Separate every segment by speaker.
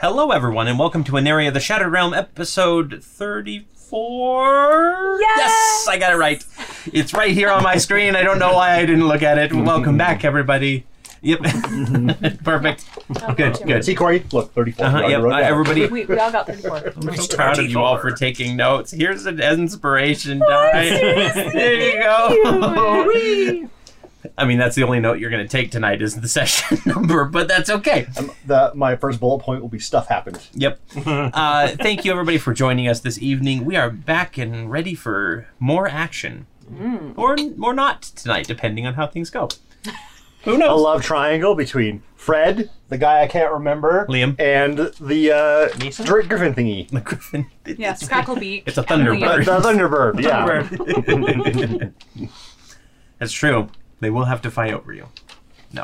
Speaker 1: Hello, everyone, and welcome to Anaria the Shattered Realm, episode 34. Yes! I got it right. It's right here on my screen. I don't know why I didn't look at it. Welcome back, everybody. Yep. Perfect. Good, good.
Speaker 2: See, Corey, look, 34.
Speaker 1: Uh-huh, yep, uh, everybody.
Speaker 3: Oh, We, we all got 34.
Speaker 1: I'm so proud of you all for taking notes. Here's an inspiration die. there you go. I mean, that's the only note you're going to take tonight is the session number, but that's okay.
Speaker 2: the, my first bullet point will be stuff happened.
Speaker 1: Yep. uh, thank you, everybody, for joining us this evening. We are back and ready for more action,
Speaker 3: Mm.
Speaker 1: or or not tonight, depending on how things go. Who
Speaker 2: A
Speaker 1: knows?
Speaker 2: love triangle between Fred, the guy I can't remember,
Speaker 1: Liam.
Speaker 2: and the uh, Drake Griffin thingy.
Speaker 1: The Griffin. It-
Speaker 3: Yeah, Cracklebeak.
Speaker 1: It's a Thunderbird.
Speaker 2: The, the Thunderbird, yeah.
Speaker 1: That's true. They will have to fight over you. No.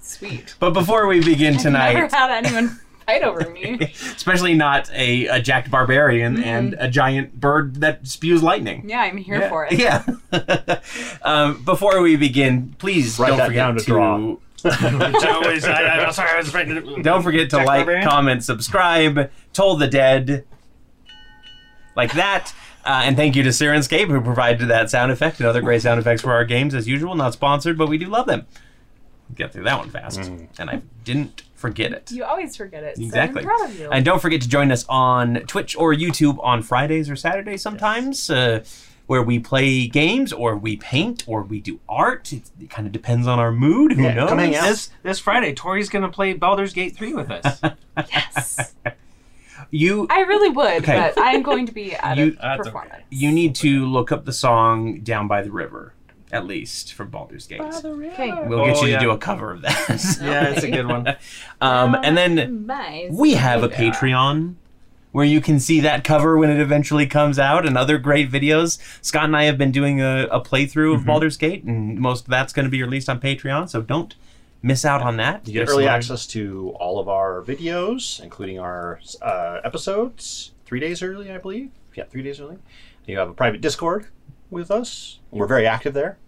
Speaker 3: Sweet.
Speaker 1: But before we begin
Speaker 3: Never
Speaker 1: tonight,
Speaker 3: had anyone fight over me.
Speaker 1: especially not a, a jacked barbarian and a giant bird that spews lightning.
Speaker 3: Yeah, I'm here
Speaker 1: yeah.
Speaker 3: for it.
Speaker 1: Yeah. um, before we begin, please
Speaker 2: Write
Speaker 1: don't
Speaker 2: that
Speaker 1: forget
Speaker 2: down to
Speaker 1: to,
Speaker 2: draw.
Speaker 4: I, am sorry, I was afraid.
Speaker 1: don't forget to
Speaker 4: Jack
Speaker 1: like,
Speaker 4: Barbarian?
Speaker 1: comment, subscribe, toll the dead, like that. Uh, and thank you to Sirenscape who provided that sound effect and other great sound effects for our games as usual. Not sponsored, but we do love them. Get through that one fast,
Speaker 2: Hmm.
Speaker 1: and I didn't forget it.
Speaker 3: You always forget it. so
Speaker 1: Exactly.
Speaker 3: I'm proud of you.
Speaker 1: And don't forget to join us on Twitch or YouTube on Fridays or Saturdays sometimes, uh, where we play games or we paint or we do art. It, it kind of depends on our mood. Who
Speaker 2: Yeah,
Speaker 1: knows?
Speaker 2: come hang out.
Speaker 4: This, this Friday, Tori's going to play Baldur's Gate 3 with us.
Speaker 3: yes.
Speaker 1: You
Speaker 3: I really would,
Speaker 1: Okay.
Speaker 3: but I'm going to be at
Speaker 1: You-
Speaker 3: a
Speaker 4: that's
Speaker 3: performance.
Speaker 1: you need to look up the song "Down by the River," at least for Baldur's Gate.
Speaker 3: Okay.
Speaker 1: We'll get
Speaker 4: Oh,
Speaker 1: you
Speaker 4: yeah.
Speaker 1: to do a cover of that.
Speaker 4: yeah, it's a good one.
Speaker 1: um, and then
Speaker 3: Nice.
Speaker 1: we have a Patreon. Where you can see that cover when it eventually comes out, and other great videos. Scott and I have been doing a, a playthrough
Speaker 4: Mhm.
Speaker 1: of Baldur's Gate, and most of that's going to be released on Patreon, so don't miss out on that.
Speaker 2: You get
Speaker 1: There's
Speaker 2: early
Speaker 1: some-
Speaker 2: access to all of our videos, including our uh, episodes, three days early, I believe. Yeah, three days early. You have a private Discord with us. We're very active there.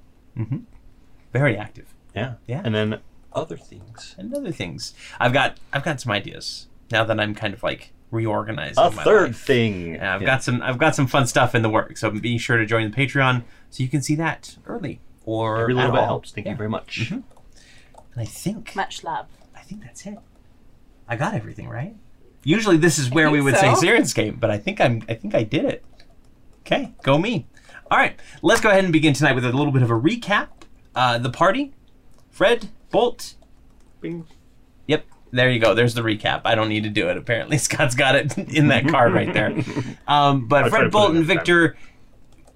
Speaker 1: Very active.
Speaker 2: Yeah.
Speaker 1: Yeah.
Speaker 2: And then other things.
Speaker 1: and other things. I've got I've got some ideas now that I'm kind of like reorganizing.
Speaker 2: A
Speaker 1: my
Speaker 2: third
Speaker 1: life.
Speaker 2: thing.
Speaker 1: And I've
Speaker 2: Yeah.
Speaker 1: got some I've got some fun stuff in the works. So be sure to join the Patreon so you can see that early or
Speaker 2: Every little
Speaker 1: at
Speaker 2: bit
Speaker 1: all.
Speaker 2: helps. Thank
Speaker 1: Yeah. Mm-hmm.
Speaker 2: you very much.
Speaker 1: And I think
Speaker 3: Much love.
Speaker 1: I think that's it. I got everything right. Usually this is where we
Speaker 3: think
Speaker 1: would
Speaker 3: so.
Speaker 1: say Sirenscape, but I think I'm I think I did it. Okay, go me. All right, let's go ahead and begin tonight with a little bit of a recap. Uh, the party, Fred, Bolt,
Speaker 2: Bing.
Speaker 1: Yep. There you go. There's the recap. I don't need to do it. Apparently, Scott's got it in that card right there. Um, but
Speaker 2: I tried to
Speaker 1: Fred
Speaker 2: put
Speaker 1: Bolt
Speaker 2: it
Speaker 1: and
Speaker 2: in that
Speaker 1: Victor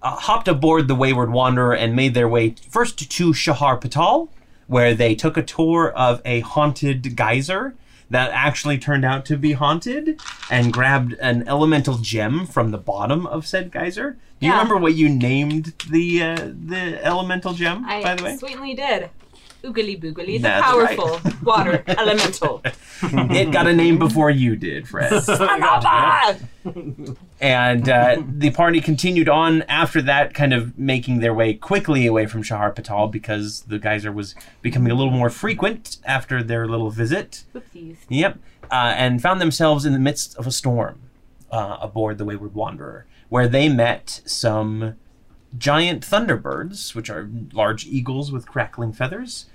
Speaker 1: uh, hopped aboard the Wayward Wanderer and made their way first to Shahar Patal, where they took a tour of a haunted geyser that actually turned out to be haunted and grabbed an elemental gem from the bottom of said geyser. Do you
Speaker 3: Yeah.
Speaker 1: remember what you named the uh, the elemental gem,
Speaker 3: I
Speaker 1: by the way?
Speaker 3: certainly did. Oogly boogly, the
Speaker 1: That's right.
Speaker 3: powerful water elemental.
Speaker 1: it got a name before you did, Fred.
Speaker 3: Another!
Speaker 1: and uh, the party continued on after that, kind of making their way quickly away from Shahar Patal because the geyser was becoming a little more frequent after their little visit.
Speaker 3: Oopsies.
Speaker 1: Yep, uh, and found themselves in the midst of a storm uh, aboard the Wayward Wanderer, where they met some giant thunderbirds, which are large eagles with crackling feathers.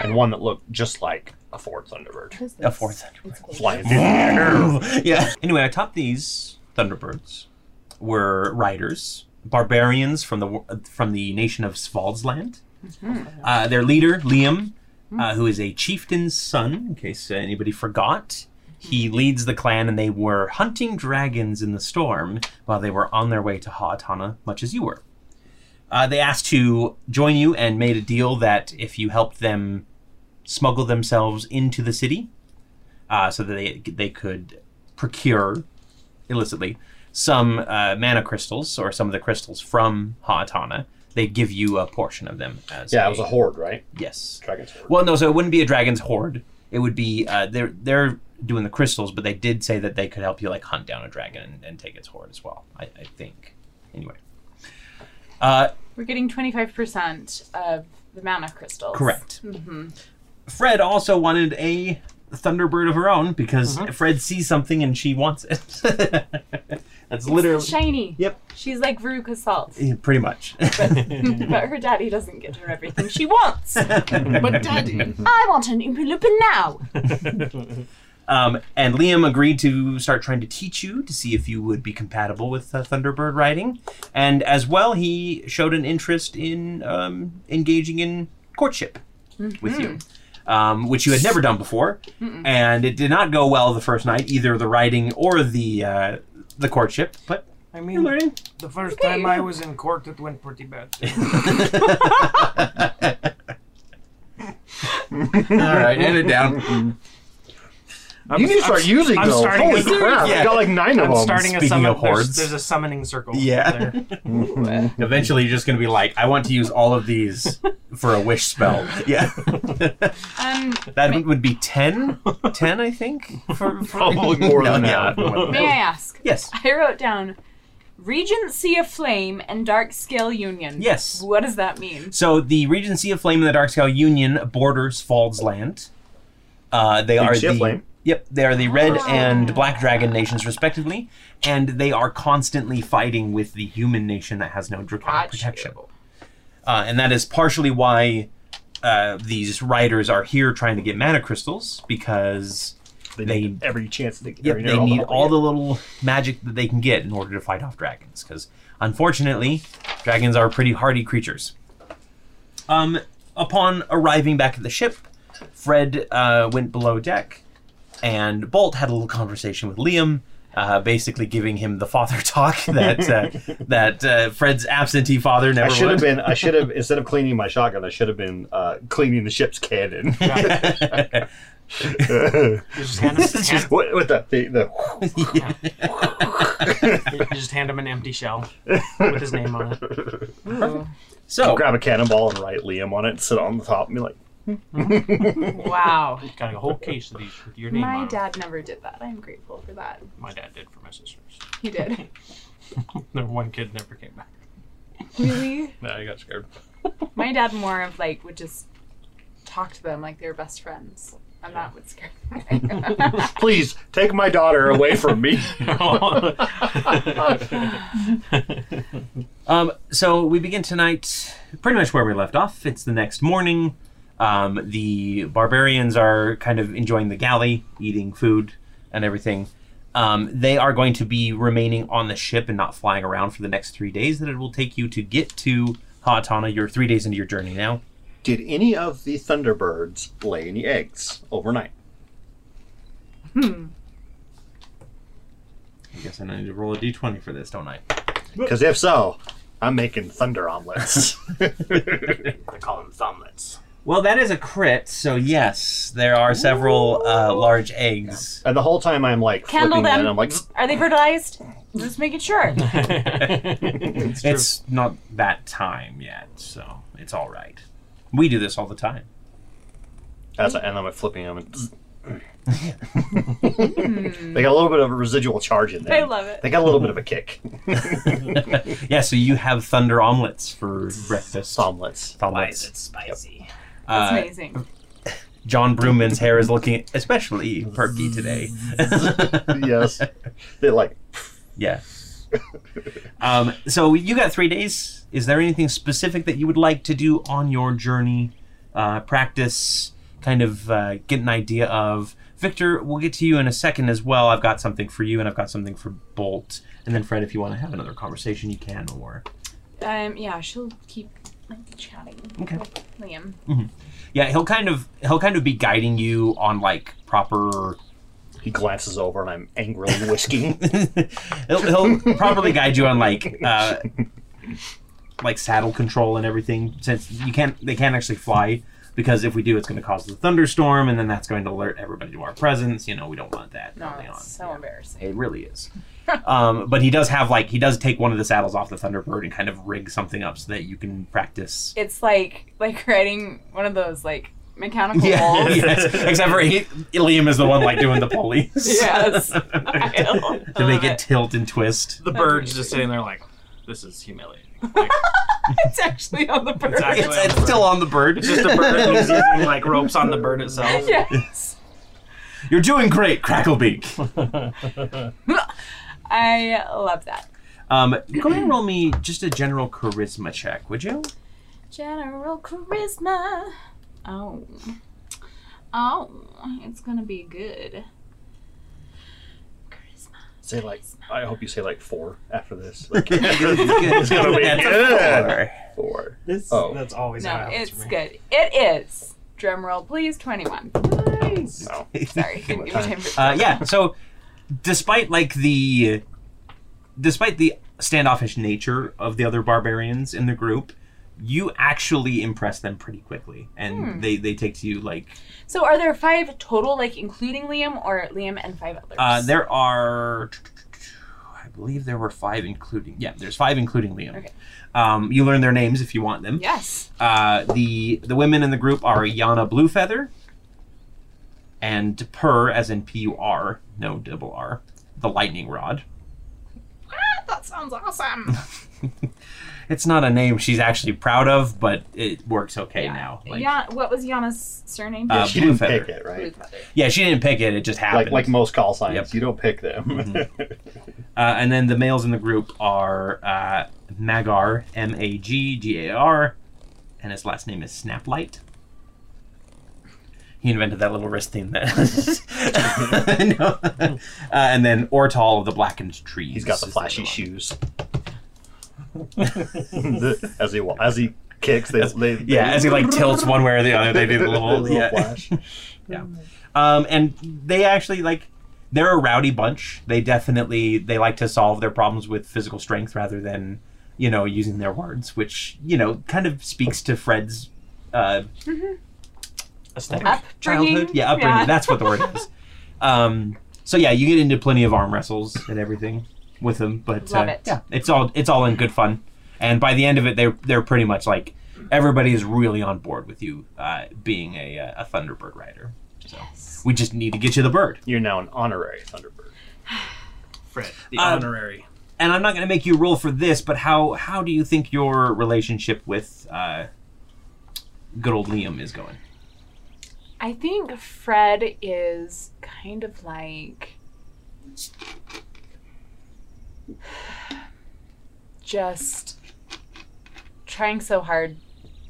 Speaker 2: and one that looked just like a Ford Thunderbird
Speaker 1: A fourth thunderbird.
Speaker 2: flying through the air.
Speaker 1: yeah. Anyway, atop these Thunderbirds were riders, barbarians from the wo- from the nation of Svaldsland. Uh, their leader, Liam, uh, who is a chieftain's son, in case uh, anybody forgot. He leads the clan, and they were hunting dragons in the storm while they were on their way to Haatana, much as you were. Uh, they asked to join you and made a deal that if you helped them smuggle themselves into the city, uh, so that they they could procure illicitly some uh, mana crystals or some of the crystals from Haatana. They give you a portion of them. As
Speaker 2: Yeah, it was a horde, right?
Speaker 1: Yes.
Speaker 2: Dragon's horde.
Speaker 1: Well, no, so it wouldn't be a dragon's horde. It would be uh, they're they're doing the crystals, but they did say that they could help you like hunt down a dragon and, and take its horde as well. I, I think. Anyway. Uh,
Speaker 3: We're getting 25% of the mana crystals.
Speaker 1: Correct. Fred also wanted a Thunderbird of her own because Fred sees something and she wants it. That's literally
Speaker 3: Shiny.
Speaker 1: Yep.
Speaker 3: She's like Veruca Salt.
Speaker 1: Yeah, pretty much.
Speaker 3: but her daddy doesn't get her everything she wants.
Speaker 4: But daddy.
Speaker 3: I want an Oompa Loompa now.
Speaker 1: um, and Liam agreed to start trying to teach you to see if you would be compatible with uh, Thunderbird riding, and as well he showed an interest in um, engaging in courtship with you. Um, which you had never done before, and it did not go well the first night, either the riding or the uh, the courtship. But
Speaker 4: I
Speaker 1: you're
Speaker 4: mean,
Speaker 1: learning.
Speaker 4: the first
Speaker 3: Okay.
Speaker 4: time I was in court, it went pretty bad.
Speaker 5: All right, hand it down.
Speaker 4: I'm,
Speaker 2: you need to start using
Speaker 4: I'm
Speaker 2: those.
Speaker 4: starting
Speaker 2: Holy
Speaker 4: a-
Speaker 2: crap!
Speaker 5: Yeah.
Speaker 2: You got like 9
Speaker 4: I'm
Speaker 2: of them.
Speaker 4: starting a
Speaker 1: Speaking
Speaker 4: summon.
Speaker 1: of hordes.
Speaker 4: There's, there's a summoning circle.
Speaker 1: Yeah.
Speaker 4: there.
Speaker 1: Eventually, you're just going to be like, I want to use all of these for a wish spell. Yeah.
Speaker 3: Um,
Speaker 1: that would- would be 10? 10, I think? For, for...
Speaker 4: Oh.
Speaker 2: Probably more than
Speaker 1: yeah,
Speaker 2: that.
Speaker 1: more than
Speaker 3: may I ask?
Speaker 1: Yes.
Speaker 3: I wrote down Regency of Flame and Dark Scale Union.
Speaker 1: Yes.
Speaker 3: What does that mean?
Speaker 1: So, the Regency of Flame and the Darkscale Union borders Fald's Land. Uh, they are
Speaker 2: Sea
Speaker 1: the.
Speaker 2: of Flame.
Speaker 1: Yep, they are the red and black dragon nations, respectively, and they are constantly fighting with the human nation that has no draconic protection. Uh, and that is partially why uh, these riders are here trying to get mana crystals, because
Speaker 2: They,
Speaker 1: They-
Speaker 2: need every chance they can.
Speaker 1: Yep,
Speaker 2: every
Speaker 1: they need all
Speaker 2: help
Speaker 1: the little magic that they can get in order to fight off dragons, because unfortunately, dragons are pretty hardy creatures. Um, upon arriving back at the ship, Fred uh, went below deck, and Bolt had a little conversation with Liam, uh, basically giving him the father talk that uh, that uh, Fred's absentee father
Speaker 2: I
Speaker 1: never
Speaker 2: should
Speaker 1: would.
Speaker 2: have been. I should have instead of cleaning my shotgun, I should have been uh, cleaning the ship's cannon.
Speaker 4: You just hand him, hand,
Speaker 2: what, what the, the, the
Speaker 4: you just hand him an empty shell with his name on it.
Speaker 1: so
Speaker 2: grab a cannonball and write Liam on it, sit on the top, and be like,
Speaker 3: Wow.
Speaker 4: Got a whole case of these with your name
Speaker 3: My
Speaker 4: on
Speaker 3: dad never did that. I'm grateful for that.
Speaker 4: it. My dad did for my sisters.
Speaker 3: He did.
Speaker 4: The one kid never came back.
Speaker 3: really?
Speaker 4: No, I got scared.
Speaker 3: My dad more of like would just talk to them like they were best friends. And that would scare me.
Speaker 2: "Please take my daughter away from me."
Speaker 1: Um, so we begin tonight pretty much where we left off. It's the next morning. Um, the barbarians are kind of enjoying the galley, eating food and everything. Um, they are going to be remaining on the ship and not flying around for the next three days that it will take you to get to Haatana. You're three days into your journey now.
Speaker 2: Did any of the Thunderbirds lay any eggs overnight?
Speaker 1: I guess I need to roll a d20 for this, don't I?
Speaker 2: Because if so, I'm making thunder omelets. I call them thumblets.
Speaker 1: Well, that is a crit, so yes, there are several uh, large eggs.
Speaker 2: And the whole time I'm like
Speaker 3: Candle
Speaker 2: flipping
Speaker 3: them.
Speaker 2: it, I'm like,
Speaker 3: Are they fertilized? Just making sure.
Speaker 4: it's true.
Speaker 1: It's not that time yet, so it's all right. We do this all the time.
Speaker 2: as I, and I'm flipping them. And
Speaker 3: Hmm.
Speaker 2: they got a little bit of a residual charge in there.
Speaker 3: I love it.
Speaker 2: They got a little bit of a kick.
Speaker 1: Yeah, so you have thunder omelets for breakfast.
Speaker 2: Omelets.
Speaker 1: Omelets.
Speaker 4: spicy.
Speaker 3: That's
Speaker 1: Uh,
Speaker 3: amazing.
Speaker 1: John Broomman's hair is looking especially perky today.
Speaker 2: yes. They like.
Speaker 1: yeah. Um, so you got three days. Is there anything specific that you would like to do on your journey? Uh, practice, kind of uh, get an idea of. Victor, we'll get to you in a second as well. I've got something for you, and I've got something for Bolt. And then Fred, if you want to have another conversation, you can. Or
Speaker 3: Um, yeah, she'll keep like chatting
Speaker 1: Uh, Okay.
Speaker 3: with Liam.
Speaker 1: yeah, he'll kind of he'll kind of be guiding you on like proper
Speaker 2: He glances over and I'm angrily whisking.
Speaker 1: he'll, he'll probably guide you on like uh, like saddle control and everything since you can't they can't actually fly because if we do, it's going to cause the thunderstorm, and then that's going to alert everybody to our presence. You know, we don't want that.
Speaker 3: No,
Speaker 1: early on.
Speaker 3: it's so
Speaker 1: Yeah.
Speaker 3: embarrassing.
Speaker 1: It really is. um, but he does have like he does take one of the saddles off the Thunderbird and kind of rig something up so that you can practice.
Speaker 3: It's like like riding one of those like mechanical
Speaker 1: Yeah,
Speaker 3: balls.
Speaker 1: yes. Except for he, Liam is the one like doing the pulleys.
Speaker 3: Yes. I
Speaker 1: to
Speaker 3: love
Speaker 1: make it
Speaker 3: it.
Speaker 1: tilt and twist.
Speaker 4: The bird's just sitting there like, this is humiliating. Like,
Speaker 3: it's actually on the bird.
Speaker 4: actually-
Speaker 1: It's, it's still on the bird.
Speaker 4: it's just a bird and he's using like ropes on the bird itself.
Speaker 3: yes.
Speaker 1: You're doing great, Cracklebeak.
Speaker 3: I love that.
Speaker 1: Um, go ahead and roll me just a general charisma check, would you?
Speaker 3: General charisma. Oh. Oh, it's gonna be good. Charisma.
Speaker 2: Say like, I hope you say like four after this. Like,
Speaker 1: It's
Speaker 2: gonna be good. four.
Speaker 4: This,
Speaker 2: Oh.
Speaker 4: That's always
Speaker 3: No,
Speaker 4: how it happens
Speaker 3: it's
Speaker 4: for me.
Speaker 3: good. It is. Drum roll, please. Twenty-one.
Speaker 2: No.
Speaker 3: Sorry, didn't give me time for
Speaker 1: Uh, yeah. So, despite like the, despite the standoffish nature of the other barbarians in the group, you actually impress them pretty quickly, and they they take to you like
Speaker 3: So are there five total, like including Liam or Liam and five others?
Speaker 1: uh, there are. I believe there were five, including yeah. There's five, including Liam.
Speaker 3: Okay.
Speaker 1: Um, you learn their names if you want them.
Speaker 3: Yes.
Speaker 1: Uh, the the women in the group are Yana Bluefeather and Purr, as in P U R, no double R, the lightning rod.
Speaker 3: Ah, that sounds awesome.
Speaker 1: It's not a name she's actually proud of, but it works okay now. Like,
Speaker 3: yeah. What was Yana's surname?
Speaker 1: Uh,
Speaker 2: she
Speaker 1: Blue
Speaker 2: didn't
Speaker 1: feather.
Speaker 2: pick it,
Speaker 3: Blue
Speaker 2: right?
Speaker 3: feather.
Speaker 1: yeah, she didn't pick it; it just
Speaker 2: Like
Speaker 1: happened.
Speaker 2: like most call signs,
Speaker 1: Yep. Mm-hmm.
Speaker 2: you don't pick them.
Speaker 1: uh, and then the males in the group are uh, Magar, M A G G A R, and his last name is Snaplight. He invented that little wrist thing that. No. Uh, and then Ortal of the Blackened Trees.
Speaker 2: He's got the
Speaker 1: is
Speaker 2: flashy
Speaker 1: other one.
Speaker 2: shoes. as he wa- as he kicks, they, they
Speaker 1: Yeah,
Speaker 2: they-
Speaker 1: as he like tilts one way or the other, they do the little,
Speaker 2: little
Speaker 1: yeah.
Speaker 2: flash.
Speaker 3: Mm.
Speaker 1: Um, and they actually like they're a rowdy bunch. They definitely they like to solve their problems with physical strength rather than you know using their words, which you know kind of speaks to Fred's uh,
Speaker 4: Aesthetic.
Speaker 3: Uh, Upbringing.
Speaker 1: childhood. Yeah, upbringing. That's what the word is. Um, so yeah, you get into plenty of arm wrestles and everything with them, but
Speaker 3: Love
Speaker 1: uh,
Speaker 3: it.
Speaker 1: yeah, it's all it's all in good fun. And by the end of it, they're they're pretty much like everybody is really on board with you uh, being a a Thunderbird rider. So we just need to get you the bird.
Speaker 2: You're now an honorary Thunderbird.
Speaker 4: Fred, the
Speaker 1: Um,
Speaker 4: honorary.
Speaker 1: and I'm not going to make you roll for this, but how how do you think your relationship with uh, good old Liam is going?
Speaker 3: I think Fred is kind of like just trying so hard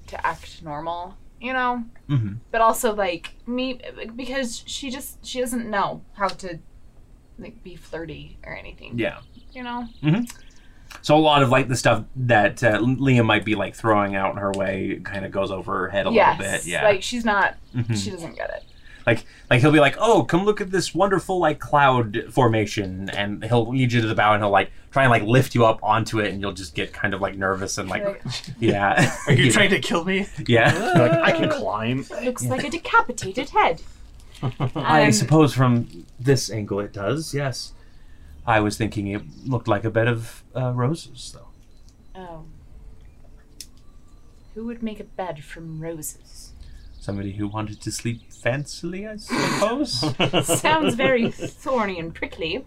Speaker 3: to act normal, you know?
Speaker 1: Mm-hmm.
Speaker 3: but also like me because she just she doesn't know how to like be flirty or anything
Speaker 1: Yeah.
Speaker 3: you know
Speaker 1: So a lot of like the stuff that uh, Liam might be like throwing out her way kind of goes over her head a
Speaker 3: yes
Speaker 1: little bit. Yeah.
Speaker 3: like she's not
Speaker 1: Mhm.
Speaker 3: she doesn't get it
Speaker 1: like like he'll be like, "Oh, come look at this wonderful like cloud formation," and he'll lead you to the bow, and he'll like try and like lift you up onto it, and you'll just get kind of like nervous and like,
Speaker 3: Like,
Speaker 1: yeah,
Speaker 4: Are you trying to kill me?
Speaker 1: yeah.
Speaker 2: You're like, I can climb.
Speaker 3: looks like a decapitated head
Speaker 1: I
Speaker 3: Um,
Speaker 1: suppose from this angle it does, yes. I was thinking it looked like a bed of uh, roses, though.
Speaker 3: oh who would make a bed from roses
Speaker 1: Somebody who wanted to sleep fancily, I suppose.
Speaker 3: sounds very thorny and prickly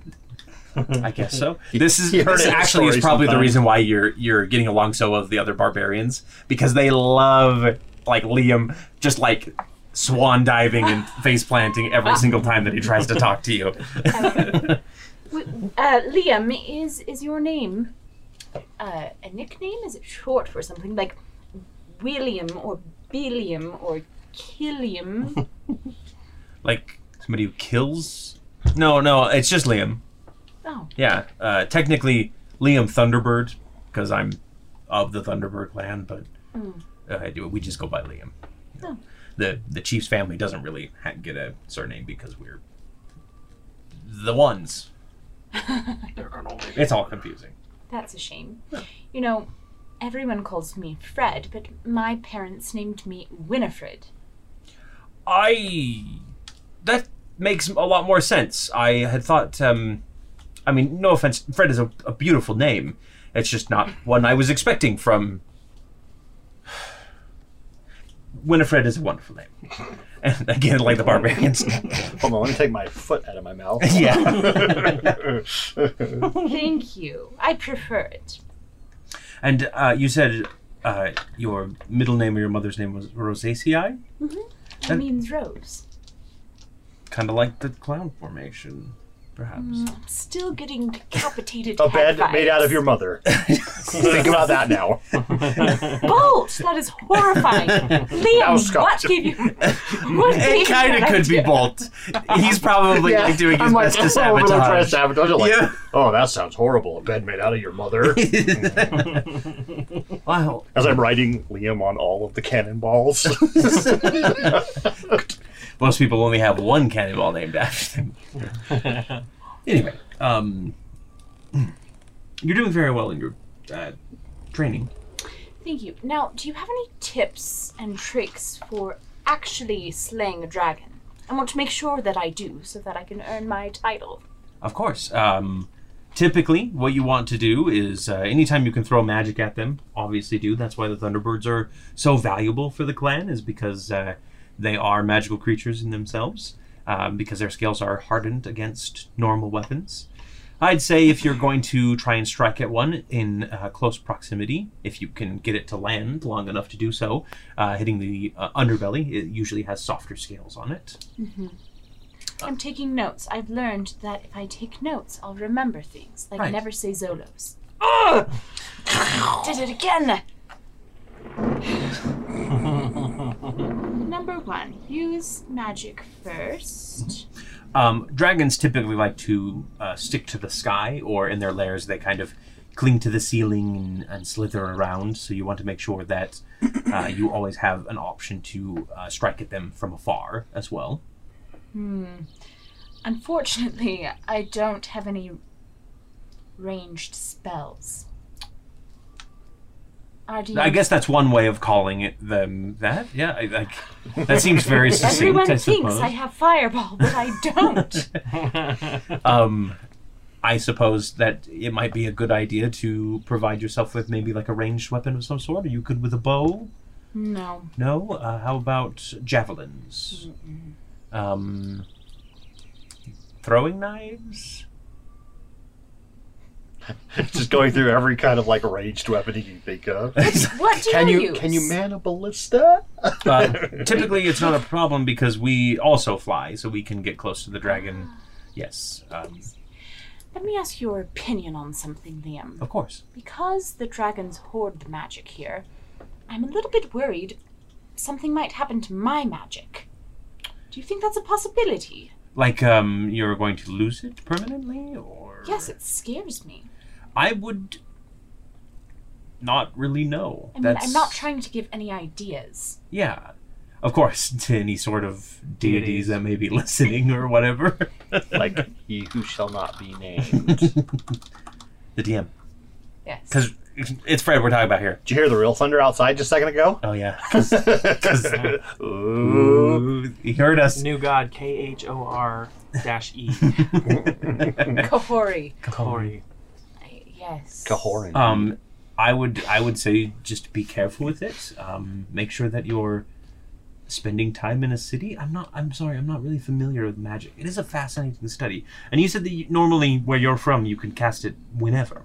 Speaker 1: I guess so. This is
Speaker 2: he heard
Speaker 1: this
Speaker 2: it in a
Speaker 1: actually is
Speaker 2: story
Speaker 1: probably the
Speaker 2: sometime.
Speaker 1: reason why you're you're getting along so well with the other barbarians because they love like Liam just like swan diving and face planting every single time that he tries to talk to you.
Speaker 3: W- uh, liam is is your name uh, a nickname is it short for something like william or billiam or killiam
Speaker 1: like somebody who kills. No, no, it's just Liam.
Speaker 3: Oh,
Speaker 1: Yeah, uh, technically Liam Thunderbird because I'm of the Thunderbird clan, but uh, I do we just go by Liam.
Speaker 3: Oh.
Speaker 1: The the chief's family doesn't really ha- get a surname because we're the ones. It's all confusing.
Speaker 3: that's a shame. You know, everyone calls me Fred, but my parents named me Winifred.
Speaker 1: I. That makes a lot more sense. I had thought. Um, I mean, no offense, Fred is a, a beautiful name. It's just not one I was expecting from. Winifred is a wonderful name. And again, like the barbarians.
Speaker 2: Hold on, let me take my foot out of my mouth.
Speaker 1: Yeah.
Speaker 3: Thank you. I prefer it.
Speaker 1: and uh, you said uh, your middle name or your mother's name was Rosaceae?
Speaker 3: It
Speaker 1: And-
Speaker 3: means rose.
Speaker 1: Kind of like the clown formation, perhaps.
Speaker 2: Mm.
Speaker 3: Still getting decapitated.
Speaker 2: a bed
Speaker 3: cat
Speaker 2: made out of
Speaker 3: vibes.
Speaker 2: your mother. Think about that now.
Speaker 3: Bolt! That is horrifying.
Speaker 2: Now,
Speaker 3: Liam,
Speaker 2: Scott.
Speaker 3: what gave you? What gave you
Speaker 1: It kind
Speaker 3: that
Speaker 1: of could be
Speaker 3: idea?
Speaker 1: Bolt. He's probably
Speaker 2: Yeah,
Speaker 1: doing his
Speaker 2: I'm like,
Speaker 1: best to
Speaker 2: "Oh, I'm gonna try to
Speaker 1: sabotage.
Speaker 2: sabotage. You're like,
Speaker 1: Yeah.
Speaker 2: oh, that sounds horrible. A bed made out of your mother.
Speaker 1: wow.
Speaker 2: As I'm writing Liam on all of the cannonballs.
Speaker 1: Most people only have one cannonball named after them. anyway, um, you're doing very well in your uh, training.
Speaker 3: Thank you. Now, do you have any tips and tricks for actually slaying a dragon? I want to make sure that I do, so that I can earn my title.
Speaker 1: Of course. Um, typically, what you want to do is uh, anytime you can throw magic at them, obviously do. That's why the Thunderbirds are so valuable for the clan, is because uh, they are magical creatures in themselves, um, because their scales are hardened against normal weapons. I'd say if you're going to try and strike at one in uh, close proximity, if you can get it to land long enough to do so, uh, hitting the uh, underbelly, it usually has softer scales on it.
Speaker 3: I'm taking notes. I've learned that if I take notes, I'll remember things. Like
Speaker 1: Right.
Speaker 3: never say Zolos. Did it again. Number one, use magic first.
Speaker 1: Um, dragons typically like to uh, stick to the sky, or in their lairs, they kind of cling to the ceiling and, and slither around. So you want to make sure that uh, you always have an option to uh, strike at them from afar as well.
Speaker 3: Unfortunately, I don't have any ranged spells. Are do
Speaker 1: I
Speaker 3: you-
Speaker 1: guess that's one way of calling it them that. Yeah, I, like that seems very succinct.
Speaker 3: Everyone
Speaker 1: I
Speaker 3: thinks
Speaker 1: suppose.
Speaker 3: I have fireball, but I don't.
Speaker 1: um, I suppose that it might be a good idea to provide yourself with maybe like a ranged weapon of some sort. Are you good with a bow?
Speaker 3: no.
Speaker 1: No. Uh, how about javelins? Um, throwing knives.
Speaker 2: Just going through every kind of like ranged weapon you can think of.
Speaker 3: What do
Speaker 2: Can
Speaker 3: you,
Speaker 2: you
Speaker 3: use?
Speaker 2: can you man a ballista?
Speaker 1: Uh, typically, it's not a problem because we also fly, so we can get close to the dragon. Yes, um,
Speaker 3: Let me ask your opinion on something, Liam.
Speaker 2: Oh.
Speaker 1: of course.
Speaker 3: Because the dragons hoard the magic here, I'm a little bit worried something might happen to my magic. Do you think that's a possibility?
Speaker 1: Like um, you're going to lose it permanently, or
Speaker 3: Yes, it scares me.
Speaker 1: I would not really know.
Speaker 3: I mean, I'm not trying to give any ideas.
Speaker 1: Yeah, of course, to any sort of deities
Speaker 4: Deities.
Speaker 1: that may be listening or whatever.
Speaker 2: Like he who shall not be named.
Speaker 1: The DM,
Speaker 3: Yes.
Speaker 1: because it's Fred we're talking about here.
Speaker 2: Did you hear the real thunder outside just a second ago?
Speaker 1: Oh yeah. uh,
Speaker 2: Ooh.
Speaker 1: he heard us.
Speaker 4: New God, K H O R dash E.
Speaker 3: Kahori.
Speaker 4: Glory.
Speaker 3: I- Yes.
Speaker 2: Cahorin.
Speaker 1: um, I would I would say just be careful with it. Um, make sure that you're spending time in a city. I'm not. I'm sorry. I'm not really familiar with magic. It is a fascinating study. And you said that you, normally where you're from, you can cast it whenever,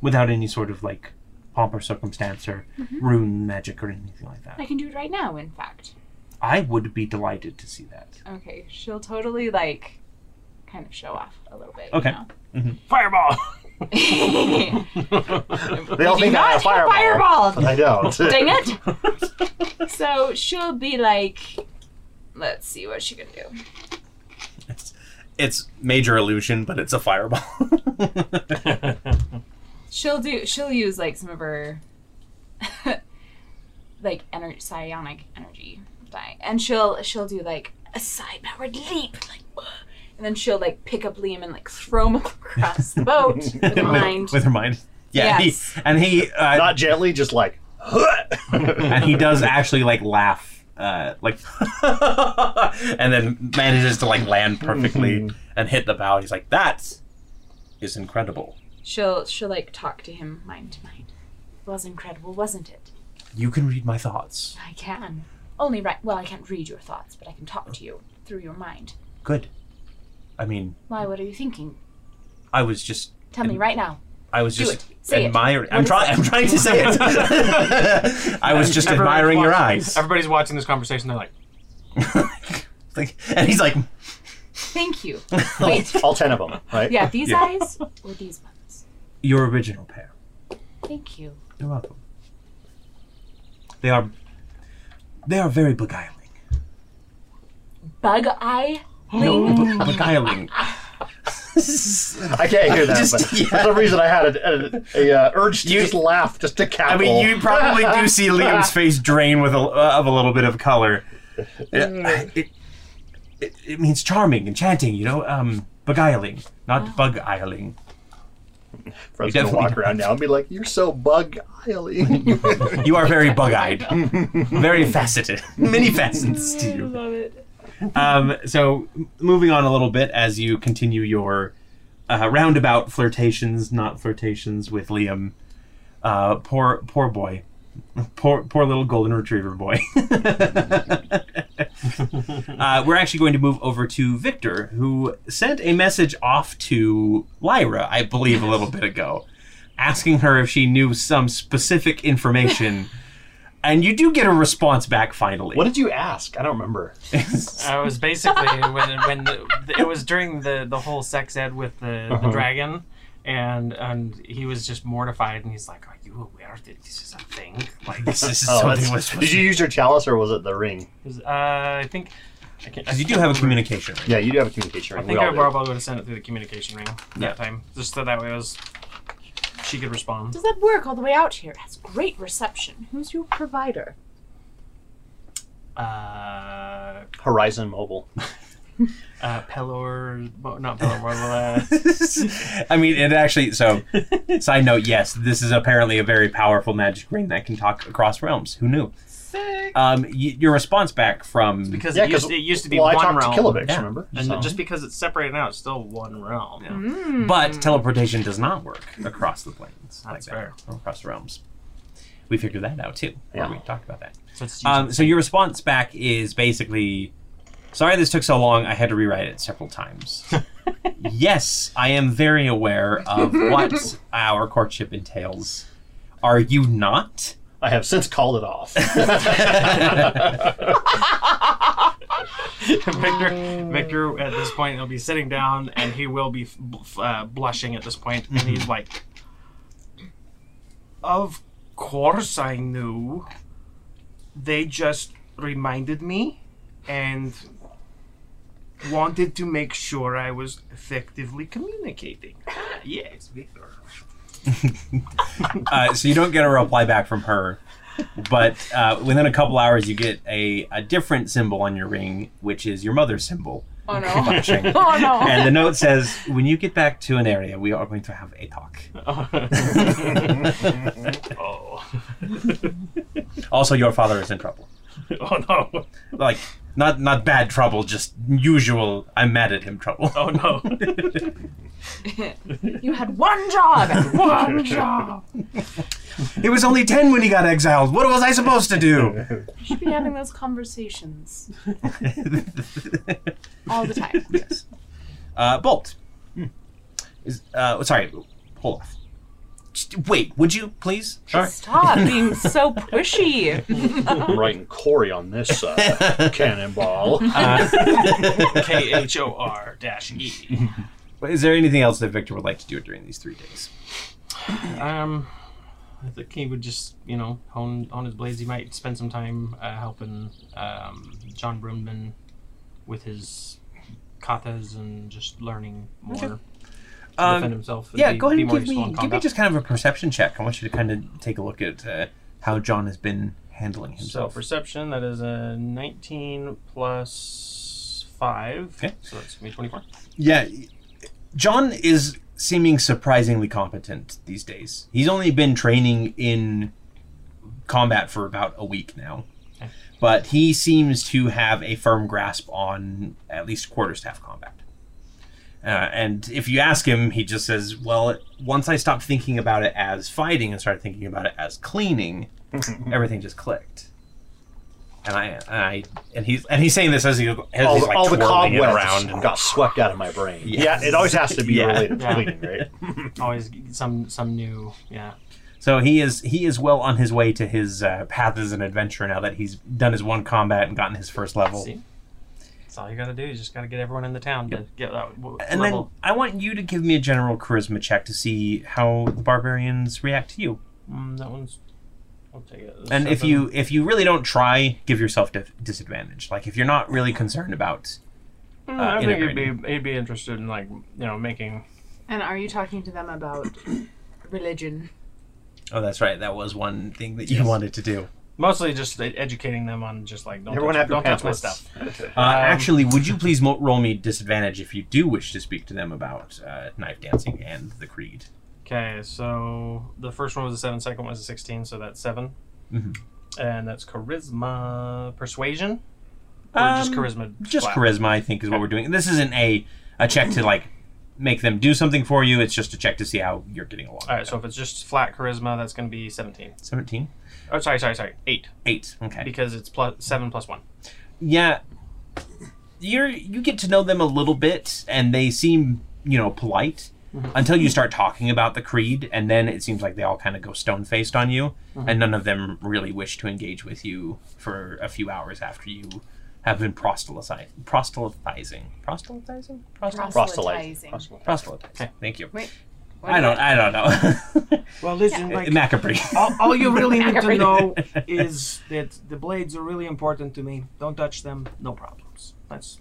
Speaker 1: without any sort of like pomp or circumstance or rune magic or anything like that.
Speaker 3: I can do it right now, in fact.
Speaker 1: I would be delighted to see that.
Speaker 3: Okay, she'll totally, like, kind of show off a little bit. you
Speaker 1: Okay.
Speaker 3: know?
Speaker 4: Fireball!
Speaker 2: they all
Speaker 3: Do
Speaker 2: think
Speaker 3: not
Speaker 2: I'm a
Speaker 3: hit
Speaker 2: fireball.
Speaker 3: fireball.
Speaker 2: I don't.
Speaker 3: Dang it! so she'll be like, let's see what she can do.
Speaker 1: It's it's major illusion, but it's a fireball.
Speaker 3: She'll do. She'll use like some of her, like ener psionic energy, die, and she'll she'll do like a side powered leap, like, and then she'll like pick up Liam and like throw him across the boat with her mind.
Speaker 1: with her mind. Yeah, he-
Speaker 3: Yes.
Speaker 1: and he uh,
Speaker 2: Not gently, just like.
Speaker 1: and he does actually like laugh uh, like, and then manages to like land perfectly and hit the bow. He's like, that is incredible.
Speaker 3: She'll she'll like talk to him mind to mind. Was incredible, wasn't it?
Speaker 1: You can read my thoughts.
Speaker 3: I can. Only right. Well, I can't read your thoughts, but I can talk to you through your mind.
Speaker 1: Good. I mean,
Speaker 3: Why? What are you thinking?
Speaker 1: I was just,
Speaker 3: Tell me right now.
Speaker 1: I was
Speaker 3: Do
Speaker 1: just
Speaker 3: it. Say it.
Speaker 1: admiring. I'm
Speaker 3: What is
Speaker 1: trying. I'm trying to say it. I was just
Speaker 4: Everybody's
Speaker 1: admiring your
Speaker 4: watching-
Speaker 1: eyes.
Speaker 4: Everybody's watching this conversation. They're like,
Speaker 1: Like- and he's like,
Speaker 3: Thank you. Wait.
Speaker 2: All ten of them, right?
Speaker 3: Yeah, these
Speaker 1: Yeah.
Speaker 3: eyes or these ones.
Speaker 1: your original pair.
Speaker 3: Thank you.
Speaker 1: You're welcome. They are. They are very beguiling.
Speaker 3: Bug eye.
Speaker 1: No, beguiling.
Speaker 2: I can't hear that.
Speaker 1: Just-
Speaker 2: but
Speaker 1: yeah.
Speaker 2: For some reason, I had a, a, a, uh, urge to
Speaker 1: You-
Speaker 2: just laugh, just to cackle.
Speaker 1: I mean, you probably do see Liam's face drain with a, of a little bit of color. It, it, it, it means charming, enchanting, you know, um, beguiling, not beguiling.
Speaker 2: Fred's
Speaker 1: you
Speaker 2: gonna
Speaker 1: definitely-
Speaker 2: walk around now and be like, "You're so bug-eyely."
Speaker 1: You are very bug-eyed, very faceted, many facets to you.
Speaker 3: love it.
Speaker 1: um, so m- moving on a little bit as you continue your uh, roundabout flirtations, not flirtations with Liam. Uh, poor, poor boy, poor, poor little golden retriever boy. uh, we're actually going to move over to Victor, who sent a message off to Lyra, I believe, a little bit ago, asking her if she knew some specific information. And you do get a response back finally.
Speaker 2: what did you ask? I don't remember.
Speaker 4: I was basically when when the, it was during the the whole sex ed with the, the dragon, and and he was just mortified, and he's like, "Are you aware that this is a thing?" Like,
Speaker 1: This is
Speaker 2: Oh,
Speaker 1: something
Speaker 2: that's-
Speaker 1: we're supposed
Speaker 2: did you use your chalice or was it the ring?
Speaker 4: it was, uh, I think I can't. I
Speaker 1: Because you do have a communication ring.
Speaker 2: Yeah, you do have a communication ring.
Speaker 4: I
Speaker 2: We
Speaker 4: think
Speaker 2: all
Speaker 4: I
Speaker 2: do.
Speaker 4: probably would have sent it through the communication ring
Speaker 1: Yeah.
Speaker 4: that time, just so that way it was she could respond.
Speaker 3: Does that work all the way out here? It has great reception. Who's your provider?
Speaker 4: Uh,
Speaker 2: Horizon Mobile.
Speaker 4: uh, Pelor, well, not Pelor, well, uh,
Speaker 1: I mean, it actually. So, side note: yes, this is apparently a very powerful magic ring that can talk across realms. Who knew? Um, y- your response back from
Speaker 4: because
Speaker 2: Yeah,
Speaker 4: it,
Speaker 2: 'cause-
Speaker 4: used, it used to be
Speaker 2: well, I
Speaker 4: one
Speaker 2: talked
Speaker 4: realm.
Speaker 2: to Kilovix,
Speaker 1: Yeah.
Speaker 2: remember?
Speaker 4: And
Speaker 2: So-
Speaker 4: just because it's separated out, it's still one realm.
Speaker 1: Yeah.
Speaker 3: Hmm.
Speaker 1: but teleportation does not work across the planes.
Speaker 4: That's
Speaker 1: that,
Speaker 4: fair.
Speaker 1: or across realms. We figured that out too. Yeah.
Speaker 2: Yeah.
Speaker 1: we talked about that.
Speaker 4: So it's
Speaker 1: Um, so your response back is basically, "Sorry this took so long. I had to rewrite it several times." yes, I am very aware of what our courtship entails. Are you not?
Speaker 2: I have since called it off.
Speaker 4: Victor, Victor, at this point, will be sitting down, and he will be f- f- uh, blushing at this point, and he's like, "Of course, I knew. They just reminded me, and wanted to make sure I was effectively communicating." Ah, yes, Victor.
Speaker 1: Uh, so you don't get a reply back from her, but uh, within a couple hours you get a, a different symbol on your ring, which is your mother's symbol.
Speaker 3: Oh no.
Speaker 1: Flashing.
Speaker 3: oh no.
Speaker 1: and the note says, "When you get back to an area, we are going to have a talk."
Speaker 4: oh,
Speaker 1: Also, your father is in trouble.
Speaker 4: oh no,
Speaker 1: Like not not bad trouble, just usual. I'm mad at him trouble.
Speaker 4: oh no.
Speaker 3: You had one job. One job.
Speaker 1: He was only ten when he got exiled. What was I supposed to do?
Speaker 3: You should be having those conversations all the time.
Speaker 1: yes. Uh, Bolt. Is, uh, sorry, hold off. Just wait, would you please? Sorry.
Speaker 3: Stop being so pushy.
Speaker 2: I'm writing Corey on this uh, cannonball.
Speaker 4: K H O R dash E.
Speaker 1: Is there anything else that Victor would like to do during these three days?
Speaker 4: Um, I think he would just, you know, hone hone his blades. He might spend some time uh, helping um, John Broomman with his katas and just learning more to defend himself.
Speaker 1: Um, yeah, go ahead and
Speaker 4: more
Speaker 1: give
Speaker 4: useful in
Speaker 1: me give me
Speaker 4: combat.
Speaker 1: just kind of a perception check. I want you to kind of take a look at uh, how John has been handling
Speaker 4: so
Speaker 1: himself.
Speaker 4: perception. That is a nineteen plus five.
Speaker 1: Okay.
Speaker 4: So that's gonna be twenty-four.
Speaker 1: Yeah, John is seeming surprisingly competent these days. He's only been training in combat for about a week now,
Speaker 4: Okay.
Speaker 1: but he seems to have a firm grasp on at least quarterstaff combat. Uh, and if you ask him, he just says, "Well, once I stopped thinking about it as fighting and started thinking about it as cleaning, everything just clicked." And I, and I, and he's, and he's saying this as, he, as
Speaker 2: all
Speaker 1: he's
Speaker 2: the,
Speaker 1: like
Speaker 2: all the
Speaker 1: twirling it
Speaker 2: cobwebs
Speaker 1: around. And,
Speaker 2: got swept out of my brain.
Speaker 1: Yes.
Speaker 2: Yeah, it always has to be
Speaker 1: Yeah.
Speaker 2: related to
Speaker 4: Yeah.
Speaker 2: cleaning, right?
Speaker 4: Always some some new. Yeah.
Speaker 1: so he is, he is well on his way to his uh, path as an adventurer now that he's done his one combat and gotten his first level.
Speaker 4: See. That's all you gotta do. You just gotta get everyone in the town to get that w-
Speaker 1: And then
Speaker 4: level.
Speaker 1: I want you to give me a general charisma check to see how the barbarians react to you.
Speaker 4: Mm, that one's. I'll take it.
Speaker 1: and if
Speaker 4: Seven.
Speaker 1: you if you really don't try, give yourself dif- disadvantage. Like if you're not really concerned about,
Speaker 4: Mm,
Speaker 1: uh,
Speaker 4: I think he'd
Speaker 1: integrated.
Speaker 4: be he'd be interested in like you know making.
Speaker 3: And are you talking to them about religion?
Speaker 1: oh, that's right, that was one thing that you
Speaker 4: Yes.
Speaker 1: wanted to do.
Speaker 4: Mostly just e- educating them on just like don't
Speaker 2: Everyone
Speaker 4: touch,
Speaker 2: have your
Speaker 4: don't touch my
Speaker 2: pants
Speaker 4: stuff.
Speaker 1: Uh,
Speaker 4: Um,
Speaker 1: actually, would you please mo- roll me disadvantage if you do wish to speak to them about uh, knife dancing and the creed?
Speaker 4: Okay, so the first one was a seven, second one was a sixteen, so that's 7
Speaker 1: Mhm.
Speaker 4: and that's charisma, persuasion, or just
Speaker 1: Um,
Speaker 4: charisma.
Speaker 1: Just
Speaker 4: flat?
Speaker 1: charisma, I think, is what we're doing. And this isn't a a check to like make them do something for you. It's just a check to see how you're getting along.
Speaker 4: All right, so if it's just flat charisma, that's going to be seventeen.
Speaker 1: seventeen.
Speaker 4: Oh, sorry, sorry, sorry, eight
Speaker 1: Eight. Okay.
Speaker 4: because it's plus seven plus one.
Speaker 1: yeah you're you get to know them a little bit and they seem you know polite until you start talking about the creed and then it seems like they all kind of go stone faced on you and none of them really wish to engage with you for a few hours after you have been proselytizing proselytizing proselytizing Prostel-
Speaker 2: Proselytizing.
Speaker 1: proselytizing thank you
Speaker 3: Wait, what
Speaker 1: i
Speaker 3: did
Speaker 1: don't i don't know
Speaker 4: Well, listen,
Speaker 1: macabre
Speaker 4: all, all you really need to
Speaker 3: Everything.
Speaker 4: know is that the blades are really important to me. Don't touch them. No problems. That's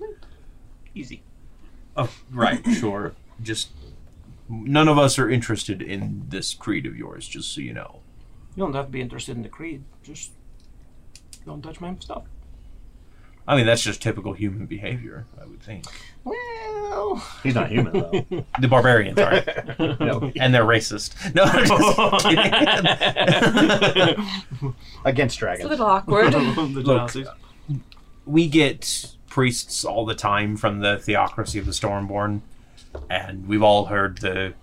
Speaker 4: easy.
Speaker 1: Oh, right, sure. Just none of us are interested in this creed of yours, just so you know.
Speaker 4: You don't have to be interested in the creed. Just don't touch my stuff.
Speaker 1: I mean, that's just typical human behavior, I would think.
Speaker 4: Well,
Speaker 2: He's not human though.
Speaker 1: The barbarians are,
Speaker 2: no,
Speaker 1: and they're racist. No, I'm just kidding.
Speaker 3: It's
Speaker 2: against
Speaker 3: a
Speaker 2: dragons.
Speaker 3: little awkward.
Speaker 4: the
Speaker 1: Look,
Speaker 4: Nazis.
Speaker 1: we get priests all the time from the theocracy of the Stormborn, and we've all heard the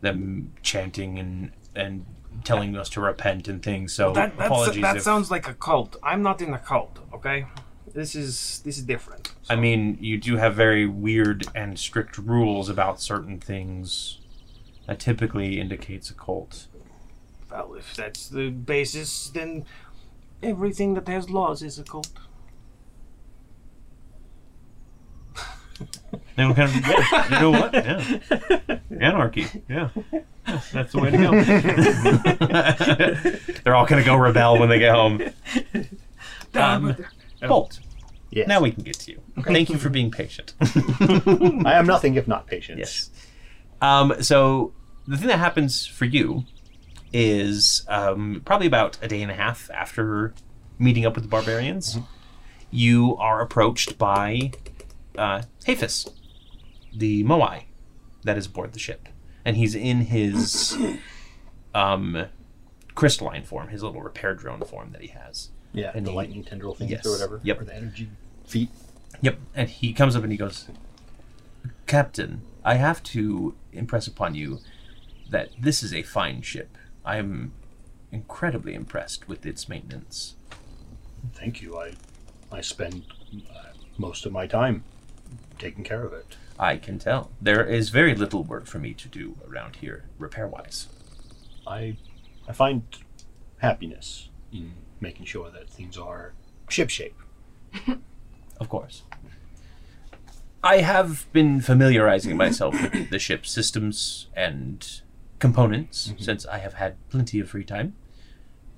Speaker 1: them chanting and and telling us to repent and things. So
Speaker 4: That, that's,
Speaker 1: apologies.
Speaker 4: that
Speaker 1: if-
Speaker 4: sounds like a cult. I'm not in a cult, okay? This is this is different.
Speaker 1: I mean, you do have very weird and strict rules about certain things that typically indicates a cult.
Speaker 4: Well, if that's the basis, then everything that has laws is a cult.
Speaker 1: They were kind of, yeah, you know what? Yeah. Anarchy. Yeah. Yeah, That's the way to go. They're all going to go rebel when they get home. Um, Bolt,
Speaker 2: Yes.
Speaker 1: now we can get to you. Thank you for being patient.
Speaker 2: I am nothing if not patient.
Speaker 1: Yes. Um, so the thing that happens for you is um, probably about a day and a half after meeting up with the barbarians, you are approached by uh, Hafis, the Moai that is aboard the ship, and he's in his um, crystalline form, his little repair drone form that he has.
Speaker 2: Yeah,
Speaker 1: And
Speaker 2: the
Speaker 1: he-
Speaker 2: lightning tendril things
Speaker 1: yes.
Speaker 2: or whatever.
Speaker 1: Yep.
Speaker 2: Or the energy feet.
Speaker 1: Yep. And he comes up and he goes, Captain, I have to impress upon you that this is a fine ship. I'm incredibly impressed with its maintenance.
Speaker 2: Thank you. I, I spend uh, most of my time taking care of it.
Speaker 1: I can tell. There is very little work for me to do around here, repair wise.
Speaker 2: I, I find happiness in making sure that things are shipshape.
Speaker 1: Of course. I have been familiarizing myself with the ship's systems and components since I have had plenty of free time.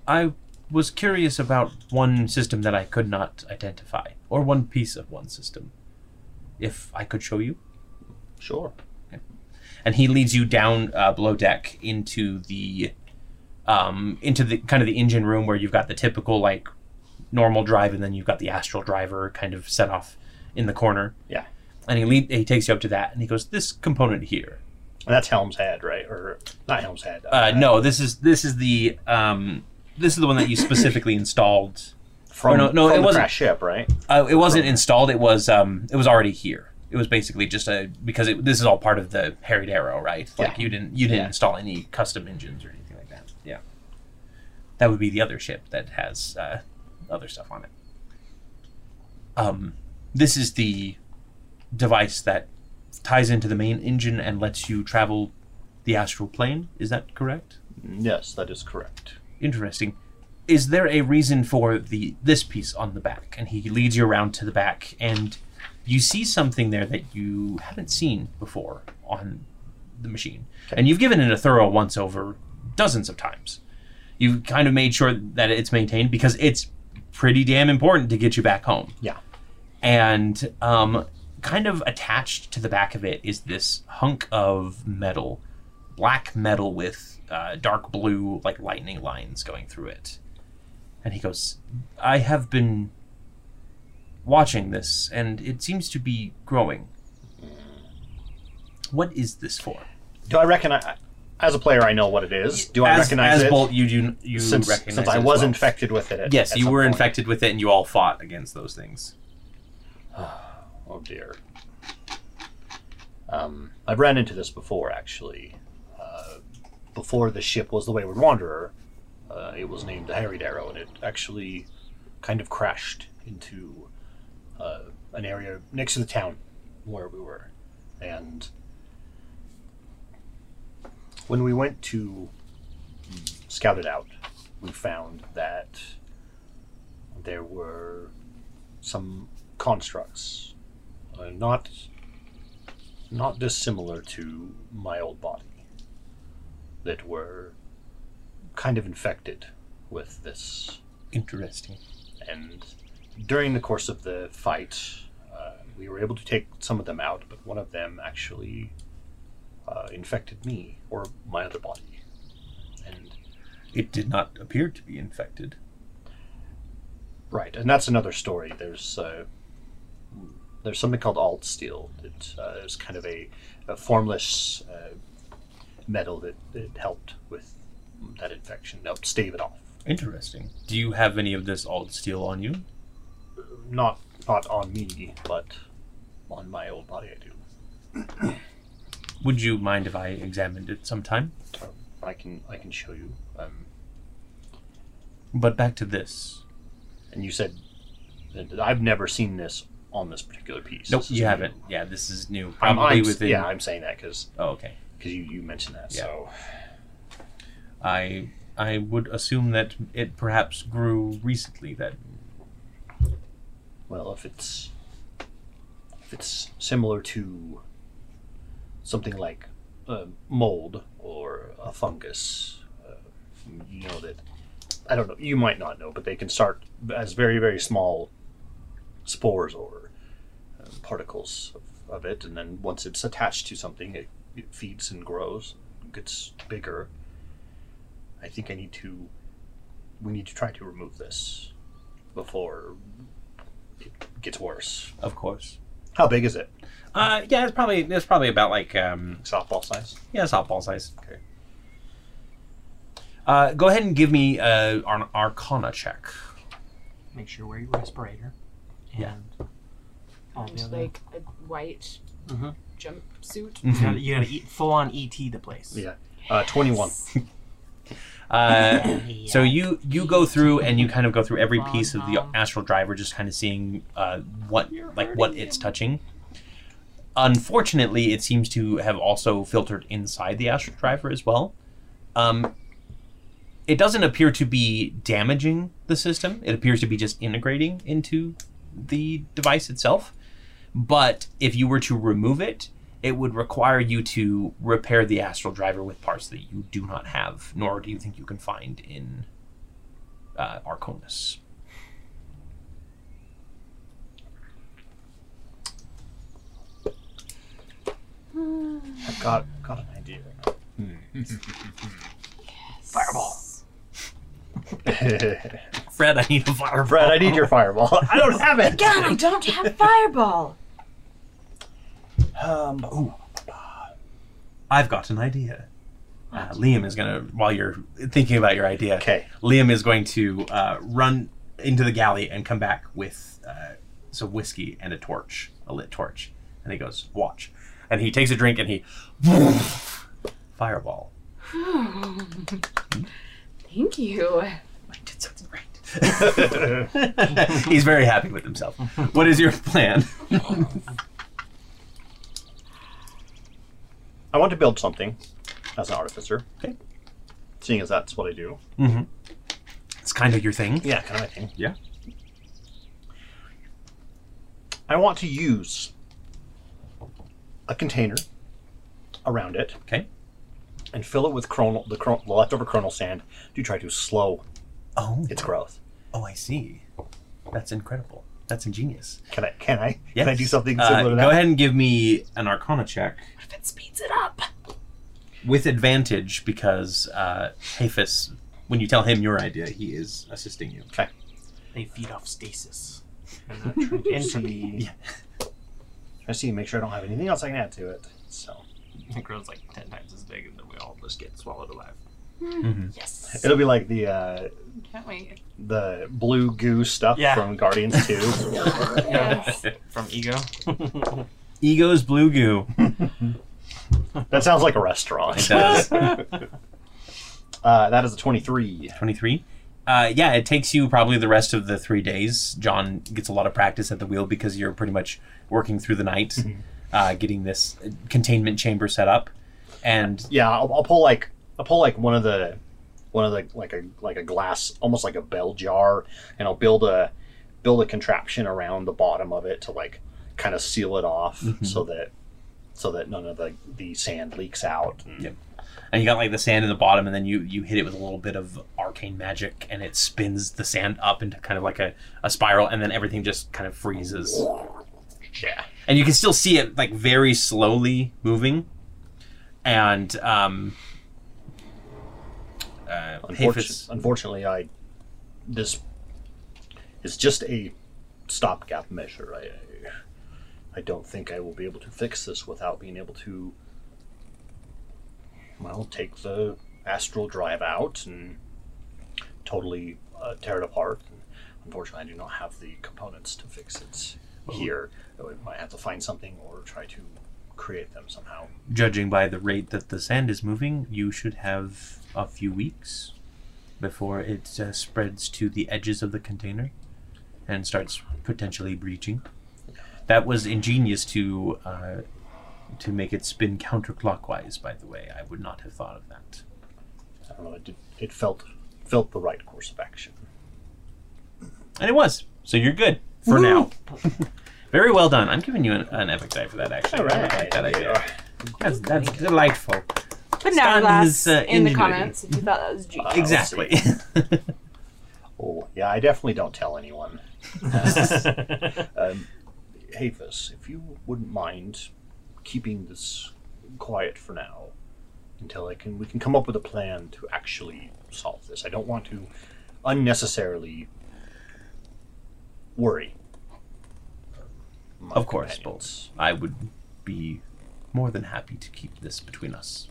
Speaker 1: I was curious about one system that I could not identify, or one piece of one system. If I could show you?
Speaker 2: Sure.
Speaker 1: and he leads you down uh, below deck into the um, into the kind of the engine room where you've got the typical like normal drive and then you've got the astral driver kind of set off in the corner
Speaker 2: Yeah.
Speaker 1: and he lead, he takes you up to that and he goes this component here
Speaker 2: And that's Helm's Head, right? Or not Helm's Head.
Speaker 1: uh, no this is this is the um, this is the one that you specifically installed
Speaker 2: From,
Speaker 1: no, no,
Speaker 2: from
Speaker 1: it
Speaker 2: the
Speaker 1: wasn't-
Speaker 2: crash ship, right?
Speaker 1: Uh, it wasn't installed. It was um, it was already here. It was basically just a because it, this is all part of the Harried Arrow, right? Like
Speaker 2: Yeah.
Speaker 1: you didn't you didn't
Speaker 2: Yeah.
Speaker 1: install any custom engines or anything like that. Yeah, that would be the other ship that has uh, other stuff on it. Um, this is the device that ties into the main engine and lets you travel the astral plane. Is that correct?
Speaker 2: Yes, that is correct.
Speaker 1: interesting. Is there a reason for the this piece on the back? And he leads you around to the back, and you see something there that you haven't seen before on the machine. And you've given it a thorough once over dozens of times. You've kind of made sure that it's maintained because it's pretty damn important to get you back home.
Speaker 2: Yeah.
Speaker 1: And um, kind of attached to the back of it is this hunk of metal, black metal with uh, dark blue, like lightning lines going through it. And he goes, I have been watching this, and it seems to be growing. What is this for?
Speaker 2: Do I recognize? As a player, I know what it is. Do I
Speaker 1: as,
Speaker 2: recognize
Speaker 1: as
Speaker 2: it?
Speaker 1: Bolt, you do you
Speaker 2: since
Speaker 1: recognize
Speaker 2: since
Speaker 1: it
Speaker 2: I
Speaker 1: as
Speaker 2: was
Speaker 1: well.
Speaker 2: infected with it. at-
Speaker 1: Yes,
Speaker 2: at
Speaker 1: you
Speaker 2: some
Speaker 1: were
Speaker 2: point.
Speaker 1: infected with it, and you all fought against those things.
Speaker 2: Oh dear. Um, I've ran into this before, actually. Uh, before the ship was the Wayward Wanderer, uh, it was named the Harried Arrow, and it actually kind of crashed into uh, an area next to the town where we were. And when we went to scout it out, we found that there were some constructs uh, not not dissimilar to my old body that were kind of infected with this
Speaker 1: Interesting.
Speaker 2: and during the course of the fight uh, we were able to take some of them out but one of them actually uh, infected me or my other body and
Speaker 1: It did not appear to be infected.
Speaker 2: Right, and that's another story. There's uh, there's something called alt steel that uh, is kind of a, a formless uh, metal that, that helped with that infection, helped stave it off.
Speaker 1: Interesting. Do you have any of this old steel on you?
Speaker 2: Not not on me, but on my old body. I do.
Speaker 1: Would you mind if I examined it sometime?
Speaker 2: I can I can show you. Um,
Speaker 1: But back to this.
Speaker 2: and you said that I've never seen this on this particular piece.
Speaker 1: Nope,
Speaker 2: This is
Speaker 1: you
Speaker 2: new.
Speaker 1: haven't. Yeah, this is new.
Speaker 2: I'm,
Speaker 1: Probably
Speaker 2: I'm-
Speaker 1: within.
Speaker 2: Yeah, I'm saying that because
Speaker 1: Oh, okay.
Speaker 2: you, you mentioned that.
Speaker 1: Yeah.
Speaker 2: So
Speaker 1: I I would assume that it perhaps grew recently. That
Speaker 2: Well, if it's if it's similar to something like a mold or a fungus, uh, you know that I don't know. You might not know, but they can start as very very small spores or uh, particles of, of it, and then once it's attached to something, it, it feeds and grows, gets bigger. I think I need to. We need to try to remove this before gets worse.
Speaker 1: of course.
Speaker 2: How big is it?
Speaker 1: Uh, yeah, it's probably it's probably about like um
Speaker 2: Softball size.
Speaker 1: yeah softball size.
Speaker 2: Okay.
Speaker 1: Uh, go ahead and give me uh, an Arcana check.
Speaker 4: Make sure you wear your respirator. And
Speaker 1: Yeah. Oh,
Speaker 4: All the
Speaker 3: And
Speaker 4: other.
Speaker 3: like a white
Speaker 1: Mm-hmm.
Speaker 4: Mhm.
Speaker 3: jumpsuit.
Speaker 4: you, gotta, you gotta eat full on ET the place.
Speaker 2: Yeah, uh, twenty-one.
Speaker 1: Uh,
Speaker 4: Yeah.
Speaker 1: So you you go through and you kind of go through every piece of the astral driver, just kind of seeing uh, what like what it's touching. Unfortunately, it seems to have also filtered inside the astral driver as well. Um, it doesn't appear to be damaging the system. It appears to be just integrating into the device itself. But if you were to remove it, it would require you to repair the astral driver with parts that you do not have, nor do you think you can find in uh, Arconus.
Speaker 2: I've got got an idea.
Speaker 3: Fireball.
Speaker 1: Fred, I need a fireball.
Speaker 2: Brad, I need your fireball. I don't have it.
Speaker 3: God, I don't have fireball.
Speaker 2: Um, ooh,
Speaker 1: I've got an idea. Uh, Liam is gonna, while you're thinking about your idea,
Speaker 2: okay.
Speaker 1: Liam is going to uh, run into the galley and come back with uh, some whiskey and a torch, a lit torch. And he goes, "Watch," and he takes a drink and he fireball.
Speaker 3: Thank you.
Speaker 1: I did something right. He's very happy with himself. What is your plan?
Speaker 2: I want to build something as an artificer.
Speaker 1: Okay.
Speaker 2: Seeing as that's what I do.
Speaker 1: mm-hmm. It's kind of your thing.
Speaker 2: Yeah, kind of my thing.
Speaker 1: Yeah.
Speaker 2: I want to use a container around it.
Speaker 1: Okay.
Speaker 2: And fill it with chronal, the, chron- the leftover chronal sand to try to slow
Speaker 1: Oh,
Speaker 2: its growth.
Speaker 1: oh, I see. That's incredible. That's ingenious.
Speaker 2: Can I? Can I?
Speaker 1: Yes.
Speaker 2: Can I do something
Speaker 1: Uh,
Speaker 2: similar to that?
Speaker 1: Go ahead and give me an Arcana check
Speaker 3: What if it speeds it up?
Speaker 1: with advantage because uh, Hafis, when you tell him your idea, he is assisting you.
Speaker 4: They feed off stasis. And uh, trying to entropy.
Speaker 2: I see. Make sure I don't have anything else I can add to it. So
Speaker 4: It grows like ten times as big, and then we all just get swallowed alive.
Speaker 3: Yes.
Speaker 2: it'll be like the uh,
Speaker 3: Can't wait.
Speaker 2: the blue goo stuff
Speaker 4: Yeah.
Speaker 2: from Guardians Two.
Speaker 3: Yes.
Speaker 4: From ego.
Speaker 1: Ego's blue goo.
Speaker 2: that sounds like a restaurant.
Speaker 1: It does.
Speaker 2: Uh, that is a twenty-three.
Speaker 1: 23 uh, yeah it takes you probably the rest of the three days john gets a lot of practice at the wheel because you're pretty much working through the night uh, getting this containment chamber set up and
Speaker 2: Yeah, I'll, I'll pull like I'll pull like one of the one of the like a like a glass, almost like a bell jar, and I'll build a build a contraption around the bottom of it to like kind of seal it off
Speaker 1: Mm-hmm.
Speaker 2: so that so that none of the the sand leaks out. And
Speaker 1: Yep. and you got like the sand in the bottom and then you you hit it with a little bit of arcane magic and it spins the sand up into kind of like a, a spiral and then everything just kind of freezes
Speaker 2: Yeah.
Speaker 1: and you can still see it like very slowly moving and um uh, Hafis-
Speaker 2: Unfortunately, unfortunately, I this is just a stopgap measure. I I don't think I will be able to fix this without being able to well take the astral drive out and totally uh, tear it apart. And unfortunately, I do not have the components to fix it here. So I might have to find something or try to create them somehow.
Speaker 1: judging by the rate that the sand is moving, you should have a few weeks before it uh, spreads to the edges of the container and starts potentially breaching. That was ingenious to uh, to make it spin counterclockwise. By the way, I would not have thought of that.
Speaker 2: I don't know. It, did, it felt felt the right course of action.
Speaker 1: And it was. So you're good for now. Very well done. I'm giving you an, an epic die for that. Actually, I really like that idea. That's, that's delightful.
Speaker 3: But
Speaker 1: Stan is,
Speaker 3: nevertheless,
Speaker 1: uh,
Speaker 3: in the
Speaker 1: ingenuity.
Speaker 3: comments, if you thought that was genius.
Speaker 1: Exactly.
Speaker 2: Oh, yeah, I definitely don't tell anyone. Um, Havis, if you wouldn't mind keeping this quiet for now until I can we can come up with a plan to actually solve this. I don't want to unnecessarily worry. my
Speaker 1: Of course,
Speaker 2: companions.
Speaker 1: Bolt. I would be more than happy to keep this between us.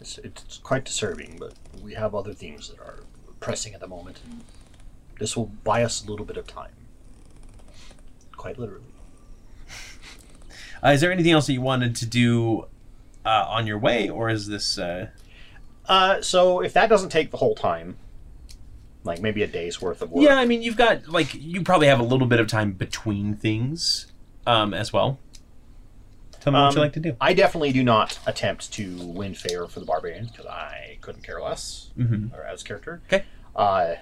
Speaker 2: It's, it's quite disturbing, but we have other things that are pressing at the moment, and this will buy us a little bit of time. Quite literally.
Speaker 1: Uh, is there anything else that you wanted to do uh, on your way, or is this? Uh...
Speaker 2: Uh, so if that doesn't take the whole time, like maybe a day's worth of work.
Speaker 1: Yeah, I mean, you've got like you probably have a little bit of time between things, um, as well. Tell me what you
Speaker 2: Um,
Speaker 1: like to do.
Speaker 2: I definitely do not attempt to win favor for the barbarians because I couldn't care less,
Speaker 1: hmm
Speaker 2: or as character.
Speaker 1: Okay.
Speaker 2: Uh,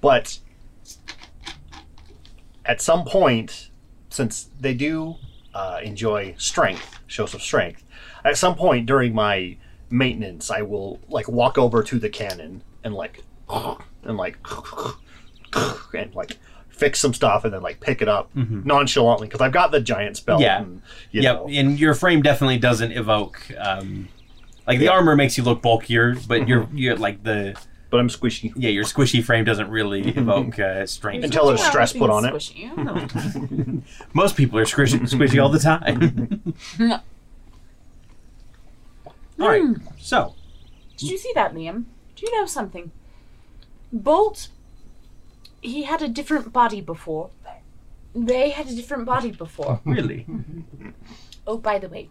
Speaker 2: but at some point, since they do uh, enjoy strength, shows of strength, at some point during my maintenance, I will like walk over to the cannon and like and like and like fix some stuff and then like pick it up nonchalantly because I've got the giant spell.
Speaker 1: Mm-hmm. Yeah.
Speaker 2: And, you
Speaker 1: Yep,
Speaker 2: know.
Speaker 1: and your frame definitely doesn't evoke. Um, like the armor makes you look bulkier, but you're
Speaker 2: Mm-hmm.
Speaker 1: you're like the
Speaker 2: But I'm squishy.
Speaker 1: yeah your squishy frame doesn't really evoke uh, strength.
Speaker 2: Mm-hmm. Until there's
Speaker 3: Yeah,
Speaker 2: stress
Speaker 3: we
Speaker 2: put
Speaker 3: can
Speaker 2: on it.
Speaker 3: squish you.
Speaker 1: Most people are squishy,
Speaker 2: Mm-hmm.
Speaker 1: squishy all the time. all right,
Speaker 3: Mm.
Speaker 1: so
Speaker 3: Did you see that, Liam? Do you know something? Bolt he had a different body before. They had a different body before.
Speaker 1: Really?
Speaker 3: Oh, by the way,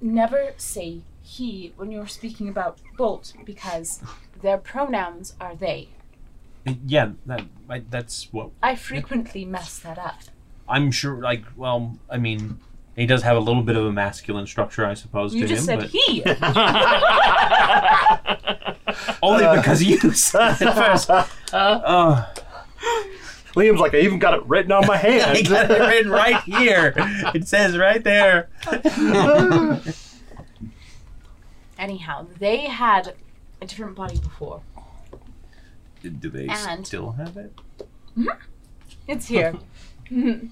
Speaker 3: never say he when you're speaking about Bolt because their pronouns are they.
Speaker 1: yeah, that, I, that's what
Speaker 3: I frequently mess that up.
Speaker 1: I'm sure. Like, well, I mean, he does have a little bit of a masculine structure, I suppose,
Speaker 3: You
Speaker 1: to
Speaker 3: just
Speaker 1: him,
Speaker 3: said
Speaker 1: but
Speaker 3: he.
Speaker 1: only
Speaker 2: Uh.
Speaker 1: because you said it first. Uh,
Speaker 2: Liam's like, I even got it written on my
Speaker 1: I
Speaker 2: hand.
Speaker 1: got it written right here. It says right there.
Speaker 3: Anyhow, they had a different body before.
Speaker 1: Do they
Speaker 3: And-
Speaker 1: still have it?
Speaker 3: It's here. Mhm.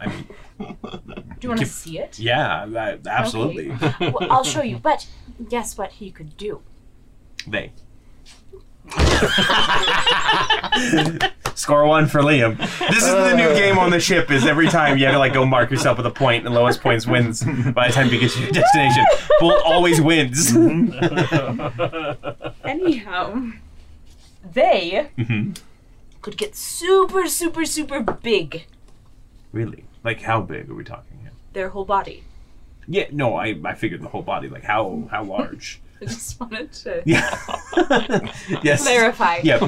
Speaker 1: I mean,
Speaker 3: Do you want to
Speaker 1: Give-
Speaker 3: see it?
Speaker 1: yeah, I- absolutely.
Speaker 3: Well, I'll show you. But guess what he could do?
Speaker 1: They. Score one for Liam. This is the new game on the ship. Is every time you have to like go mark yourself with a point, and lowest points wins. By the time you get to your destination, Bolt always wins.
Speaker 3: Anyhow, they
Speaker 1: Mhm.
Speaker 3: could get super, super, super big.
Speaker 1: Really? Like how big are we talking here?
Speaker 3: Their whole body.
Speaker 1: Yeah, no, I, I figured the whole body. Like how how large?
Speaker 3: I just wanted to
Speaker 1: Yeah. yes.
Speaker 3: clarify.
Speaker 1: Yep.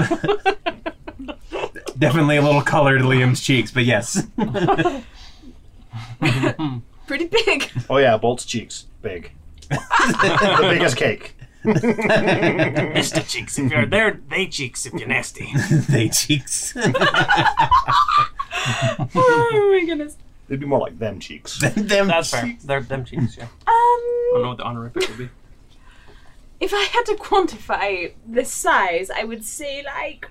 Speaker 1: Definitely a little color to Liam's cheeks, but yes.
Speaker 3: Pretty big.
Speaker 2: oh yeah, Bolt's cheeks big. the biggest cake.
Speaker 4: Mr. Cheeks, if you're there, they cheeks if you're nasty.
Speaker 1: they cheeks.
Speaker 3: oh my goodness.
Speaker 2: It'd be more like them cheeks.
Speaker 1: Them
Speaker 4: That's fair.
Speaker 1: cheeks.
Speaker 4: They're them cheeks, yeah. I
Speaker 3: Um,
Speaker 4: don't know what the honorific would be.
Speaker 3: if I had to quantify the size, I would say like.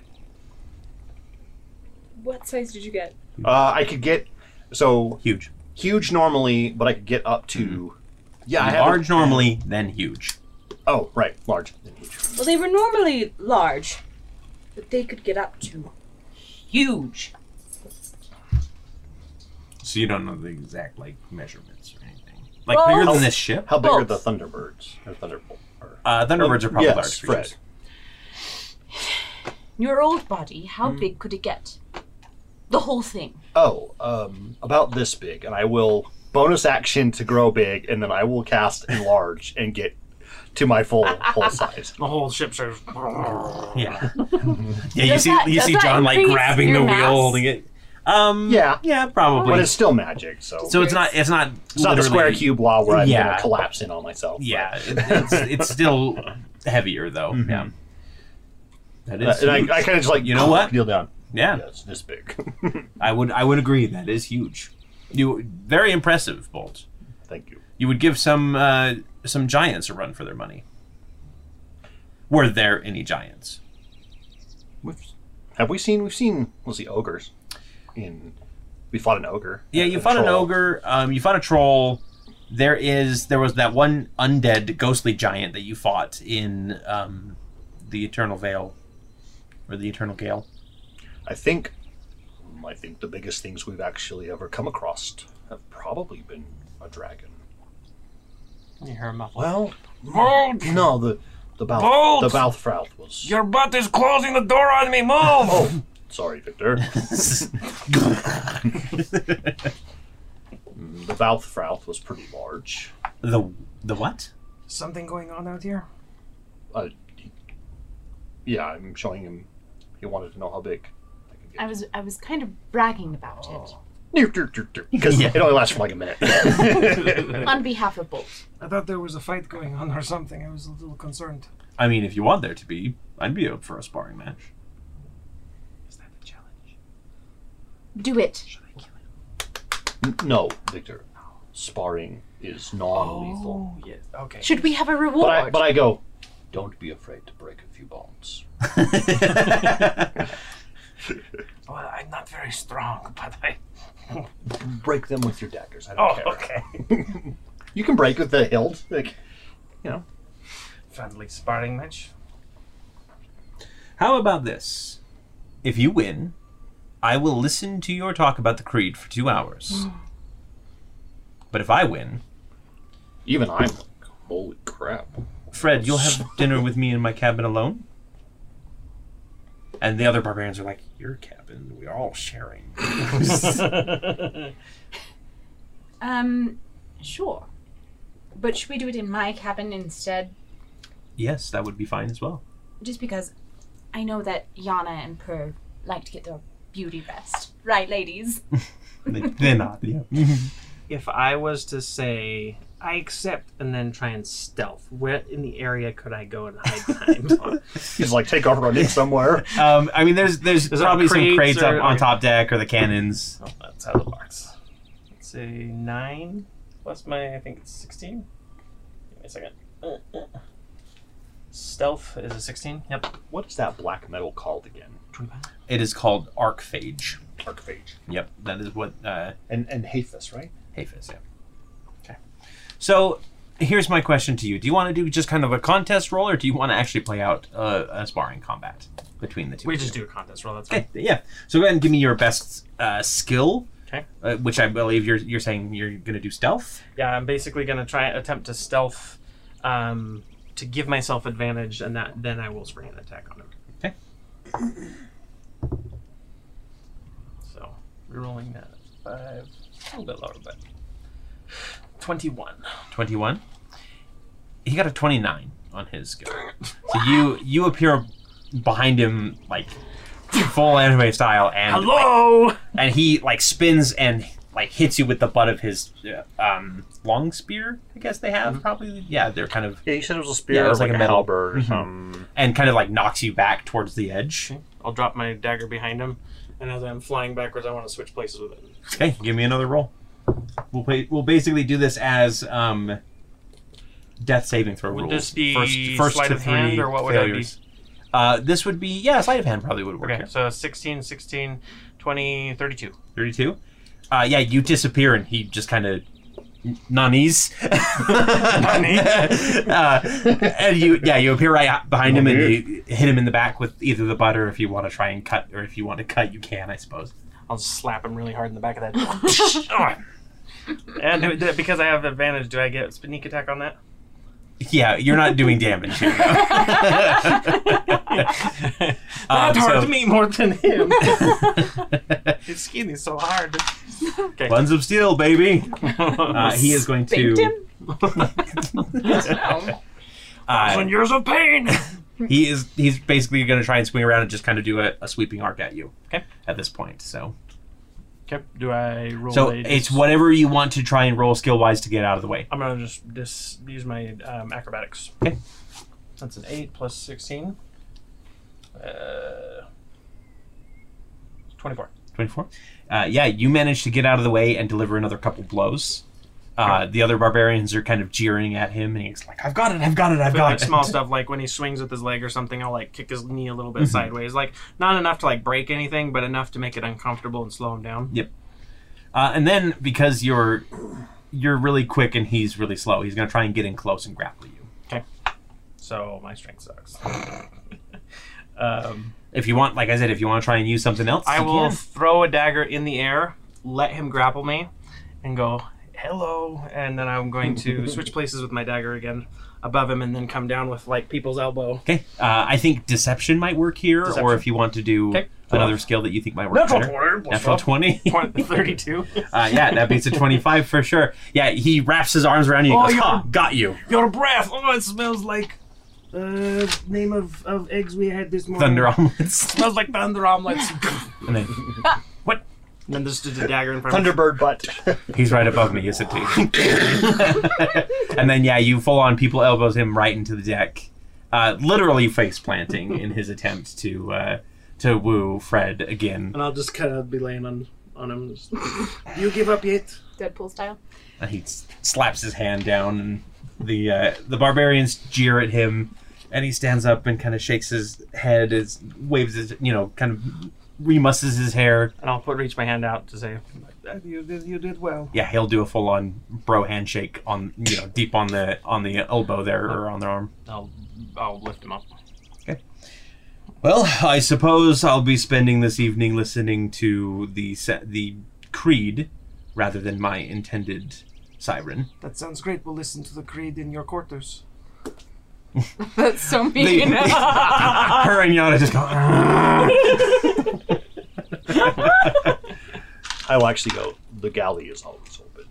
Speaker 3: What size did you get?
Speaker 2: Uh, I could get so
Speaker 1: Huge.
Speaker 2: huge normally, but I could get up
Speaker 1: Mm-hmm.
Speaker 2: to yeah. I have
Speaker 1: large normally, then huge.
Speaker 2: Oh right, large.
Speaker 3: Well, they were normally large, but they could get up to huge.
Speaker 1: So you don't know the exact like measurements or anything. Like
Speaker 3: Well-
Speaker 1: bigger than this ship.
Speaker 2: How big are
Speaker 3: Both.
Speaker 2: the Thunderbirds? Or Thunderbolt? Or...
Speaker 1: Uh, Thunderbirds are probably
Speaker 2: Oh, yes,
Speaker 1: large creatures.
Speaker 2: Fred.
Speaker 3: Your old body, how
Speaker 2: Hmm.
Speaker 3: big could it get? The whole thing.
Speaker 2: Oh, um, about this big, and I will bonus action to grow big, and then I will cast enlarge and get to my full full size.
Speaker 4: The whole ship says.
Speaker 1: Yeah. yeah. You
Speaker 3: Does
Speaker 1: see,
Speaker 3: that-
Speaker 1: you
Speaker 3: does
Speaker 1: see
Speaker 3: that
Speaker 1: John like
Speaker 3: increase
Speaker 1: grabbing
Speaker 3: your
Speaker 1: the
Speaker 3: mass?
Speaker 1: wheel, holding it. Um.
Speaker 2: Yeah.
Speaker 1: Yeah. Probably.
Speaker 2: But it's still magic, so,
Speaker 1: so it's not. It's not.
Speaker 2: it's not the square
Speaker 1: literally-
Speaker 2: cube law where I'm
Speaker 1: Yeah.
Speaker 2: gonna collapse in on myself. but-
Speaker 1: Yeah. it- it's, it's still heavier though. Yeah. That
Speaker 2: Uh,
Speaker 1: is.
Speaker 2: and I,
Speaker 1: huge.
Speaker 2: I kind of just like
Speaker 1: You know what?
Speaker 2: kneel down.
Speaker 1: yeah.
Speaker 2: Yeah, it's this big.
Speaker 1: I would. I would agree. That is huge. You very impressive, Bolt.
Speaker 2: Thank you.
Speaker 1: you would give some uh, some giants a run for their money. Were there any giants?
Speaker 2: Have we seen? We've seen. Let's see, ogres. In we fought an ogre.
Speaker 1: Yeah,
Speaker 2: A-
Speaker 1: you
Speaker 2: a
Speaker 1: fought an
Speaker 2: troll.
Speaker 1: ogre. Um, you fought a troll. There is there was that one undead ghostly giant that you fought in um, the Eternal Vale or the Eternal Gale.
Speaker 2: I think. hmm, I think the biggest things we've actually ever come across have probably been a dragon.
Speaker 4: You hear a muffle.
Speaker 2: Well,
Speaker 4: Bolt!
Speaker 2: no, the the Balth,
Speaker 4: Bolt!
Speaker 2: the Balthfrouth was.
Speaker 4: Your butt is closing the door on me. Move!
Speaker 2: Oh, sorry, Victor. the Balthfrouth was pretty large.
Speaker 1: the the what?
Speaker 4: Something going on out here.
Speaker 2: Uh, he, yeah, I'm showing him. He wanted to know how big.
Speaker 3: I was I was kind of bragging about
Speaker 2: Oh. Because
Speaker 1: Yeah.
Speaker 2: it only lasts for like a minute.
Speaker 3: it on behalf of both.
Speaker 4: I thought there was a fight going on or something. I was a little concerned.
Speaker 1: I mean, if you want there to be, I'd be up for a sparring match.
Speaker 4: Is that the challenge?
Speaker 3: Do it.
Speaker 2: no, Victor. Sparring is non-lethal.
Speaker 4: Oh yes. Okay.
Speaker 3: Should we have a
Speaker 2: But I,
Speaker 3: reward?
Speaker 2: but I go. Don't be afraid to break a few bones.
Speaker 4: Well, I'm not very strong, but I.
Speaker 2: Break them with your daggers. I don't
Speaker 4: Oh,
Speaker 2: care.
Speaker 4: okay.
Speaker 2: You can break with the hilt. Like,
Speaker 4: Friendly sparring match.
Speaker 1: How about this? If you win, I will listen to your talk about the creed for two hours. but if I win,
Speaker 2: even I'm. like, Holy crap!
Speaker 1: Fred, you'll have dinner with me in my cabin alone. And the other barbarians are like, "Your cabin, we're all sharing."
Speaker 3: Um, sure. But should we do it in my cabin instead?
Speaker 1: yes, that would be fine as well.
Speaker 3: Just because I know that Yana and Per like to get their beauty rest. Right, ladies?
Speaker 1: They, they're not. Yeah.
Speaker 4: if I was to say I accept and then try and stealth, where in the area could I go and hide behind?
Speaker 2: He's like, take off running somewhere.
Speaker 1: Um, I mean, there's there's
Speaker 4: Is it
Speaker 1: probably some
Speaker 4: crates
Speaker 1: crates
Speaker 4: or-
Speaker 1: up on top deck or the cannons.
Speaker 4: oh, that's out of the box. Let's say nine plus my I think it's sixteen. Give me a second. Uh, uh. Stealth is a sixteen. Yep.
Speaker 2: What is that black metal called again?
Speaker 4: Twenty-five.
Speaker 1: It is called arcphage.
Speaker 2: Archphage.
Speaker 1: Yep, that is what uh,
Speaker 2: And and Hathus, right?
Speaker 1: Hafis. Yeah. Okay. So here's my question to you: Do you want to do just kind of a contest roll, or do you want to actually play out uh, a sparring combat between the two?
Speaker 4: We
Speaker 1: of
Speaker 4: just
Speaker 1: you?
Speaker 4: do a contest roll. That's fine.
Speaker 1: Okay. Yeah. So go ahead and give me your best uh, skill.
Speaker 4: Okay.
Speaker 1: Uh, which I believe you're you're saying you're gonna do stealth.
Speaker 4: Yeah, I'm basically gonna try attempt to stealth um, to give myself advantage, and that then I will spring an attack on him.
Speaker 1: Okay.
Speaker 4: So rerolling that at five, a little bit lower, but twenty-one.
Speaker 1: Twenty one. He got a twenty nine on his skill. So you you appear behind him like full anime style and
Speaker 4: Hello.
Speaker 1: and he like spins and like hits you with the butt of his uh, um, long spear. I guess they have probably yeah they're kind of
Speaker 2: Yeah, you said it was a Mm-hmm. spear,
Speaker 1: Yeah, it was
Speaker 2: or
Speaker 1: like a metal-
Speaker 2: halberd or
Speaker 1: Mhm.
Speaker 2: something.
Speaker 1: and kind of like knocks you back towards the edge.
Speaker 4: I'll drop my dagger behind him, and as I'm flying backwards, I want to switch places with him.
Speaker 1: Okay, give me another roll. We'll play, we'll basically do this as um, death saving throw
Speaker 4: Would
Speaker 1: rules.
Speaker 4: this be sleight
Speaker 1: to
Speaker 4: of hand,
Speaker 1: three
Speaker 4: or what would that be?
Speaker 1: failures. Uh, this would be yeah sleight of hand probably would work.
Speaker 4: Okay, so 16, 16, 20, 32.
Speaker 1: Thirty two. Uh, yeah, you disappear and he just kind of nannies.
Speaker 4: Nannies?
Speaker 1: uh, and you, yeah, you appear right out behind him and you hit him in the back with either the butt or if you want to try and cut, or if you want to cut, you can, I suppose.
Speaker 4: I'll just slap him really hard in the back of that. and do- do- because I have advantage, do I get sneak attack on that?
Speaker 1: Yeah, you're not doing damage here.
Speaker 4: that
Speaker 1: Um,
Speaker 4: hurt
Speaker 1: so-
Speaker 4: me more than him. He's skiing so hard. Okay.
Speaker 1: Buns of steel, baby. Uh, he is going
Speaker 3: Baked him?
Speaker 1: to.
Speaker 3: No.
Speaker 1: Uh,
Speaker 4: years of pain.
Speaker 1: he is. He's basically going to try and swing around and just kind of do a, a sweeping arc at you.
Speaker 4: Okay.
Speaker 1: At this point, so
Speaker 4: Okay. Do I roll?
Speaker 1: so
Speaker 4: a dis-
Speaker 1: it's whatever you want to try and roll skill wise to get out of the way.
Speaker 4: I'm gonna just dis- use my um, acrobatics.
Speaker 1: Okay.
Speaker 4: That's an eight plus sixteen. Uh, twenty-four.
Speaker 1: 24. Uh, yeah, you manage to get out of the way and deliver another couple blows. Uh, the other barbarians are kind of jeering at him, and he's like, I've got it, I've got it, I've
Speaker 4: But
Speaker 1: got
Speaker 4: like
Speaker 1: it.
Speaker 4: small stuff, like when he swings with his leg or something, I'll like kick his knee a little bit
Speaker 1: Mhm.
Speaker 4: sideways, like not enough to like break anything, but enough to make it uncomfortable and slow him down.
Speaker 1: Uh, and then, because you're you're really quick and he's really slow, he's going to try and get in close and grapple you.
Speaker 4: So my strength sucks. um,
Speaker 1: If you want, like I said, if you want to try and use something else,
Speaker 4: I
Speaker 1: you
Speaker 4: will
Speaker 1: can.
Speaker 4: throw a dagger in the air, let him grapple me, and go hello, and then I'm going to switch places with my dagger again above him, and then come down with like people's elbow.
Speaker 1: Okay. Uh, I think deception might work here, or
Speaker 4: Deception.
Speaker 1: if you want to do
Speaker 4: Okay.
Speaker 1: another skill that you think might work better. Natural 20.
Speaker 4: Point thirty-two.
Speaker 1: uh, yeah, that beats a 25 for sure. Yeah, he wraps his arms around you and
Speaker 4: Oh,
Speaker 1: goes,
Speaker 4: yeah.
Speaker 1: ha, got you.
Speaker 4: Your breath. Oh, it smells like uh, name of of eggs we had this morning.
Speaker 1: Thunder omelets.
Speaker 4: smells like thunder omelets.
Speaker 1: And then
Speaker 4: and then there's just a dagger in front of me.
Speaker 2: Thunderbird butt.
Speaker 1: He's right above me, isn't he? and then yeah, you full on people elbows him right into the deck, uh, literally face planting in his attempt to uh, to woo Fred again.
Speaker 4: And I'll just kind of be laying on on him. just, you give up yet?
Speaker 3: Deadpool style.
Speaker 1: And Uh, he s- slaps his hand down, and the uh, the barbarians jeer at him, and he stands up and kind of shakes his head, as waves his you know kind of remusses his hair.
Speaker 4: And I'll put reach my hand out to say, you did you did well.
Speaker 1: Yeah, he'll do a full on bro handshake on you know deep on the on the elbow there or on the arm.
Speaker 4: I'll I'll lift him up.
Speaker 1: Well, I suppose I'll be spending this evening listening to the se- the creed rather than my intended siren.
Speaker 4: That sounds great. We'll listen to the creed in your quarters.
Speaker 6: That's so
Speaker 1: They-
Speaker 6: mean.
Speaker 1: her and Yana just go.
Speaker 2: I will actually go. The galley is always open.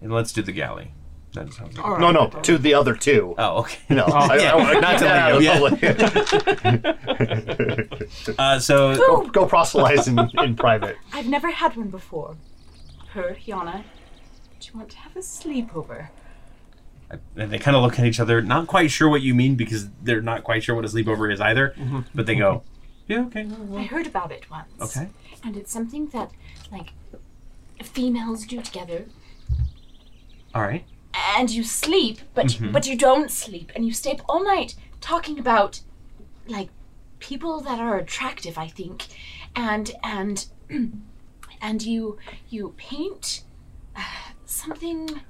Speaker 1: and let's do the galley. That sounds like.
Speaker 2: No, no, to the other two.
Speaker 1: Oh, okay.
Speaker 2: No, I,
Speaker 1: yeah, not to Leo,
Speaker 2: to Leo.
Speaker 1: Uh, so
Speaker 2: go, go proselytize in, in private.
Speaker 3: I've never had one before. Her, Yana, do you want to have a sleepover?
Speaker 1: and they kind of look at each other, not quite sure what you mean because they're not quite sure what a sleepover is either. But they go, "Yeah, okay, well,
Speaker 3: I
Speaker 1: well,
Speaker 3: heard about it once.
Speaker 1: Mm-hmm. okay."
Speaker 3: And it's something that, like, females do together.
Speaker 1: All right.
Speaker 3: And you sleep, but
Speaker 1: Mm-hmm.
Speaker 3: but you don't sleep, and you stay up all night talking about, like, people that are attractive. I think, and and and you you paint uh, something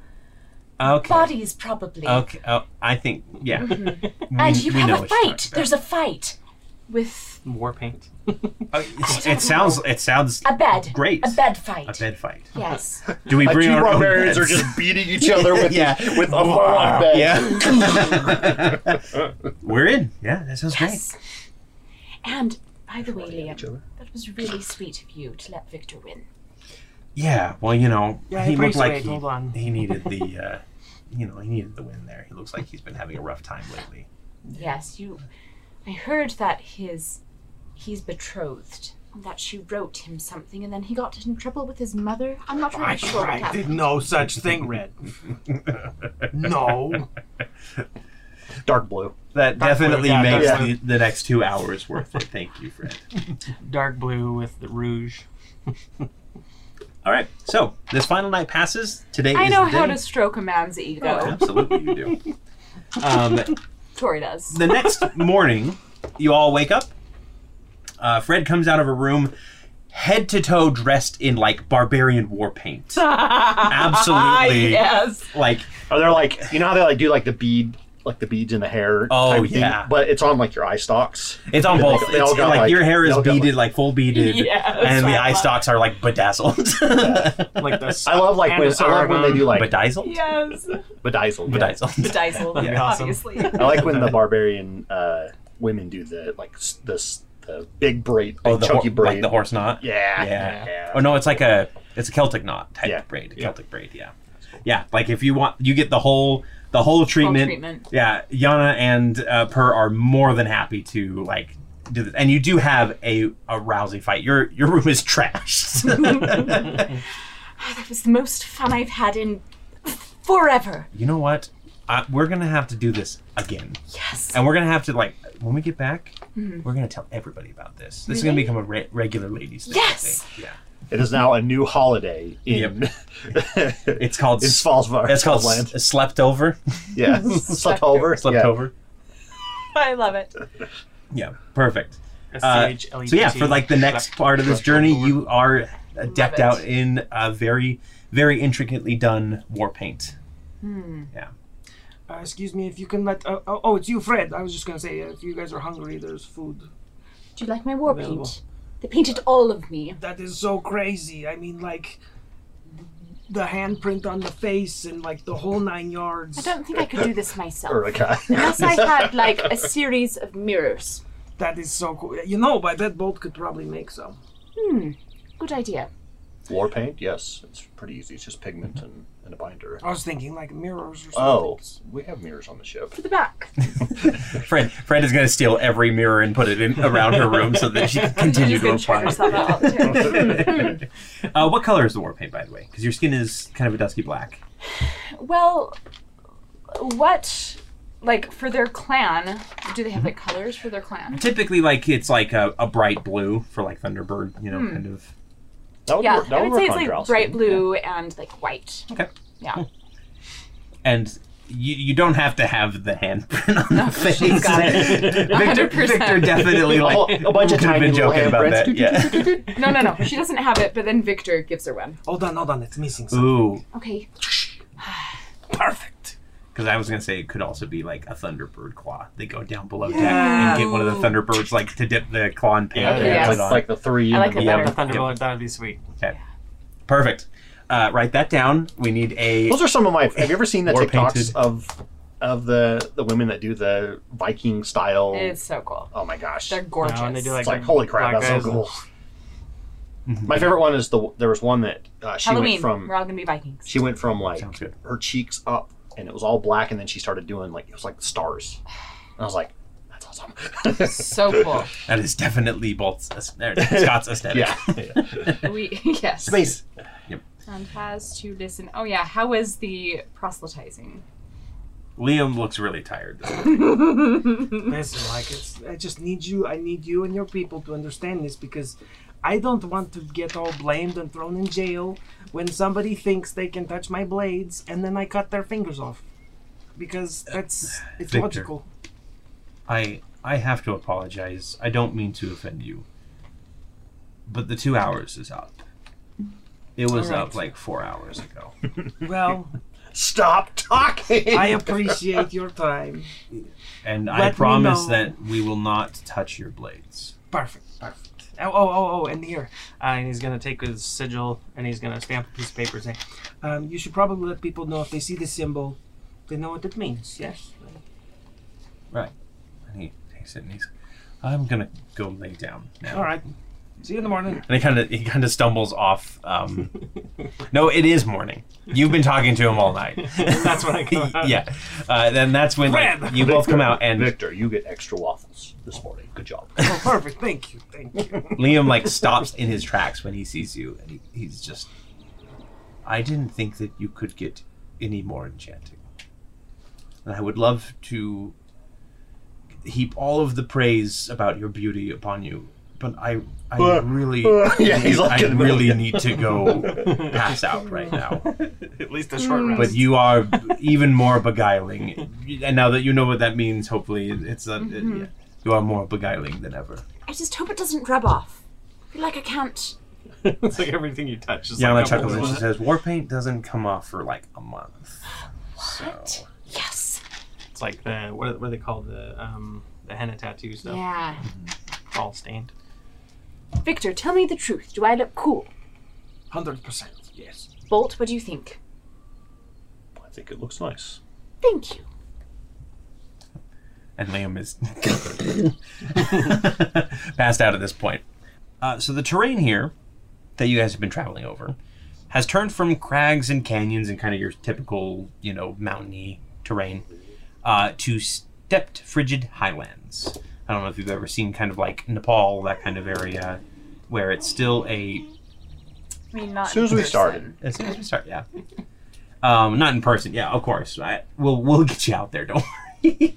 Speaker 1: Okay.
Speaker 3: bodies probably.
Speaker 1: Okay. Oh, I think yeah.
Speaker 4: Mm-hmm.
Speaker 3: And you
Speaker 1: we know
Speaker 3: have a
Speaker 1: what you're
Speaker 3: fight.
Speaker 1: talking
Speaker 3: There's a fight with
Speaker 4: War paint.
Speaker 1: about. Uh, it's- it sounds. It sounds
Speaker 3: a bed.
Speaker 1: great.
Speaker 3: A bed fight.
Speaker 1: A bed fight.
Speaker 3: Yes.
Speaker 1: Do we
Speaker 2: My
Speaker 1: bring
Speaker 2: two
Speaker 1: our own
Speaker 2: barbarians are
Speaker 1: beds?
Speaker 2: just beating each other with
Speaker 1: Yeah.
Speaker 2: with a full on bed.
Speaker 1: Yeah. We're in. Yeah, that sounds
Speaker 3: yes. And by the way,
Speaker 2: Each
Speaker 3: Liam,
Speaker 2: other.
Speaker 3: that was really sweet of you to let Victor win.
Speaker 1: great. Yeah. Well, you know,
Speaker 4: Yeah,
Speaker 1: he
Speaker 4: I
Speaker 1: looked like
Speaker 4: appreciate it.
Speaker 1: he,
Speaker 4: Hold on.
Speaker 1: he needed the, uh, you know, he needed the win there. He looks like he's been having a rough time lately.
Speaker 3: Yes, you. I heard that his, he's betrothed. and That she wrote him something, and then he got in trouble with his mother. I'm not really sure what happened.
Speaker 4: no such thing, Red. No.
Speaker 2: Dark blue.
Speaker 1: That
Speaker 4: Dark blue,
Speaker 1: definitely
Speaker 4: yeah,
Speaker 1: makes
Speaker 2: dark
Speaker 1: the, the next two hours worth it. Thank you, Fred.
Speaker 4: Dark blue with the rouge.
Speaker 1: All right. So this final night passes. Today
Speaker 3: I
Speaker 1: is
Speaker 3: know
Speaker 1: the
Speaker 3: how
Speaker 1: day.
Speaker 3: to stroke a man's ego.
Speaker 1: Absolutely, you do. Um,
Speaker 3: Tori does.
Speaker 1: the next morning, you all wake up. Uh, Fred comes out of her room, head to toe dressed in like barbarian war paint. Absolutely,
Speaker 3: yes.
Speaker 1: like
Speaker 2: Are they like you know how they like do like the bead like the beads in the hair?
Speaker 1: Oh,
Speaker 2: type of thing?
Speaker 1: yeah.
Speaker 2: but it's on like your eye stalks.
Speaker 1: it's on
Speaker 2: They all-
Speaker 1: both.
Speaker 2: they all
Speaker 1: It's,
Speaker 2: got,
Speaker 1: like, your hair
Speaker 2: they
Speaker 1: is
Speaker 2: all got, like-
Speaker 1: beaded, like full beaded, and the eye stalks are like bedazzled.
Speaker 4: Like this.
Speaker 2: I love like
Speaker 4: And
Speaker 2: when
Speaker 4: a
Speaker 2: I love when they do like
Speaker 1: bedazzled,
Speaker 3: Yes.
Speaker 2: bedazzled. yeah.
Speaker 1: bedazzled.
Speaker 3: Dazzled,
Speaker 4: That'd be awesome.
Speaker 3: obviously.
Speaker 2: I like when the barbarian uh, women do the like s- the s- the big braid, big
Speaker 1: Oh, the hor-
Speaker 2: chunky braid.
Speaker 1: like the horse knot.
Speaker 2: Yeah,
Speaker 1: Yeah.
Speaker 2: yeah.
Speaker 1: Oh no, it's like a it's a Celtic knot type
Speaker 2: Yeah.
Speaker 1: braid.
Speaker 2: Yeah.
Speaker 1: Celtic braid, yeah. Yeah, like if you want you get the whole the whole treatment.
Speaker 3: treatment.
Speaker 1: Yeah, Yana and uh, Per are more than happy to like do this. And you do have a, a rousing fight. Your your room is trashed.
Speaker 3: That was the most fun I've had in forever.
Speaker 1: you know what? I, we're going to have to do this again.
Speaker 3: Yes.
Speaker 1: And we're going to have to like when we get back, we're going to tell everybody about this. This is going to
Speaker 3: Mm-hmm. Really?
Speaker 1: become a re- regular ladies thing. I
Speaker 3: Yes.
Speaker 1: think. Yeah.
Speaker 2: It is now a new holiday in
Speaker 1: It's called
Speaker 2: in Falls
Speaker 1: It's called
Speaker 2: Land.
Speaker 1: s- slept over.
Speaker 2: Yeah, slept over.
Speaker 1: slept
Speaker 2: yeah.
Speaker 1: over.
Speaker 3: I love it.
Speaker 1: Yeah, perfect. Uh,
Speaker 4: S-C-H-L-E-P-T.
Speaker 1: So yeah, for like the next part of this journey,
Speaker 4: over.
Speaker 1: you are uh, decked
Speaker 3: it.
Speaker 1: out in a very, very intricately done war paint.
Speaker 7: Uh, excuse me, if you can let. Uh, oh, oh, it's you, Fred. I was just gonna say, uh, if you guys are hungry, there's food.
Speaker 3: Do you like my war
Speaker 7: Available.
Speaker 3: paint? They painted all of me.
Speaker 7: That is so crazy. I mean, like the handprint on the face and like the whole nine yards.
Speaker 3: I don't think I could do this myself.
Speaker 2: Urukai.
Speaker 3: Unless I had like a series of mirrors.
Speaker 7: That is so cool. You know, by that boat could probably make some.
Speaker 3: Good idea.
Speaker 2: War paint? Yes, it's pretty easy. It's just pigment and, and a binder.
Speaker 7: I was thinking like mirrors or something.
Speaker 2: Oh, we have mirrors on the ship.
Speaker 3: For the back.
Speaker 1: Fred, Fred is going to steal every mirror and put it in around her room so that she can continue
Speaker 3: She's
Speaker 1: to
Speaker 3: gonna check
Speaker 1: apply.
Speaker 3: herself out. too.
Speaker 1: uh, what color is the war paint, by the way? Because your skin is kind of a dusky black.
Speaker 3: well, what, like, for their clan, do they have like
Speaker 2: Mm-hmm.
Speaker 3: colors for their clan?
Speaker 1: Typically, like it's like a, a bright blue for like Thunderbird, you know,
Speaker 3: Hmm.
Speaker 1: kind of.
Speaker 2: That would
Speaker 3: Yeah,
Speaker 2: work, that
Speaker 3: I
Speaker 2: would
Speaker 3: would say
Speaker 2: work
Speaker 3: it's
Speaker 2: on
Speaker 3: like
Speaker 2: Drowsy.
Speaker 3: bright blue and like white.
Speaker 1: Okay.
Speaker 3: Yeah.
Speaker 1: And you, you don't have to have the handprint on the face.
Speaker 3: got it.
Speaker 1: Victor,
Speaker 3: 100%.
Speaker 1: Victor definitely
Speaker 2: A whole-
Speaker 1: like
Speaker 2: a bunch of
Speaker 1: could have
Speaker 2: tiny
Speaker 1: been
Speaker 2: little
Speaker 1: joking about that.
Speaker 2: handprints.
Speaker 1: Yeah.
Speaker 3: No, no, no. She doesn't have it, but then Victor gives her one.
Speaker 7: Hold on, hold on. It's missing something.
Speaker 1: Ooh,
Speaker 3: Okay.
Speaker 7: Perfect.
Speaker 1: Because I was gonna say it could also be like a thunderbird claw. They go down below deck and get one of the thunderbirds like to dip the claw and paint
Speaker 2: Yeah,
Speaker 1: and
Speaker 3: Yes.
Speaker 1: put
Speaker 2: like,
Speaker 1: on.
Speaker 2: like the three.
Speaker 3: I
Speaker 2: and
Speaker 3: like
Speaker 2: then
Speaker 3: it
Speaker 1: Yeah.
Speaker 3: better.
Speaker 4: The Thunderbolt, that'd be sweet.
Speaker 1: Perfect. Uh, write that down. We need a
Speaker 2: Those are some of my. Have you ever seen the
Speaker 1: War
Speaker 2: TikToks
Speaker 1: painted.
Speaker 2: of of the the women that do the Viking style.
Speaker 3: It's so cool.
Speaker 2: oh my gosh,
Speaker 3: They're
Speaker 2: it's
Speaker 3: gorgeous.
Speaker 4: No, and they do like,
Speaker 2: like holy crap,
Speaker 4: black
Speaker 2: that's so
Speaker 4: guys.
Speaker 2: cool.
Speaker 1: Mm-hmm.
Speaker 2: My favorite one is the there was one that uh, she
Speaker 3: Halloween.
Speaker 2: went from
Speaker 3: We're all gonna be Vikings.
Speaker 2: she went from like
Speaker 1: Sounds good.
Speaker 2: her cheeks up and it was all black, and then she started doing like it was like stars, and I was like, that's awesome.
Speaker 3: so cool.
Speaker 1: That is definitely Bolt's aes- there it is, Scott's aesthetic.
Speaker 2: yeah,
Speaker 3: We yes.
Speaker 1: Space.
Speaker 3: And has to listen. Oh yeah, how is the proselytizing?
Speaker 1: Liam looks really tired.
Speaker 7: Listen, like it's, I just need you. I need you and your people to understand this because I don't want to get all blamed and thrown in jail when somebody thinks they can touch my blades and then I cut their fingers off because that's it's
Speaker 1: Victor.
Speaker 7: logical.
Speaker 1: I I have to apologize. I don't mean to offend you. But the two hours is up. It was
Speaker 7: All right.
Speaker 1: up like four hours ago.
Speaker 7: Well,
Speaker 2: stop talking.
Speaker 7: I appreciate your time.
Speaker 1: And I
Speaker 7: Let me
Speaker 1: promise
Speaker 7: know.
Speaker 1: that we will not touch your blades.
Speaker 7: Perfect, perfect. Oh, oh, oh, oh, and here.
Speaker 4: Uh, and he's gonna take his sigil and he's gonna stamp a piece of paper and say,
Speaker 7: Um, you should probably let people know if they see this symbol, they know what it means. Yes.
Speaker 1: And he takes it and he's I'm gonna go lay down now.
Speaker 7: All right. See you in the morning.
Speaker 1: And he kinda he kinda stumbles off um No, it is morning. You've been talking to him all night.
Speaker 4: "That's what I come out."
Speaker 1: yeah. Uh, then that's when like,
Speaker 7: Fred!
Speaker 1: you both come out and
Speaker 2: Victor, you get extra waffles this morning. Good job.
Speaker 7: Oh, perfect. Thank you. Thank you.
Speaker 1: Liam like stops in his tracks when he sees you, and he, he's just. I didn't think that you could get any more enchanting, and I would love to heap all of the praise about your beauty upon you, but I I really
Speaker 2: yeah, he's like
Speaker 1: I
Speaker 2: in the
Speaker 1: really
Speaker 2: middle.
Speaker 1: need to go pass out right now.
Speaker 4: At least a short rest.
Speaker 1: But you are even more beguiling, and now that you know what that means, hopefully it's a, yeah, you are more beguiling than ever.
Speaker 3: I just hope it doesn't rub off. I feel like I can't.
Speaker 4: it's like everything you touch. Is
Speaker 1: Yana
Speaker 4: like
Speaker 1: chuckles and
Speaker 4: double-
Speaker 1: she says, "War paint doesn't come off for like a month." So,
Speaker 3: Yes.
Speaker 4: It's like the what are, what are they called the um, the henna tattoo stuff.
Speaker 3: Yeah.
Speaker 4: All stained.
Speaker 3: Victor, tell me the truth. Do I look cool?
Speaker 7: Hundred percent. Yes.
Speaker 3: Bolt, what do you think?
Speaker 2: I think it looks nice.
Speaker 3: Thank you.
Speaker 1: and Liam is passed out at this point. Uh, so the terrain here that you guys have been traveling over has turned from crags and canyons and kind of your typical, you know, mountainy terrain uh, to stepped, frigid highlands. I don't know if you've ever seen kind of like Nepal, that kind of area, where it's still a
Speaker 3: I mean, not
Speaker 2: As soon as we started,
Speaker 1: As soon as we start, yeah. Um, not in person, yeah, of course. I, we'll we'll get you out there. Don't worry.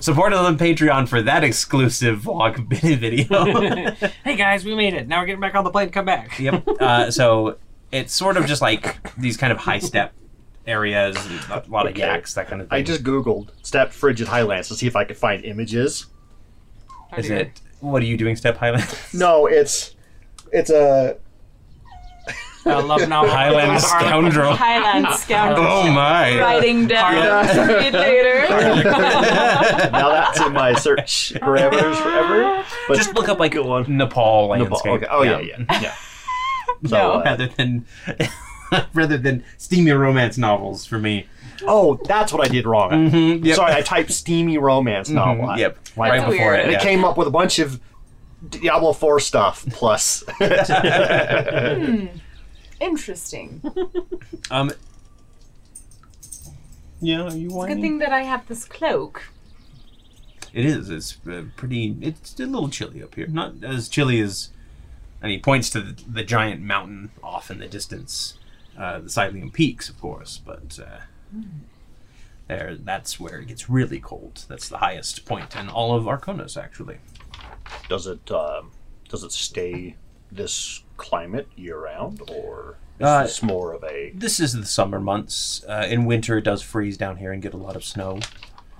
Speaker 1: Support us on Patreon for that exclusive vlog video.
Speaker 4: Hey guys, we made it. Now we're getting back on the plane. Come back.
Speaker 1: yep. Uh, so it's sort of just like these kind of high step areas, and a lot of
Speaker 2: Okay.
Speaker 1: yaks, that kind of thing.
Speaker 2: I just Googled step frigid highlands to see if I could find images.
Speaker 1: is it. What are you doing, Step Highlands?
Speaker 2: No, it's it's a
Speaker 4: I love now
Speaker 1: Highland scoundrel.
Speaker 3: Highland scoundrel.
Speaker 1: Oh my!
Speaker 3: Writing down
Speaker 2: Yeah.
Speaker 3: read later.
Speaker 2: now that's in my search parameters forever. But
Speaker 1: Just look up like
Speaker 2: Good one.
Speaker 1: Nepal
Speaker 2: Nepal.
Speaker 1: landscape.
Speaker 2: Okay. Oh yeah, yeah, yeah.
Speaker 3: No.
Speaker 2: So, uh,
Speaker 1: Rather than rather than steamy romance novels for me.
Speaker 2: oh, that's what I did wrong.
Speaker 1: Mhm, yep.
Speaker 2: Sorry, I typed steamy romance novel.
Speaker 1: Mhm, Yep.
Speaker 2: Why
Speaker 1: right
Speaker 2: not?
Speaker 1: before
Speaker 3: weird.
Speaker 1: it.
Speaker 2: And
Speaker 1: yeah.
Speaker 2: it came up with a bunch of Diablo 4 stuff plus.
Speaker 3: Interesting. It's
Speaker 1: Um. Yeah, you
Speaker 3: a good thing that I have this cloak.
Speaker 1: It is. It's uh, pretty. It's a little chilly up here. Not as chilly as. And he points to the, the giant mountain off in the distance, uh, the Silene Peaks, of course. But uh, there, that's where it gets really cold. That's the highest point in all of Arconos, actually.
Speaker 2: does it um, does it stay this climate year round or is
Speaker 1: Uh,
Speaker 2: this more of a
Speaker 1: This is the summer months. Uh, in winter, it does freeze down here and get a lot of snow.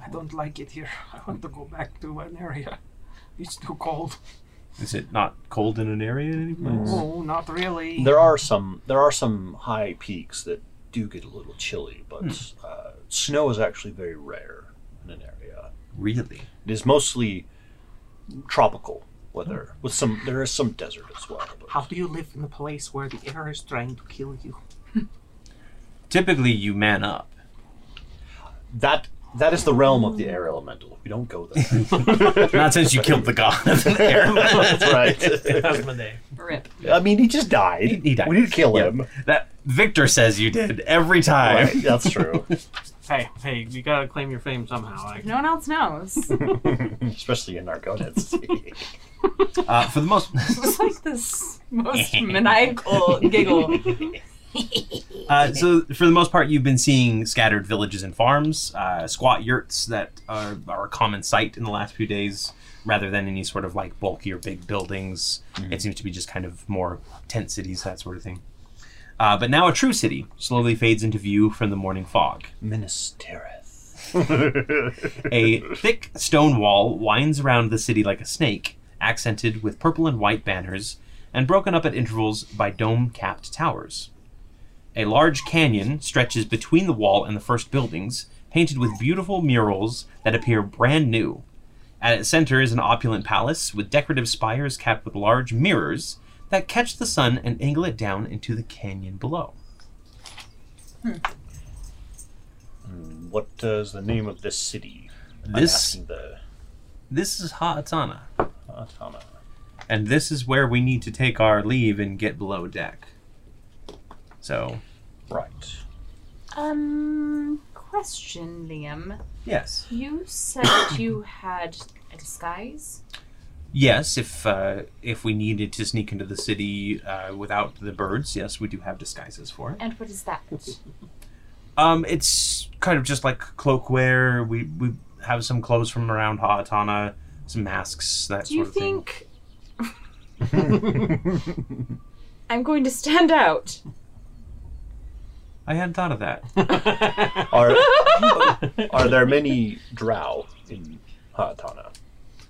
Speaker 7: I don't like it here. I want to go back to an area. It's too cold.
Speaker 1: Is it not cold in an area
Speaker 4: Mm.
Speaker 1: anyplace?
Speaker 7: Oh, not really.
Speaker 2: there are some there are some high peaks that do get a little chilly but
Speaker 1: Hmm.
Speaker 2: uh, snow is actually very rare in an area
Speaker 1: Really?
Speaker 2: it is mostly tropical weather
Speaker 1: Hmm.
Speaker 2: with some there is some desert as well but
Speaker 7: How do you live in a place where the air is trying to kill you?
Speaker 1: Typically, you man up.
Speaker 2: that That is the realm of the air elemental. We don't go there.
Speaker 1: Not since you killed the god of the air.
Speaker 2: That's right.
Speaker 4: Husband day.
Speaker 3: Rip.
Speaker 2: I mean, he just died. He,
Speaker 1: died.
Speaker 2: We didn't kill
Speaker 1: Yeah.
Speaker 2: him.
Speaker 1: that Victor says you did every time.
Speaker 2: Right, that's true.
Speaker 4: Hey, hey, you gotta claim your fame somehow. Like,
Speaker 3: If no one else knows.
Speaker 2: Especially in Narcotics.
Speaker 1: Uh, for the most,
Speaker 3: It's like this most maniacal giggle.
Speaker 1: uh, so for the most part, you've been seeing scattered villages and farms, uh, squat yurts that are, are a common sight in the last few days, rather than any sort of like bulky or big buildings. It seems to be just kind of more tent cities, that sort of thing. Uh, but now a true city slowly fades into view from the morning fog.
Speaker 2: Minas Tirith.
Speaker 1: A thick stone wall winds around the city like a snake, accented with purple and white banners, and broken up at intervals by dome capped towers. A large canyon stretches between the wall and the first buildings, painted with beautiful murals that appear brand new. At its center is an opulent palace with decorative spires capped with large mirrors that catch the sun and angle it down into the canyon below.
Speaker 2: What uh, is the name of this city? I'm
Speaker 1: This
Speaker 2: asking the
Speaker 1: this is Ha'atana,
Speaker 2: Atama.
Speaker 1: and this is where we need to take our leave and get below deck. So,
Speaker 2: Right.
Speaker 3: Um, question, Liam.
Speaker 1: yes.
Speaker 3: You said you had a disguise.
Speaker 1: Yes, if uh, if we needed to sneak into the city uh, without the birds, yes, we do have disguises for it.
Speaker 3: And what is that?
Speaker 1: Um, it's kind of just like cloakwear. We we have some clothes from around Ha'atana, some masks, that
Speaker 3: Do you
Speaker 1: sort of thing.
Speaker 3: think I'm going to stand out?
Speaker 1: I hadn't thought of that.
Speaker 2: Are are there many drow in Haatana?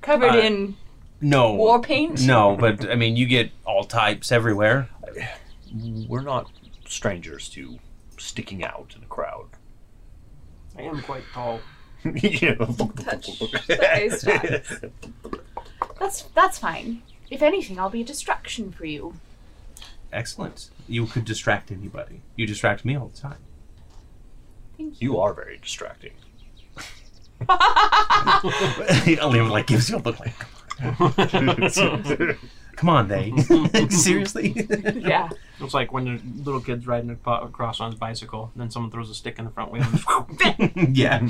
Speaker 3: Covered
Speaker 1: Uh,
Speaker 3: in
Speaker 1: No.
Speaker 3: war paint?
Speaker 1: No, but I mean, you get all types everywhere.
Speaker 2: We're not strangers to sticking out in a crowd.
Speaker 7: I am quite tall.
Speaker 2: Yeah.
Speaker 3: Touch the ice tracks. That's that's fine. If anything, I'll be a distraction for you.
Speaker 1: Excellent. You could distract anybody. You distract me all the time.
Speaker 3: Thank you.
Speaker 2: You are very distracting.
Speaker 1: Liam like gives you a look like, come on, they seriously.
Speaker 3: Yeah.
Speaker 4: It's like when the little kid's riding ac- across on his bicycle, and then someone throws a stick in the front wheel. And
Speaker 1: yeah.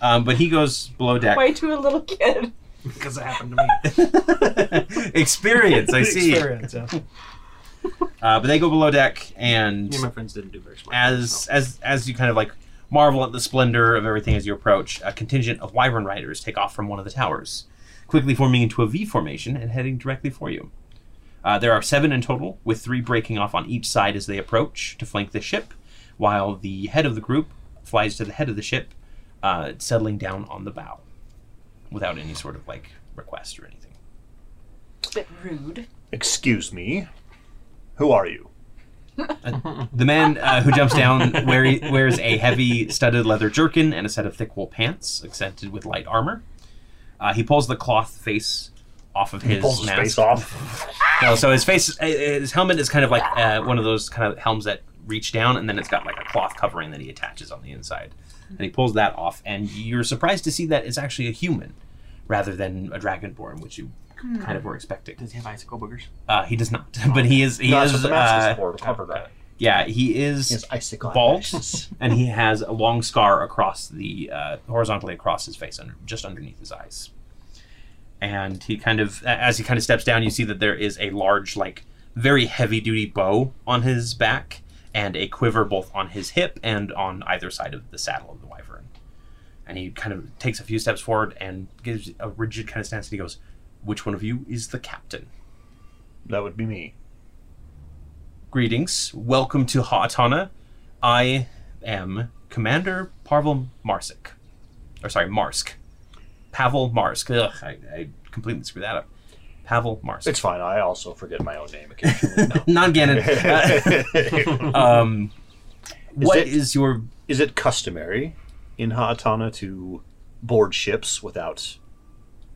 Speaker 1: um, but he goes below deck.
Speaker 3: Way to a little kid.
Speaker 4: because it happened to me.
Speaker 1: Experience, I see.
Speaker 4: Experience, yeah.
Speaker 1: Uh, but they go below deck,
Speaker 4: Me
Speaker 1: and
Speaker 4: and my friends didn't do very smart.
Speaker 1: as as as you kind of like marvel at the splendor of everything as you approach, a contingent of wyvern riders take off from one of the towers, quickly forming into a V formation and heading directly for you. Uh, there are seven in total, with three breaking off on each side as they approach to flank the ship, while the head of the group flies to the head of the ship, uh, settling down on the bow, without any sort of like request or anything.
Speaker 3: Bit rude.
Speaker 2: Excuse me. Who are you?
Speaker 1: The man uh, who jumps down wear, wears a heavy studded leather jerkin and a set of thick wool pants accented with light armor. Uh, he pulls the cloth face off of his
Speaker 2: Pulls his
Speaker 1: mask.
Speaker 2: face off.
Speaker 1: No, so his face, uh, his helmet is kind of like uh, one of those kind of helms that reach down, and then it's got like a cloth covering that he attaches on the inside. And he pulls that off, and you're surprised to see that it's actually a human rather than a dragonborn, which you kind of were expecting.
Speaker 4: does he have icicle boogers?
Speaker 1: Uh, he does not, but he is. He
Speaker 2: No, that's what
Speaker 1: is.
Speaker 2: the mask
Speaker 1: Uh,
Speaker 2: is for. to Cover that.
Speaker 1: yeah, he is.
Speaker 2: Yes, icicle.
Speaker 1: bald.
Speaker 2: eyelashes.
Speaker 1: and he has a long scar across the uh, horizontally across his face, under, just underneath his eyes. And he kind of, a- as he kind of steps down, you see that there is a large, like, very heavy-duty bow on his back, and a quiver both on his hip and on either side of the saddle of the wyvern. And he kind of takes a few steps forward and gives a rigid kind of stance, and he goes, "Which one of you is the captain?"
Speaker 2: That would be me.
Speaker 1: Greetings. Welcome to Haatana. I am Commander Pavel Marsic. Or sorry, Marsk. Pavel Marsk. Ugh, I, I completely screwed that up. Pavel Marsk.
Speaker 2: It's fine. I also forget my own name occasionally. now.
Speaker 1: non-Ganon. Uh, um, what
Speaker 2: it-
Speaker 1: is your...
Speaker 2: Is it customary in Haatana to board ships without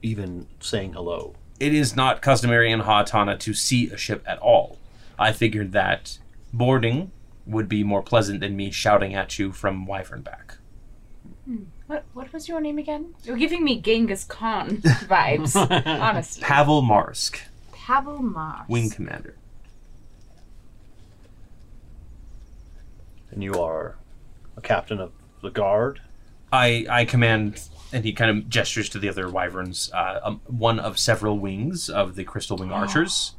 Speaker 2: even saying hello?
Speaker 1: It is not customary in Haatana to see a ship at all. I figured that boarding would be more pleasant than me shouting at you from Wyvernback.
Speaker 3: What, what was your name again? You're giving me Genghis Khan vibes, honestly.
Speaker 1: Pavel Marsk,
Speaker 3: Pavel Mars.
Speaker 1: wing commander.
Speaker 2: And you are a captain of the guard.
Speaker 1: I I command, and he kind of gestures to the other wyverns. Uh, um, one of several wings of the Crystal
Speaker 3: Oh.
Speaker 1: Wing Archers.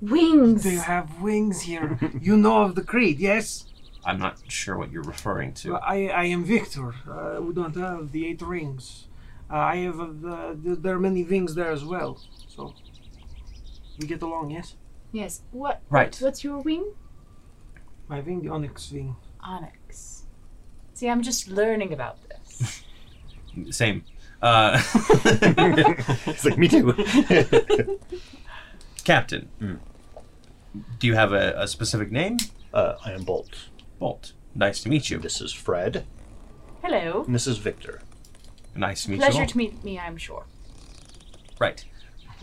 Speaker 3: Wings.
Speaker 7: They have wings here. you know of the creed, yes?
Speaker 1: I'm not sure what you're referring to.
Speaker 7: I, I am Victor. Uh, we don't have the eight rings. Uh, I have uh, the, the, there are many wings there as well. So we get along, yes?
Speaker 3: Yes. What?
Speaker 1: Right.
Speaker 3: What's your wing?
Speaker 7: My wing, the onyx wing.
Speaker 3: Onyx. See, I'm just learning about this.
Speaker 1: Same. Uh,
Speaker 2: it's like me too.
Speaker 1: Captain, do you have a, a specific name?
Speaker 2: uh, I am Bolt.
Speaker 1: Bolt. Nice to meet you.
Speaker 2: This is Fred,
Speaker 3: Hello.
Speaker 2: and this is Victor.
Speaker 1: Nice to meet you.
Speaker 3: Pleasure
Speaker 1: all.
Speaker 3: to meet me, I'm sure.
Speaker 1: Right.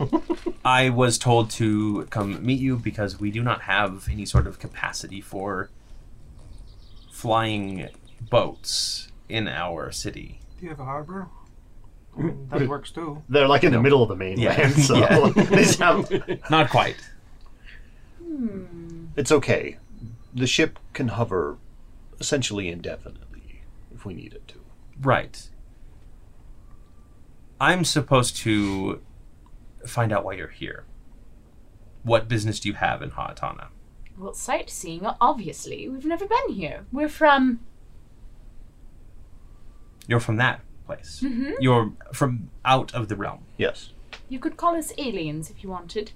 Speaker 1: I was told to come meet you because we do not have any sort of capacity for flying boats in our city.
Speaker 7: Do you have a harbor? I mean, that works too.
Speaker 2: They're like in the middle of the mainland,
Speaker 1: Yeah.
Speaker 2: so
Speaker 1: Yeah.
Speaker 2: they sound-
Speaker 1: Not quite.
Speaker 2: it's okay. The ship can hover essentially indefinitely if we need it to.
Speaker 1: Right. I'm supposed to find out why you're here. What business do you have in Haatana?
Speaker 3: Well, sightseeing, obviously. We've never been here. We're from.
Speaker 1: You're from that place.
Speaker 3: Mm-hmm.
Speaker 1: You're from out of the realm.
Speaker 2: Yes.
Speaker 3: You could call us aliens if you wanted.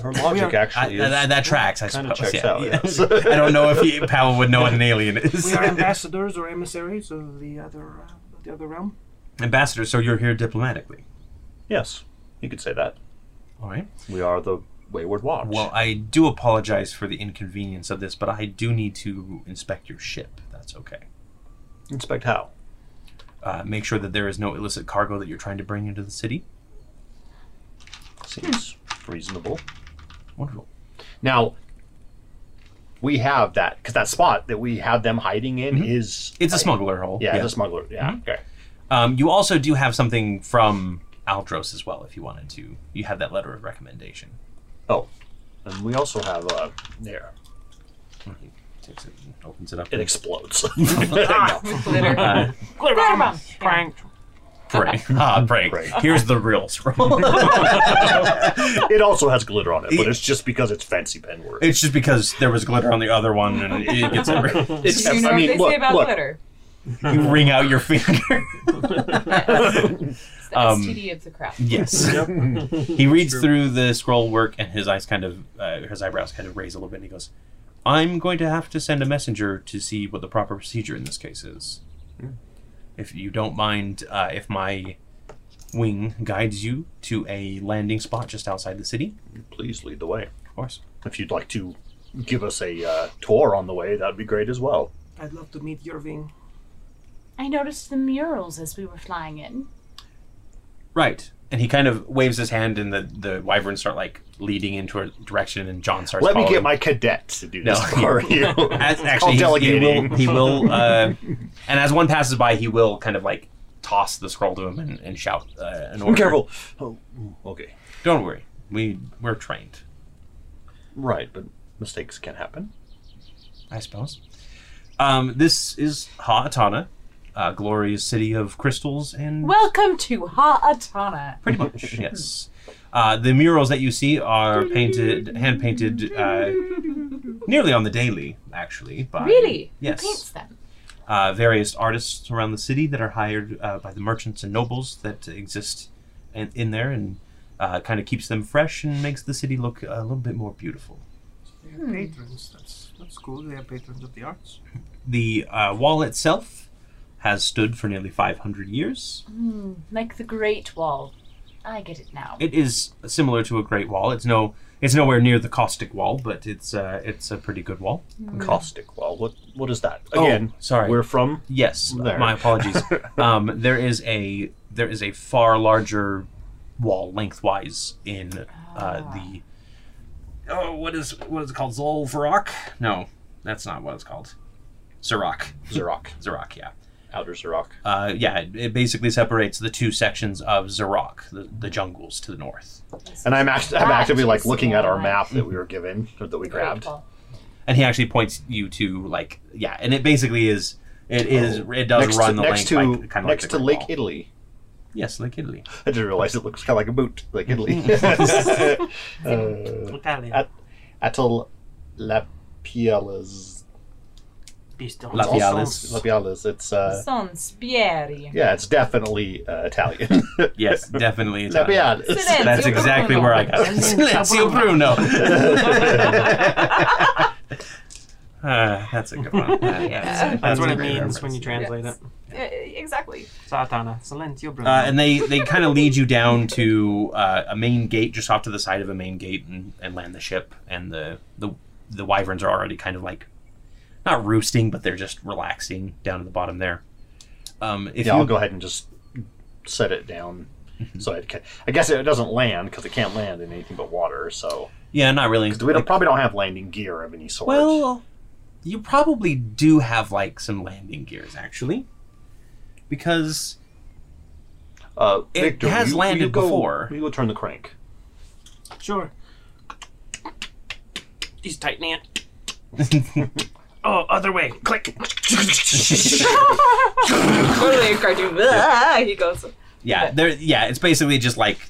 Speaker 2: Her logic
Speaker 1: I,
Speaker 2: actually is.
Speaker 1: that, that tracks, I
Speaker 2: kind
Speaker 1: suppose.
Speaker 2: of checks
Speaker 1: yeah,
Speaker 2: out.
Speaker 1: yeah.
Speaker 2: Yes.
Speaker 1: I don't know if he, Powell would know what an alien is.
Speaker 7: We are ambassadors or emissaries of the other uh, the other realm.
Speaker 1: Ambassador, so you're here diplomatically.
Speaker 2: Yes, you could say that.
Speaker 1: All right.
Speaker 2: We are the Wayward Watch.
Speaker 1: Well, I do apologize for the inconvenience of this, but I do need to inspect your ship. That's okay.
Speaker 2: inspect how?
Speaker 1: Uh, make sure that there is no illicit cargo that you're trying to bring into the city.
Speaker 2: Seems
Speaker 3: Hmm.
Speaker 2: reasonable.
Speaker 1: Wonderful.
Speaker 2: Now, we have that because that spot that we have them hiding in is
Speaker 1: Mm-hmm. It's a smuggler hole.
Speaker 2: yeah, it's a smuggler. Yeah, okay.
Speaker 1: Um, you also do have something from Aldros as well, if you wanted to. You have that letter of recommendation.
Speaker 2: Oh, and we also have uh, there.
Speaker 1: He takes it and opens it up.
Speaker 2: Hmm. It explodes. No.
Speaker 1: Uh,
Speaker 3: Glitterbomb.
Speaker 4: Prank.
Speaker 1: pray. Ah, pray.
Speaker 2: Pray.
Speaker 1: Here's the real scroll.
Speaker 2: It also has glitter on it, but it's just because it's fancy pen word.
Speaker 1: it's just because there was glitter on the other one and it gets everywhere.
Speaker 2: It's-
Speaker 3: Do you know
Speaker 2: I mean,
Speaker 3: what they
Speaker 2: look,
Speaker 3: say about
Speaker 2: look.
Speaker 3: glitter?
Speaker 1: you wring out your finger.
Speaker 3: It's the
Speaker 1: Um,
Speaker 3: STD of the crowd.
Speaker 1: yes. he reads through the scroll work, and his eyes kind of, uh, his eyebrows kind of raise a little bit. and He goes, "I'm going to have to send a messenger to see what the proper procedure in this case is.
Speaker 2: Hmm.
Speaker 1: If you don't mind, uh, if my wing guides you to a landing spot just outside the city,
Speaker 2: Please lead the way.
Speaker 1: of course.
Speaker 2: If you'd like to give us a uh, tour on the way, that'd be great as well.
Speaker 7: I'd love to meet your wing.
Speaker 3: I noticed the murals as we were flying in.
Speaker 1: Right." And he kind of waves his hand, and the the wyverns start like leading into a direction, and John starts.
Speaker 2: Let me
Speaker 1: following.
Speaker 2: get my cadets to do
Speaker 1: No.
Speaker 2: this for you.
Speaker 1: As,
Speaker 2: It's
Speaker 1: actually,
Speaker 2: called
Speaker 1: he- he,
Speaker 2: delegating.
Speaker 1: will. He will uh, and as one passes by, he will kind of like toss the scroll to him and, and shout uh, an order.
Speaker 2: Be careful. Oh, okay.
Speaker 1: Don't worry. We we're trained,
Speaker 2: Right, but mistakes can happen.
Speaker 1: I suppose. Um, this is Ha'atana, uh, glorious city of crystals and
Speaker 3: Welcome to Ha'atana.
Speaker 1: pretty much yes. Uh, the murals that you see are painted, hand painted, uh, nearly on the daily, actually. By,
Speaker 3: Really?
Speaker 1: Yes.
Speaker 3: Who paints them?
Speaker 1: uh, various artists around the city that are hired uh, by the merchants and nobles that exist in, in there and uh, kind of keeps them fresh and makes the city look a little bit more beautiful.
Speaker 7: They have patrons. That's that's cool. They have patrons of the arts.
Speaker 1: The uh, wall itself has stood for nearly 500 years.
Speaker 3: Like the Great Wall. I get it now.
Speaker 1: It is similar to a great wall. It's no it's nowhere near the caustic wall, but it's uh, it's a pretty good wall.
Speaker 2: Caustic. Well, what what is that?
Speaker 1: Oh,
Speaker 2: Again,
Speaker 1: sorry.
Speaker 2: We're from.
Speaker 1: Yes,
Speaker 2: There.
Speaker 1: my apologies. um, there is a there is a far larger wall lengthwise in uh, the oh what is what is it called Zolvarok? No, That's not what it's called. Zerok.
Speaker 2: Zerok.
Speaker 1: Zerok, yeah.
Speaker 2: Outer Zerok.
Speaker 1: Uh, yeah, it, it basically separates the two sections of Zerok, the, the jungles to the north.
Speaker 2: And I'm, act- I'm
Speaker 3: That
Speaker 2: actively like
Speaker 3: is
Speaker 2: looking at our
Speaker 3: why.
Speaker 2: map that we were given, or that we grabbed.
Speaker 3: Grateful.
Speaker 1: And he actually points you to, like, yeah, and it basically is, it is,
Speaker 2: Oh.
Speaker 1: it does
Speaker 2: next
Speaker 1: run
Speaker 2: to,
Speaker 1: the
Speaker 2: next
Speaker 1: length,
Speaker 2: to
Speaker 1: like, kind of
Speaker 2: next
Speaker 1: like the
Speaker 2: to
Speaker 1: Great
Speaker 2: Lake
Speaker 1: Wall.
Speaker 2: Italy.
Speaker 1: Yes, Lake Italy.
Speaker 2: I didn't realize it looks kind of like a boot, like Italy. uh,
Speaker 4: Italian.
Speaker 2: At- Atoll Lapialas.
Speaker 4: Pistols.
Speaker 1: La Pialis.
Speaker 2: Lapialas. It's uh,
Speaker 3: Son spieri.
Speaker 2: yeah, it's definitely uh, Italian.
Speaker 1: Yes, definitely. Italian.
Speaker 2: Lapialis.
Speaker 1: That's
Speaker 3: Silenzio
Speaker 1: exactly
Speaker 3: Bruno.
Speaker 1: where I got it. Silenzio Bruno. Uh, that's a good one.
Speaker 3: Yeah.
Speaker 4: That's what
Speaker 1: a
Speaker 4: it
Speaker 1: great
Speaker 4: means
Speaker 1: reference.
Speaker 4: when you translate
Speaker 3: Yes.
Speaker 4: it.
Speaker 3: Yeah, Uh, exactly.
Speaker 4: Satana. Silenzio Bruno.
Speaker 1: Uh, and they, they kind of lead you down to uh, a main gate, just off to the side of a main gate, and, and land the ship. And the, the the wyverns are already kind of like not roosting, but they're just relaxing down at the bottom there. Um, if you
Speaker 2: Yeah,
Speaker 1: Mm-hmm.
Speaker 2: I'll go ahead and just set it down. So it can, I guess it doesn't land because it can't land in anything but water. So
Speaker 1: yeah, not really.
Speaker 2: 'Cause we don't, probably don't have landing gear of any sort.
Speaker 1: Well, you probably do have like some landing gears actually, because
Speaker 2: uh,
Speaker 1: it
Speaker 2: Victor,
Speaker 1: has
Speaker 2: will will
Speaker 1: landed
Speaker 2: go,
Speaker 1: before.
Speaker 2: We will you go turn the crank.
Speaker 7: Sure.
Speaker 4: He's tightening it.
Speaker 7: Oh, other way. Click.
Speaker 3: Totally a cartoon. Ah, he goes.
Speaker 1: yeah, there. Yeah, it's basically just like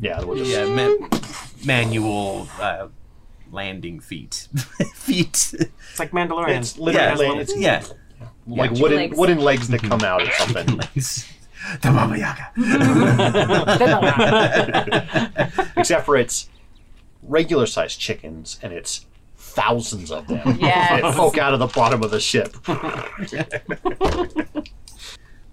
Speaker 2: Yeah, we'll just
Speaker 1: yeah, ma- manual uh, landing feet, feet.
Speaker 4: It's like Mandalorian.
Speaker 2: It's literally
Speaker 4: Yeah,
Speaker 2: it's
Speaker 1: yeah, Mm-hmm.
Speaker 2: like
Speaker 3: Two
Speaker 2: wooden
Speaker 3: legs.
Speaker 2: wooden legs that come out or something.
Speaker 1: Legs. The Baba Yaga.
Speaker 2: Except for it's regular sized chickens and it's thousands of them.
Speaker 3: Yes.
Speaker 2: That poke out of the bottom of the ship.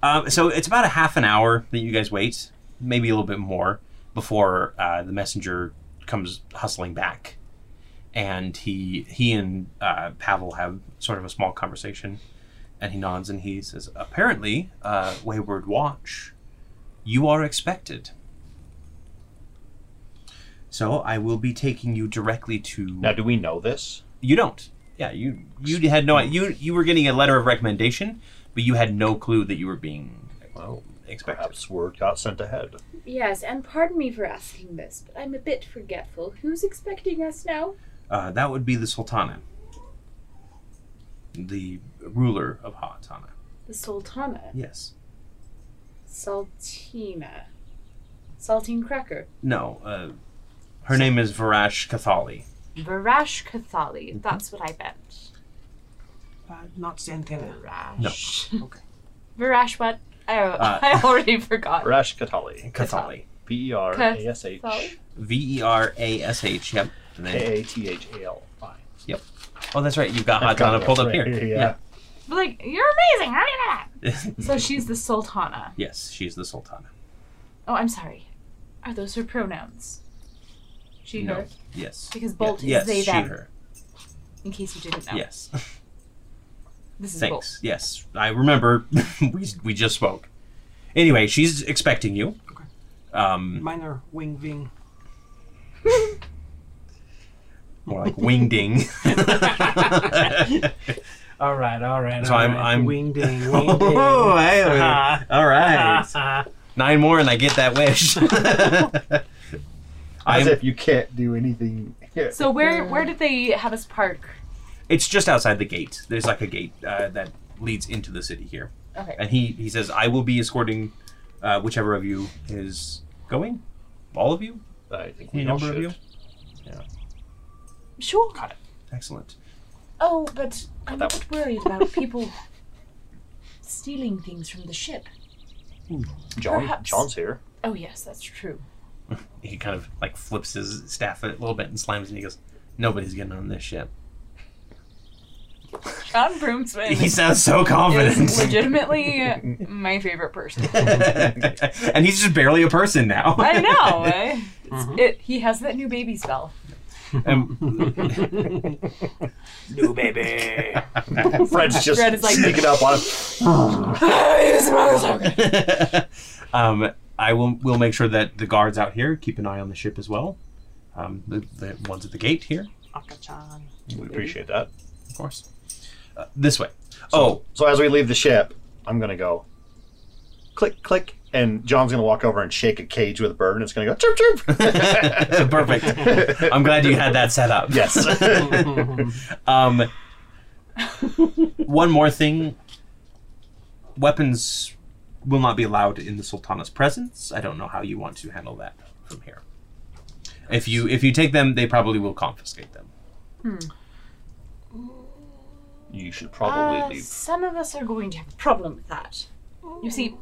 Speaker 1: um, so it's about a half an hour that you guys wait, maybe a little bit more, before uh, the messenger comes hustling back, and he he and uh, Pavel have sort of a small conversation, and he nods and he says, "Apparently, uh, Wayward Watch, you are expected." So I will be taking you directly to.
Speaker 2: Now, do we know this?
Speaker 1: You don't. Yeah, you you had no you you were getting a letter of recommendation, but you had no clue that you were being
Speaker 2: Well,
Speaker 1: expected.
Speaker 2: perhaps word got sent ahead.
Speaker 3: Yes, and pardon me for asking this, but I'm a bit forgetful. Who's expecting us now?
Speaker 1: Uh, that would be the Sultana, the ruler of Haatana.
Speaker 3: The Sultana.
Speaker 1: Yes.
Speaker 3: Saltina. Saltine Cracker.
Speaker 1: No. Uh, her name is Varash Kathali.
Speaker 3: Varash Kathali. That's what I meant.
Speaker 7: Uh, not Santana.
Speaker 3: Varash. No. Okay. Varash what? Oh,
Speaker 1: Uh,
Speaker 3: I already forgot.
Speaker 2: Rash Katali.
Speaker 1: Kathali.
Speaker 2: P E R A S H
Speaker 3: Kathali?
Speaker 1: V e r a s h. Yep. And then-
Speaker 2: K A T H A L I.
Speaker 1: oh, that's right. You've got
Speaker 2: I've got
Speaker 1: Haatana
Speaker 2: it
Speaker 1: pulled up
Speaker 2: right
Speaker 1: here.
Speaker 2: here,
Speaker 1: yeah.
Speaker 2: yeah.
Speaker 3: But like, you're amazing. How do you know that?
Speaker 1: Mm-hmm.
Speaker 3: so she's the Sultana.
Speaker 1: yes, she's the Sultana.
Speaker 3: Oh, I'm sorry. Are those her pronouns? She,
Speaker 1: No.
Speaker 3: her?
Speaker 1: Yes.
Speaker 3: Because Bolt
Speaker 1: yes,
Speaker 3: is they,
Speaker 1: she,
Speaker 3: them.
Speaker 1: her.
Speaker 3: In case you didn't know.
Speaker 1: Yes.
Speaker 3: This is Bolt.
Speaker 1: Thanks. Yes, I remember. we we just spoke. Anyway, she's expecting you. Um,
Speaker 7: Minor wing wing.
Speaker 1: more like wing ding.
Speaker 4: all right, all right.
Speaker 1: So
Speaker 4: all
Speaker 1: I'm-
Speaker 4: right.
Speaker 1: I'm-
Speaker 7: Wing ding. Wing ding.
Speaker 1: oh, hey, all right.
Speaker 4: Uh-huh.
Speaker 1: Nine more, and I get that wish. I'm,
Speaker 2: As if you can't do anything.
Speaker 3: So where where did they have us park?
Speaker 1: it's just outside the gate. There's like a gate uh, that leads into the city here,
Speaker 3: Okay.
Speaker 1: and he he says, "I will be escorting uh, whichever of you is going. All of you,
Speaker 2: I think
Speaker 1: any
Speaker 2: we all
Speaker 1: number of
Speaker 2: should.
Speaker 1: you.
Speaker 3: Sure.
Speaker 1: Excellent.
Speaker 3: Oh, but I'm a
Speaker 2: that
Speaker 3: bit worried about people stealing things from the ship.
Speaker 2: John,
Speaker 3: Perhaps.
Speaker 2: John's here.
Speaker 3: Oh yes, that's true.
Speaker 1: he kind of like flips his staff a little bit and slams it and he goes, Nobody's getting on this ship.
Speaker 3: John Broomsman
Speaker 1: He sounds so
Speaker 3: is
Speaker 1: confident.
Speaker 3: legitimately my favorite person.
Speaker 1: and he's just barely a person now.
Speaker 3: I know. eh? It's-
Speaker 2: Mm-hmm.
Speaker 3: It, he has that new baby spell.
Speaker 1: Um,
Speaker 4: New baby.
Speaker 2: Fred's just
Speaker 3: Fred is like- "Ah,
Speaker 2: sneaking up on him.
Speaker 1: um, I will will make sure that the guards out here keep an eye on the ship as well. Um, the, the ones at the gate here,
Speaker 4: Akachan.
Speaker 2: We appreciate that.
Speaker 1: of course. Uh, this way. oh,
Speaker 2: So as we leave the ship, I'm gonna go click, click, and John's gonna walk over and shake a cage with a bird, and it's gonna go chirp, chirp.
Speaker 1: perfect. I'm glad you had that set up.
Speaker 2: yes.
Speaker 1: Um, one more thing. Weapons will not be allowed in the Sultana's presence. I don't know how you want to handle that from here. If you if you take them, they probably will confiscate them.
Speaker 2: you should probably
Speaker 3: Uh,
Speaker 2: leave.
Speaker 3: Some of us are going to have a problem with that. You see,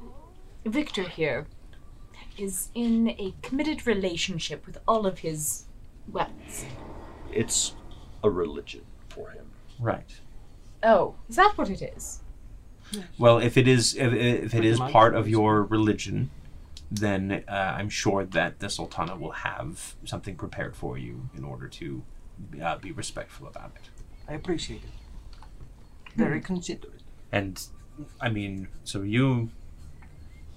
Speaker 3: Victor here is in a committed relationship with all of his weapons.
Speaker 2: It's a religion for him.
Speaker 1: Right.
Speaker 3: Oh, is that what it is?
Speaker 1: Well, if it is if, if it is
Speaker 4: Mind
Speaker 1: part of your religion, then uh, I'm sure that the Sultana will have something prepared for you in order to uh, be respectful about it.
Speaker 7: I appreciate it. Very considerate.
Speaker 1: And I mean, so you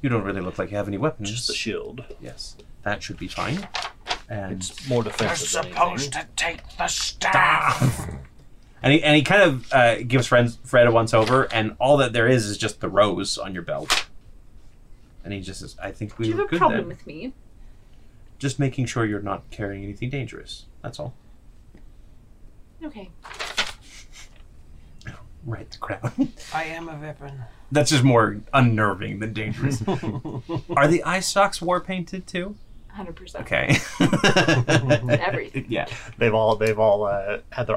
Speaker 1: you don't really look like you have any weapons.
Speaker 2: Just a shield.
Speaker 1: yes, that should be fine. And
Speaker 2: It's more defensive than anything.
Speaker 7: to take the staff.
Speaker 1: and he, and he kind of uh, gives friends Fred a once over, and all that there is is just the rose on your belt. And he just says, "I think
Speaker 3: Do
Speaker 1: we
Speaker 3: you
Speaker 1: look
Speaker 3: have a
Speaker 1: good
Speaker 3: problem
Speaker 1: then.
Speaker 3: with me?
Speaker 1: Just making sure you're not carrying anything dangerous. That's all."
Speaker 3: Okay.
Speaker 1: Right, the crown.
Speaker 7: I am a weapon.
Speaker 1: That's just more unnerving than dangerous. Are the eye socks war painted too?
Speaker 3: 100%.
Speaker 1: Okay.
Speaker 3: Everything.
Speaker 1: yeah.
Speaker 2: They've all they've all uh, had their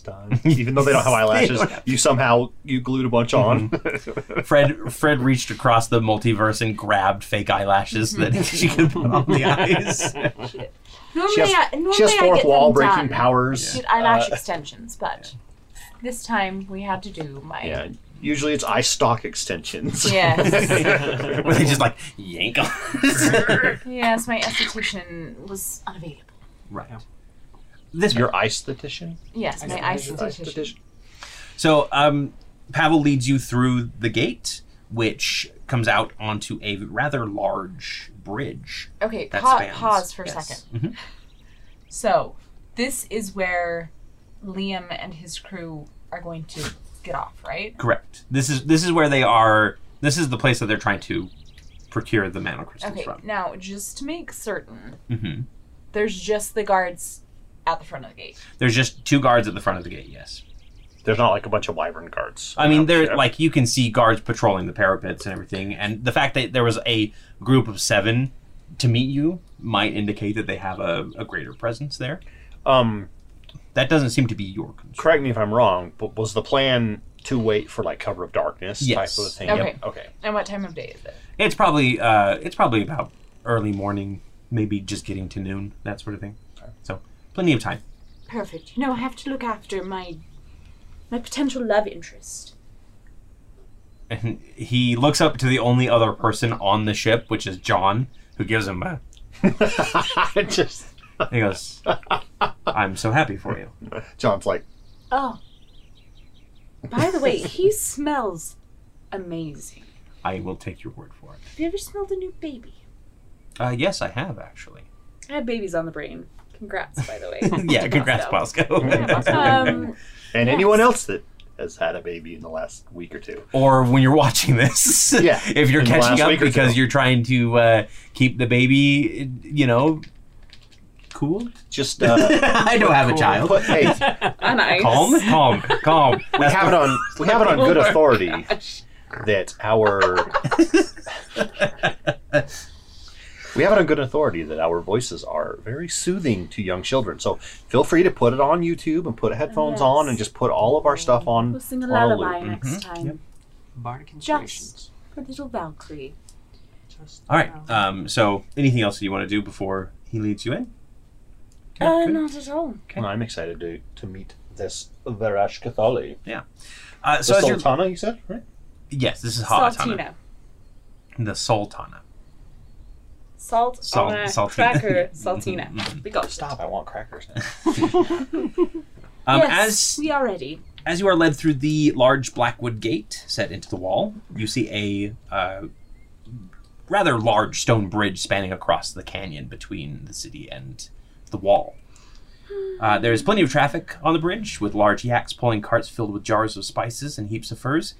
Speaker 2: done, even though they don't have eyelashes. You somehow you glued a bunch on.
Speaker 1: Mm-hmm. Fred Fred reached across the multiverse and grabbed fake eyelashes that she could put on the eyes.
Speaker 3: Normally,
Speaker 2: she has,
Speaker 3: I, normally
Speaker 2: she has
Speaker 3: I
Speaker 2: fourth
Speaker 3: get
Speaker 2: wall
Speaker 3: them
Speaker 2: breaking
Speaker 3: done.
Speaker 2: powers.
Speaker 3: Did eyelash
Speaker 2: Uh,
Speaker 3: extensions, but this time we had to do my.
Speaker 2: yeah, usually it's eye stalk extensions.
Speaker 3: Yes.
Speaker 1: Where they just like yank on.
Speaker 3: Yes, my esthetician was unavailable.
Speaker 1: right. This
Speaker 2: Your esthetician.
Speaker 3: Yes, my esthetician.
Speaker 1: So um, Pavel leads you through the gate, which comes out onto a rather large bridge.
Speaker 3: Okay,
Speaker 1: That
Speaker 3: pa-
Speaker 1: spans-
Speaker 3: pause for a
Speaker 1: yes.
Speaker 3: 2nd
Speaker 1: Mhm.
Speaker 3: So, this is where Liam and his crew are going to get off, right?
Speaker 1: Correct. This is this is where they are. This is the place that they're trying to procure the mana crystals
Speaker 3: Okay,
Speaker 1: from.
Speaker 3: now just to make certain,
Speaker 1: hmm
Speaker 3: there's just the guards at the front of the gate.
Speaker 1: There's just two guards at the front of the gate. Yes.
Speaker 2: There's not like a bunch of wyvern guards.
Speaker 1: I mean, there
Speaker 2: Yeah.
Speaker 1: like you can see guards patrolling the parapets and everything, and the fact that there was a group of seven to meet you might indicate that they have a, a greater presence there.
Speaker 2: Um,
Speaker 1: That doesn't seem to be your concern.
Speaker 2: correct me if I'm wrong, but was the plan to wait for like cover of darkness
Speaker 1: Yes.
Speaker 2: type of thing?
Speaker 3: Okay.
Speaker 2: Okay.
Speaker 3: And what time of day is it?
Speaker 1: It's probably uh, it's probably about early morning, maybe just getting to noon, that sort of thing. So plenty of time.
Speaker 3: Perfect. You know, I have to look after my my potential love interest.
Speaker 1: And he looks up to the only other person on the ship, which is John, who gives him a.
Speaker 2: I just
Speaker 1: He goes, "I'm so happy for you."
Speaker 2: John's like,
Speaker 3: Oh. By the way, he smells amazing.
Speaker 1: I will take your word for it.
Speaker 3: Have you ever smelled a new baby?
Speaker 1: Uh, yes, I have actually.
Speaker 3: I have babies on the brain. Congrats, by the way.
Speaker 1: yeah, congrats, Bosco.
Speaker 3: um,
Speaker 2: and
Speaker 3: Yes.
Speaker 2: anyone else that has had a baby in the last week or two.
Speaker 1: or when you're watching this.
Speaker 2: Yeah,
Speaker 1: if you're
Speaker 2: in the
Speaker 1: catching
Speaker 2: last
Speaker 1: up
Speaker 2: week or
Speaker 1: because
Speaker 2: so.
Speaker 1: you're trying to uh, keep the baby, you know, cool.
Speaker 2: Just uh,
Speaker 1: I don't have a child.
Speaker 2: put, hey,
Speaker 3: on ice.
Speaker 1: Calm, calm, calm.
Speaker 2: we have it on we have it on good authority that our we have it on good authority that our voices are very soothing to young children. So feel free to put it on YouTube and put headphones on and
Speaker 3: Yes.
Speaker 2: just put all of our stuff on.
Speaker 3: We'll sing a
Speaker 2: on a
Speaker 3: lullaby
Speaker 2: loop.
Speaker 1: Mm-hmm.
Speaker 3: next time
Speaker 4: Bardic
Speaker 3: Just-
Speaker 4: inspirations.
Speaker 3: for little Valkyrie.
Speaker 4: Just
Speaker 1: All right. Um, so, anything else you want to do before he leads you in? Okay,
Speaker 3: uh,
Speaker 1: good.
Speaker 3: not at all.
Speaker 2: Well, I'm excited to to meet this Verash Cathali.
Speaker 1: Uh, so,
Speaker 2: So
Speaker 1: as you're,
Speaker 2: Sultana, you said, right?
Speaker 1: yes, this is Haatana,
Speaker 3: Saltina.
Speaker 1: the Sultana.
Speaker 3: Salt,
Speaker 1: Salt-
Speaker 3: on a
Speaker 1: saltina. Mm-hmm.
Speaker 3: cracker. Saltina. we got
Speaker 2: Stop! I want crackers now.
Speaker 1: Um,
Speaker 3: yes,
Speaker 1: As
Speaker 3: we are ready.
Speaker 1: As you are led through the large blackwood gate set into the wall, you see a uh, rather large stone bridge spanning across the canyon between the city and the wall. Uh, there is plenty of traffic on the bridge, with large yaks pulling carts filled with jars of spices and heaps of furs.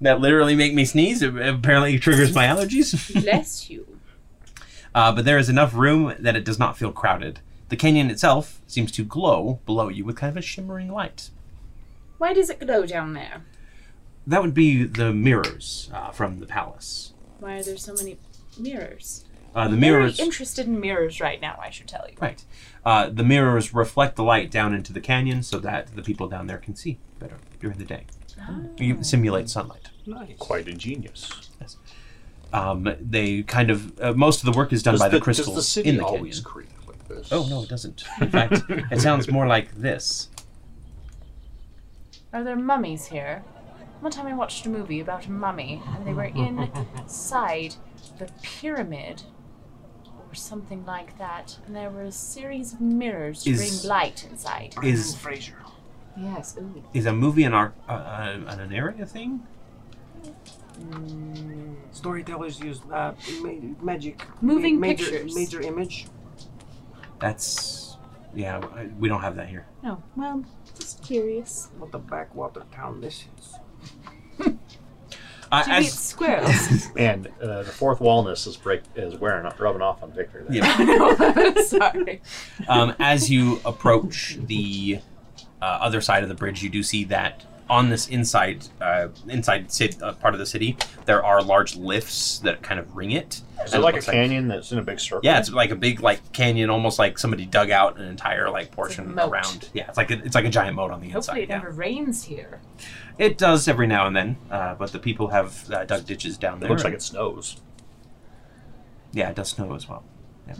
Speaker 1: that literally make me sneeze. It apparently triggers my allergies.
Speaker 3: Bless you.
Speaker 1: Uh, but there is enough room that it does not feel crowded. The canyon itself seems to glow below you with kind of a shimmering light.
Speaker 3: Why does it glow down there?
Speaker 1: That would be the mirrors uh, from the palace.
Speaker 3: Why are there so many mirrors?
Speaker 1: Uh, the mirrors.
Speaker 3: Very interested in mirrors right now, I should tell you.
Speaker 1: Right. Uh, the mirrors reflect the light down into the canyon so that the people down there can see better during the day.
Speaker 3: Ah. Oh.
Speaker 1: You simulate sunlight.
Speaker 2: Quite ingenious.
Speaker 1: Um, they kind of uh, most of the work is done by the, crystals
Speaker 2: does the city
Speaker 1: in the
Speaker 2: always
Speaker 1: canyon.
Speaker 2: creak like this?
Speaker 1: Oh no, it doesn't. In fact, it sounds more like this.
Speaker 3: Are there mummies here? One time I watched a movie about a mummy, and they were inside the pyramid or something like that, and there were a series of mirrors to
Speaker 1: Is-
Speaker 3: bring light inside.
Speaker 1: Is
Speaker 7: Fraser.
Speaker 3: Yes, ooh.
Speaker 1: is a movie an ar- uh, uh, an area thing?
Speaker 3: mm.
Speaker 7: Storytellers use uh, ma- magic.
Speaker 3: Moving
Speaker 7: major,
Speaker 3: pictures.
Speaker 7: Major image.
Speaker 1: That's yeah. I- We don't have that here.
Speaker 3: No, Oh, well, just curious.
Speaker 7: What the backwater town this is.
Speaker 1: Uh,
Speaker 3: Do you eat
Speaker 1: as,
Speaker 3: squirrels?
Speaker 2: And uh, the fourth wallness is break is wearing rubbing off on Victor. There.
Speaker 1: Yeah.
Speaker 3: no, sorry.
Speaker 1: um, as you approach the uh, other side of the bridge, you do see that on this inside uh, inside cit- uh, part of the city, there are large lifts that kind of ring it.
Speaker 2: Is
Speaker 1: And
Speaker 2: it
Speaker 1: it
Speaker 2: like a
Speaker 1: looks
Speaker 2: canyon that's in a big circle?
Speaker 1: Yeah, it's like a big like canyon, almost like somebody dug out an entire like portion
Speaker 3: moat.
Speaker 1: around. Yeah, it's like a, it's like a giant moat on the inside.
Speaker 3: Hopefully, it
Speaker 1: yeah.
Speaker 3: never rains here.
Speaker 1: It does every now and then, uh, but the people have uh, dug ditches down
Speaker 2: It
Speaker 1: there.
Speaker 2: looks like
Speaker 1: and-
Speaker 2: it snows.
Speaker 1: Yeah, it does snow as well. Yeah.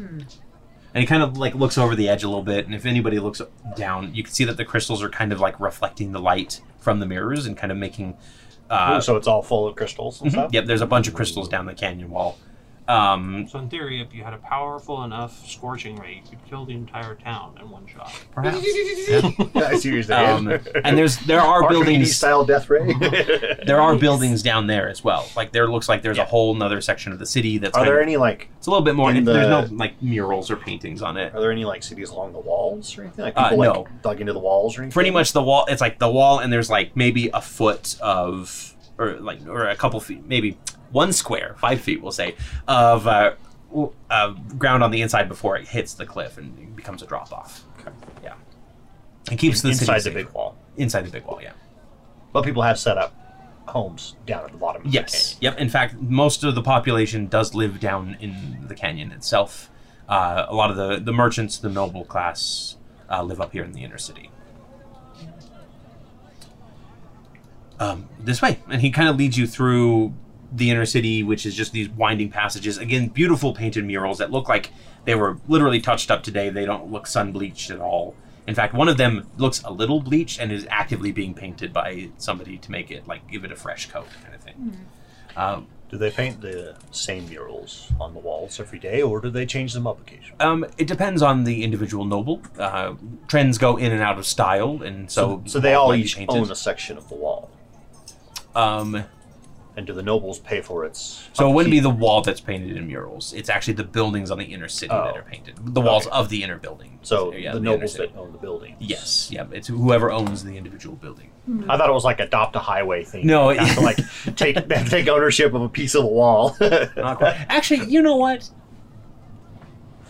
Speaker 1: And he kind of like looks over the edge a little bit, and if anybody looks down, you can see that the crystals are kind of like reflecting the light from the mirrors and kind of making. Uh, mm-hmm. mhm,
Speaker 2: Ooh, so it's all full of crystals and stuff.
Speaker 1: Yep, there's a bunch of crystals down the canyon wall. Um,
Speaker 4: So in theory, if you had a powerful enough scorching ray, you could kill the entire town in one shot.
Speaker 1: perhaps.
Speaker 2: Yeah, I see what you're saying.
Speaker 1: Um, and there's there are buildings
Speaker 2: style death ray.
Speaker 1: there are buildings down there as well. Like there looks like there's a whole nother section of the city that's
Speaker 2: are
Speaker 1: kind
Speaker 2: there
Speaker 1: of-
Speaker 2: any like
Speaker 1: it's a little bit more.
Speaker 2: in
Speaker 1: there's no
Speaker 2: the-
Speaker 1: like murals or paintings on it.
Speaker 2: are there any like cities along the walls or anything? Like
Speaker 1: Uh,
Speaker 2: people like
Speaker 1: no.
Speaker 2: dug into the walls or anything?
Speaker 1: pretty much the wall it's like the wall and there's like maybe a foot of or like or a couple feet maybe one square five feet we'll say of uh, w- uh, ground on the inside before it hits the cliff and it becomes a drop off yeah it keeps the city
Speaker 2: inside the
Speaker 1: safe.
Speaker 2: big wall.
Speaker 1: inside the big wall yeah
Speaker 2: But people have set up homes down at the bottom. of
Speaker 1: yes yep in fact most of the population does live down in the canyon itself uh, a lot of the the merchants the noble class uh, live up here in the inner city um, this way. And he kind of leads you through the inner city, which is just these winding passages. Again, beautiful painted murals that look like they were literally touched up today. They don't look sun bleached at all. In fact, one of them looks a little bleached and is actively being painted by somebody to make it like give it a fresh coat kind of thing. Um,
Speaker 2: the canyon. Do they paint the same murals on the walls every day, or do they change them up occasionally?
Speaker 1: um, it depends on the individual noble. Uh, trends go in and out of style, and so
Speaker 2: so they all
Speaker 1: what you
Speaker 2: each
Speaker 1: painted.
Speaker 2: own a section of the wall,
Speaker 1: Um,
Speaker 2: and do the nobles pay for its?
Speaker 1: So it wouldn't be
Speaker 2: upkeep?
Speaker 1: the wall that's painted in murals. It's actually the buildings on the inner city that
Speaker 2: Oh.
Speaker 1: are painted. The walls
Speaker 2: Okay.
Speaker 1: of the inner building.
Speaker 2: so
Speaker 1: Yeah,
Speaker 2: the
Speaker 1: inner
Speaker 2: nobles
Speaker 1: city.
Speaker 2: that own the buildings.
Speaker 1: Yes. Yeah. It's whoever owns the individual building.
Speaker 2: I thought it was like adopt a highway thing.
Speaker 1: No,
Speaker 2: You have to, like take take ownership of a piece of the wall.
Speaker 1: Not quite. Actually, you know what?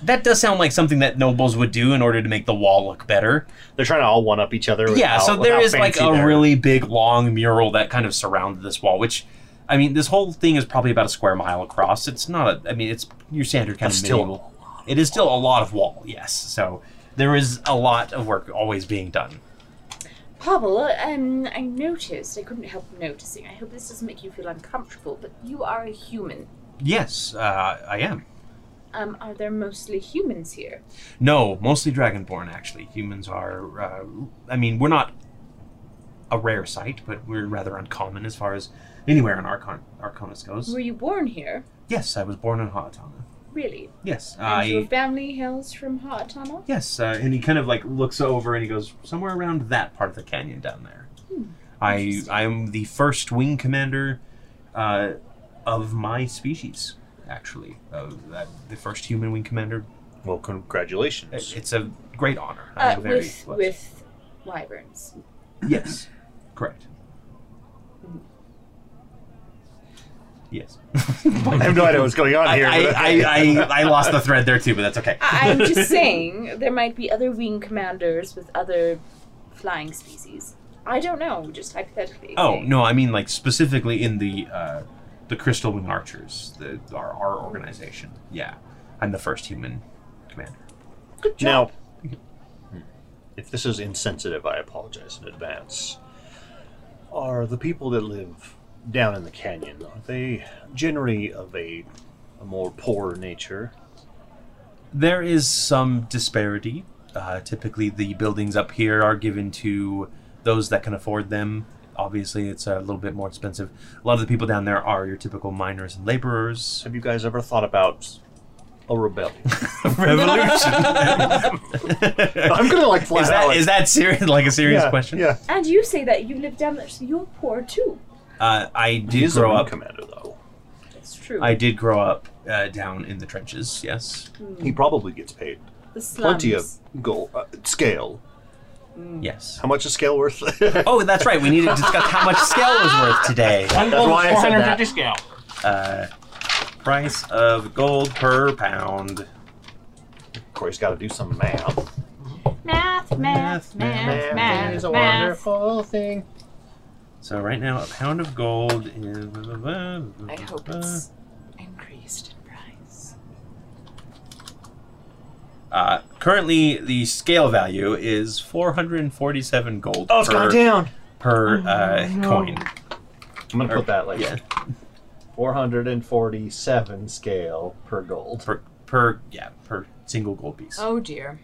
Speaker 1: That does sound like something that nobles would do in order to make the wall look better.
Speaker 2: They're trying to all one up each other. With
Speaker 1: yeah.
Speaker 2: how,
Speaker 1: So
Speaker 2: with
Speaker 1: there
Speaker 2: how
Speaker 1: is like
Speaker 2: fancy
Speaker 1: a
Speaker 2: they're-
Speaker 1: really big long mural that kind of surrounded this wall, which. I mean, this whole thing is probably about a square mile across. It's not a. I mean, it's your standard kind
Speaker 2: That's
Speaker 1: of
Speaker 2: still
Speaker 1: medieval. it is still a lot of wall, yes. So there is a lot of work always being done.
Speaker 3: Pavel, um, I noticed, I couldn't help noticing, I hope this doesn't make you feel uncomfortable, but you are a human.
Speaker 1: Yes, uh, I am.
Speaker 3: Um, are there mostly humans here?
Speaker 1: No, mostly dragonborn, actually. Humans are, uh, I mean, we're not a rare sight, but we're rather uncommon as far as anywhere in Arcon- Arconis goes.
Speaker 3: Were you born here?
Speaker 1: Yes, I was born in Hotana.
Speaker 3: Really?
Speaker 1: Yes,
Speaker 3: And your
Speaker 1: I.
Speaker 3: family hails from Haatana?
Speaker 1: Yes, uh, and he kind of like looks over and he goes somewhere around that part of the canyon down there.
Speaker 3: Hmm.
Speaker 1: I I am the first wing commander uh, of my species, actually, of that, the first human wing commander
Speaker 2: Well, congratulations.
Speaker 1: It's a great honor.
Speaker 3: Uh,
Speaker 1: I'm very
Speaker 3: with
Speaker 1: blessed.
Speaker 3: with wyverns.
Speaker 1: Yes, correct. Yes.
Speaker 2: I have no idea what's going on
Speaker 1: I,
Speaker 2: here. but-
Speaker 1: I, I, I lost the thread there too, but that's okay.
Speaker 3: I- I'm just saying there might be other wing commanders with other flying species. I don't know, just hypothetically.
Speaker 1: Oh
Speaker 3: saying.
Speaker 1: no, I mean like specifically in the uh, the Crystal Wing Archers, the, our our organization. Yeah, I'm the first human commander.
Speaker 2: Now, if this is insensitive, I apologize in advance. Are the people that live down in the canyon are they generally of a, a more poor nature?
Speaker 1: There is some disparity. Uh, typically, the buildings up here are given to those that can afford them. Obviously, it's a little bit more expensive. A lot of the people down there are your typical miners and laborers.
Speaker 2: Have you guys ever thought about a rebellion?
Speaker 1: Revolution.
Speaker 2: I'm gonna like flat
Speaker 1: is
Speaker 2: out.
Speaker 1: that is that serious? Like a serious
Speaker 2: yeah,
Speaker 1: question?
Speaker 2: Yeah,
Speaker 3: And you say that you live down there, so you're poor too.
Speaker 1: Uh, I
Speaker 2: he
Speaker 1: did
Speaker 2: is a
Speaker 1: grow
Speaker 2: wing
Speaker 1: up.
Speaker 2: commander though.
Speaker 3: It's true.
Speaker 1: I did grow up uh, down in the trenches. Yes.
Speaker 2: He probably gets paid
Speaker 3: the slums.
Speaker 2: plenty of gold uh, scale.
Speaker 3: Hmm.
Speaker 1: Yes.
Speaker 2: How much is scale worth?
Speaker 1: Oh, that's right. We need to discuss how much scale was worth today.
Speaker 2: That's
Speaker 4: One gold
Speaker 2: why I
Speaker 4: is
Speaker 2: said that.
Speaker 4: 450 scale.
Speaker 1: Uh, price of gold per pound.
Speaker 2: Corey's got to do some math.
Speaker 3: math, math, math, math, math,
Speaker 2: wonderful thing.
Speaker 1: So right now, a pound of gold is.
Speaker 3: I hope it's increased in price.
Speaker 1: Uh, currently, the scale value is 447 gold
Speaker 2: Oh, it's
Speaker 1: per,
Speaker 2: gone down.
Speaker 1: per uh,
Speaker 3: Oh,
Speaker 1: coin.
Speaker 2: I'm gonna put that like
Speaker 1: Yeah,
Speaker 2: 447 scale per gold.
Speaker 1: per per yeah per single gold piece.
Speaker 6: Oh dear.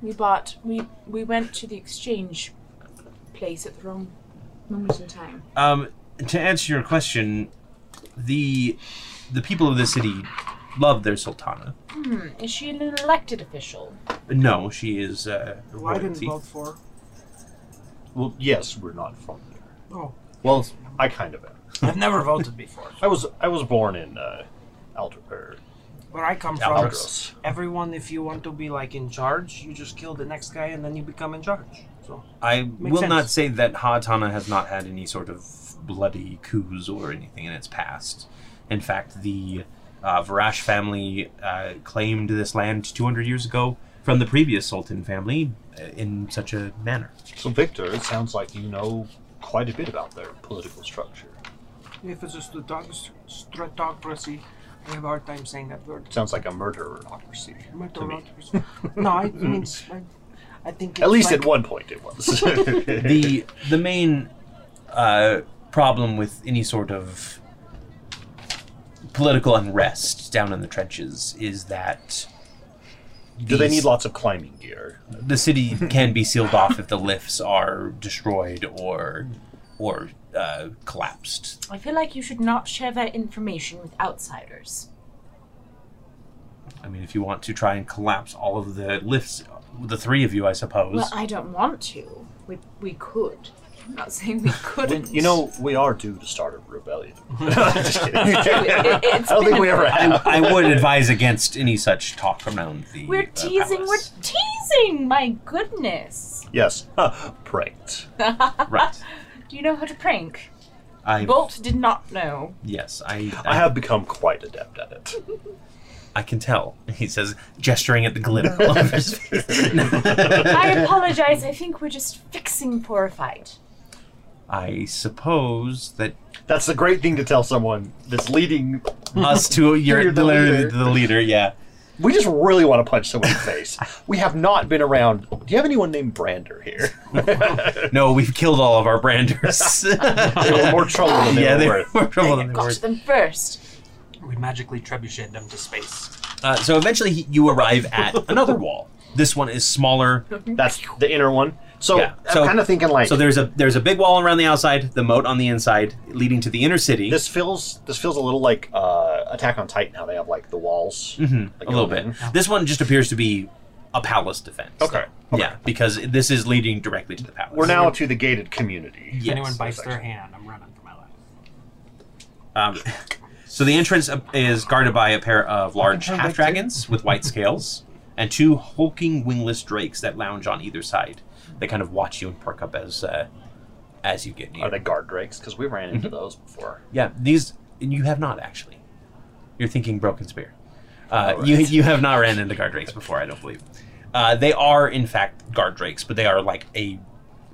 Speaker 6: We bought. We we went to the exchange place at the wrong moment in time.
Speaker 1: Um, to answer your question, the the people of the city love their sultana.
Speaker 6: Hmm. Is she an elected official?
Speaker 1: No, she is uh,
Speaker 7: Well, I didn't
Speaker 1: royalty.
Speaker 7: vote for.
Speaker 2: Well, yes, we're not from there.
Speaker 7: Oh,
Speaker 2: Well, I kind of am.
Speaker 7: I've never voted before.
Speaker 2: I was I was born in uh, Alder, er,
Speaker 7: Where I come from,
Speaker 2: Aldros.
Speaker 7: everyone, if you want to be like in charge, you just kill the next guy and then you become in charge. So
Speaker 1: I will
Speaker 7: sense.
Speaker 1: not say that Haatana has not had any sort of bloody coups or anything in its past. In fact, the uh, Varash family uh, claimed this land 200 years ago from the previous Sultan family uh, in such a manner.
Speaker 2: So Victor, it sounds like you know quite a bit about their political structure.
Speaker 7: if it's a strato- stratocracy, I have a hard time saying that word.
Speaker 2: It sounds like a murderocracy. To me.
Speaker 7: Methodocracy. No, I mean, I, I think
Speaker 2: At
Speaker 7: it's
Speaker 2: least
Speaker 7: like,
Speaker 2: at one point it was. the
Speaker 1: the the main uh, problem with any sort of political unrest down in the trenches is that
Speaker 2: Do they
Speaker 1: these-
Speaker 2: need lots of climbing gear?
Speaker 1: the city can be sealed off if the lifts are destroyed or or uh, collapsed.
Speaker 6: I feel like you should not share that information with outsiders.
Speaker 1: I mean, if you want to try and collapse all of the lifts, the three of you, I suppose.
Speaker 6: Well, I don't want to. We we could. I'm not saying we couldn't.
Speaker 2: You know, we are due to start a rebellion. Just kidding. I
Speaker 6: it's
Speaker 2: don't think we ever have.
Speaker 1: I, I would advise against any such talk around the.
Speaker 6: We're
Speaker 1: uh,
Speaker 6: teasing. We're
Speaker 1: palace.
Speaker 6: teasing. My goodness.
Speaker 2: Yes, pranked.
Speaker 1: right.
Speaker 6: Do you know how to prank?
Speaker 1: I
Speaker 6: Bolt did not know.
Speaker 1: yes, I
Speaker 2: I have become quite adept at it.
Speaker 1: I can tell. He says, gesturing at the glitter all over his face.
Speaker 6: I apologize. I think we're just fixing for a fight.
Speaker 1: I suppose that
Speaker 2: That's the great thing to tell someone that's leading.
Speaker 1: us two, you're,
Speaker 2: You're the
Speaker 1: the, leader.
Speaker 2: leader.
Speaker 1: the leader, yeah.
Speaker 2: We just really want to punch someone in the face. We have not been around. Do you have anyone named Brander here?
Speaker 1: No, we've killed all of our branders.
Speaker 2: they were more trouble than they
Speaker 1: yeah,
Speaker 2: were
Speaker 1: they
Speaker 2: worth.
Speaker 1: were trouble
Speaker 6: I
Speaker 1: than they were
Speaker 6: got to them first.
Speaker 4: We magically trebuchet them to space.
Speaker 1: Uh, so eventually, he, you arrive at another wall. This one is smaller.
Speaker 2: That's the inner one. So
Speaker 1: Yeah, so-
Speaker 2: I'm kind of thinking like
Speaker 1: So there's a there's a big wall around the outside, the moat on the inside, leading to the inner city.
Speaker 2: this feels this feels a little like uh, Attack on Titan. How they have like the walls
Speaker 1: Mhm,
Speaker 2: Like
Speaker 1: a little bit.
Speaker 2: going
Speaker 1: This one just appears to be a palace defense.
Speaker 2: Okay.
Speaker 1: Yeah, because this is leading directly to the palace.
Speaker 2: We're now to the gated community.
Speaker 4: If
Speaker 1: Yes,
Speaker 4: anyone bites
Speaker 2: that's
Speaker 4: their
Speaker 2: actually-
Speaker 4: hand, I'm running for my life.
Speaker 1: Um, So the entrance uh, is guarded by a pair of large
Speaker 2: turn back
Speaker 1: half dragons with white scales and two hulking wingless drakes that lounge on either side. They kind of watch you and perk up as uh, as you get near.
Speaker 2: Are they guard drakes? Because we ran
Speaker 1: Mm-hmm.
Speaker 2: into those before.
Speaker 1: Yeah, these you have not actually. You're thinking broken spear. Uh, You you have not ran into guard drakes before, I don't believe. Uh, they are in fact guard drakes, but they are like a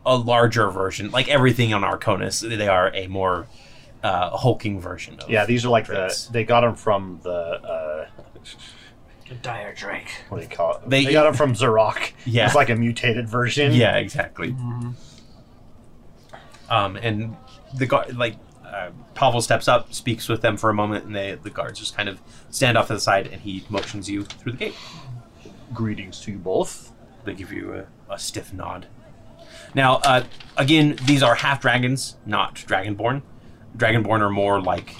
Speaker 1: a larger version, like everything on Arconus. They are a more uh, hulking version of.
Speaker 2: Yeah, these are like
Speaker 1: drakes.
Speaker 2: the they got them from the uh,
Speaker 4: A dire drake.
Speaker 2: what do you call it?
Speaker 1: They-
Speaker 2: They, got them from Zerok.
Speaker 1: Yeah.
Speaker 2: it's like a mutated version.
Speaker 1: Yeah, exactly. Um, and the guard, like, uh, Pavel steps up, speaks with them for a moment, and they, the guards just kind of stand off to the side, and he motions you through the gate.
Speaker 2: Greetings to you both.
Speaker 1: They give you a, a stiff nod. Now, uh, again, these are half dragons, not dragonborn. Dragonborn are more like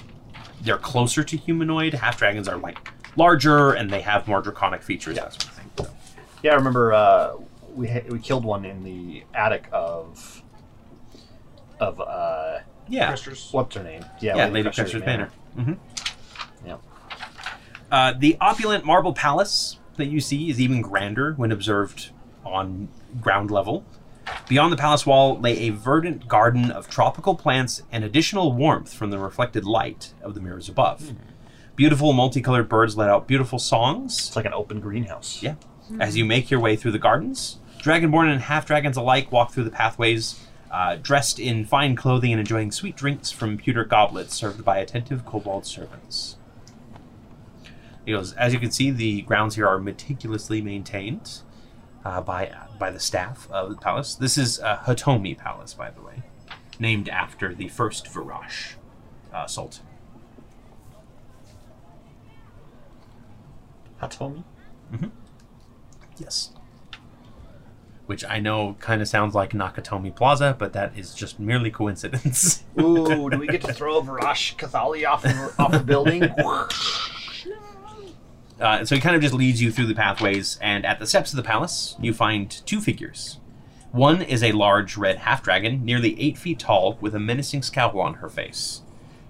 Speaker 1: they're closer to humanoid. Half dragons are like larger, and they have more draconic features. That sort of thing. So,
Speaker 2: Yeah, I remember uh, we ha- we killed one in the attic of of uh,
Speaker 1: yeah.
Speaker 4: Cresters.
Speaker 2: what's her name? Yeah,
Speaker 1: yeah, Lady Chester's Banner. Mm-hmm.
Speaker 2: Yep.
Speaker 1: Uh, the opulent marble palace that you see is even grander when observed on ground level. Beyond the palace wall lay a verdant garden of tropical plants and additional warmth from the reflected light of the mirrors above. Beautiful multicolored birds let out beautiful songs
Speaker 2: It's like an open greenhouse.
Speaker 1: yeah. As you make your way through the gardens, dragonborn and half dragons alike walk through the pathways, uh, dressed in fine clothing and enjoying sweet drinks from pewter goblets served by attentive kobold servants. He goes, as you can see, the grounds here are meticulously maintained uh, by by the staff of the palace. This is uh, Hatomi Palace, by the way, named after the first Virash uh, Sultan.
Speaker 2: Hatomi.
Speaker 1: Yes. Which I know kind of sounds like Nakatomi Plaza, but that is just merely coincidence.
Speaker 2: Ooh, do we get to throw Varash Kathali off of, off the building?
Speaker 1: Uh, so he kind of just leads you through the pathways, and at the steps of the palace, you find two figures. One is a large red half dragon, nearly eight feet tall, with a menacing scowl on her face.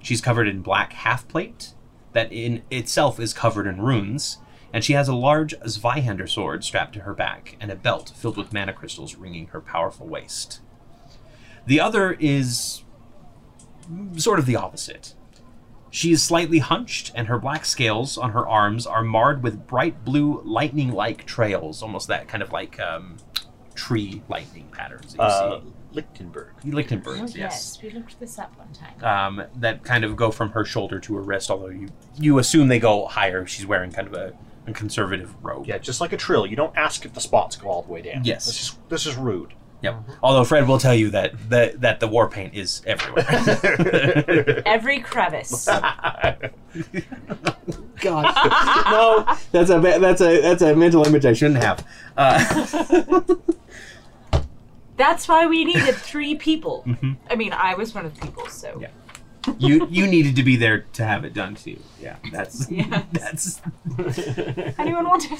Speaker 1: She's covered in black half plate that in itself is covered in runes, and she has a large Zweihander sword strapped to her back and a belt filled with mana crystals ringing her powerful waist. The other is sort of the opposite. She is slightly hunched, and her black scales on her arms are marred with bright blue lightning like trails, almost that kind of like um, tree lightning patterns that you
Speaker 2: uh, Lichtenberg.
Speaker 1: see. Lichtenberg,
Speaker 6: Oh,
Speaker 1: yes
Speaker 6: yes, we looked this up one time.
Speaker 1: um, that kind of go from her shoulder to her wrist. Although you you assume they go higher. She's wearing kind of a, a conservative robe.
Speaker 2: Yeah, just like a trill. You don't ask if the spots go all the way down.
Speaker 1: Yes.
Speaker 2: This is this is rude.
Speaker 1: Yep. Although Fred will tell you that that, that the war paint is everywhere.
Speaker 3: Every crevice.
Speaker 1: Gosh, no, that's a ba- that's a that's a mental image I shouldn't have. Uh,
Speaker 3: That's why we needed three people.
Speaker 1: Mm-hmm.
Speaker 3: I mean, I was one of the people, so.
Speaker 1: Yeah. you you needed to be there to have it done to you. Yeah, that's
Speaker 3: Yes.
Speaker 1: that's
Speaker 3: Anyone want to have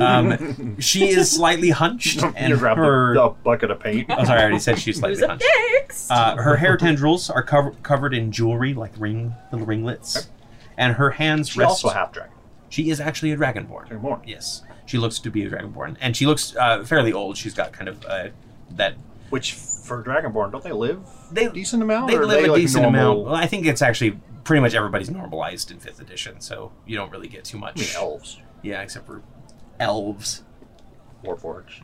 Speaker 1: um, she is slightly hunched and
Speaker 2: you grab the-
Speaker 1: her.
Speaker 2: the, bucket of paint.
Speaker 1: Oh, sorry, I already said she's
Speaker 3: Who's
Speaker 1: slightly
Speaker 3: up
Speaker 1: hunched.
Speaker 3: next?
Speaker 1: Uh, her hair tendrils are cov- covered in jewelry, like ring little ringlets, and her hands
Speaker 2: She
Speaker 1: rest.
Speaker 2: also half dragon.
Speaker 1: she is actually a dragonborn.
Speaker 2: Dragon born.
Speaker 1: Yes, she looks to be a dragonborn, and she looks uh, fairly old. She's got kind of uh, that.
Speaker 2: Which for dragonborn, don't they live
Speaker 1: They-
Speaker 2: a decent amount?
Speaker 1: They
Speaker 2: Or are
Speaker 1: live a
Speaker 2: like,
Speaker 1: decent
Speaker 2: normal-
Speaker 1: amount. Well, I think it's actually pretty much everybody's normalized in fifth edition, so you don't really get too
Speaker 2: I mean,
Speaker 1: much.
Speaker 2: elves,
Speaker 1: Yeah, except for elves.
Speaker 2: warforged.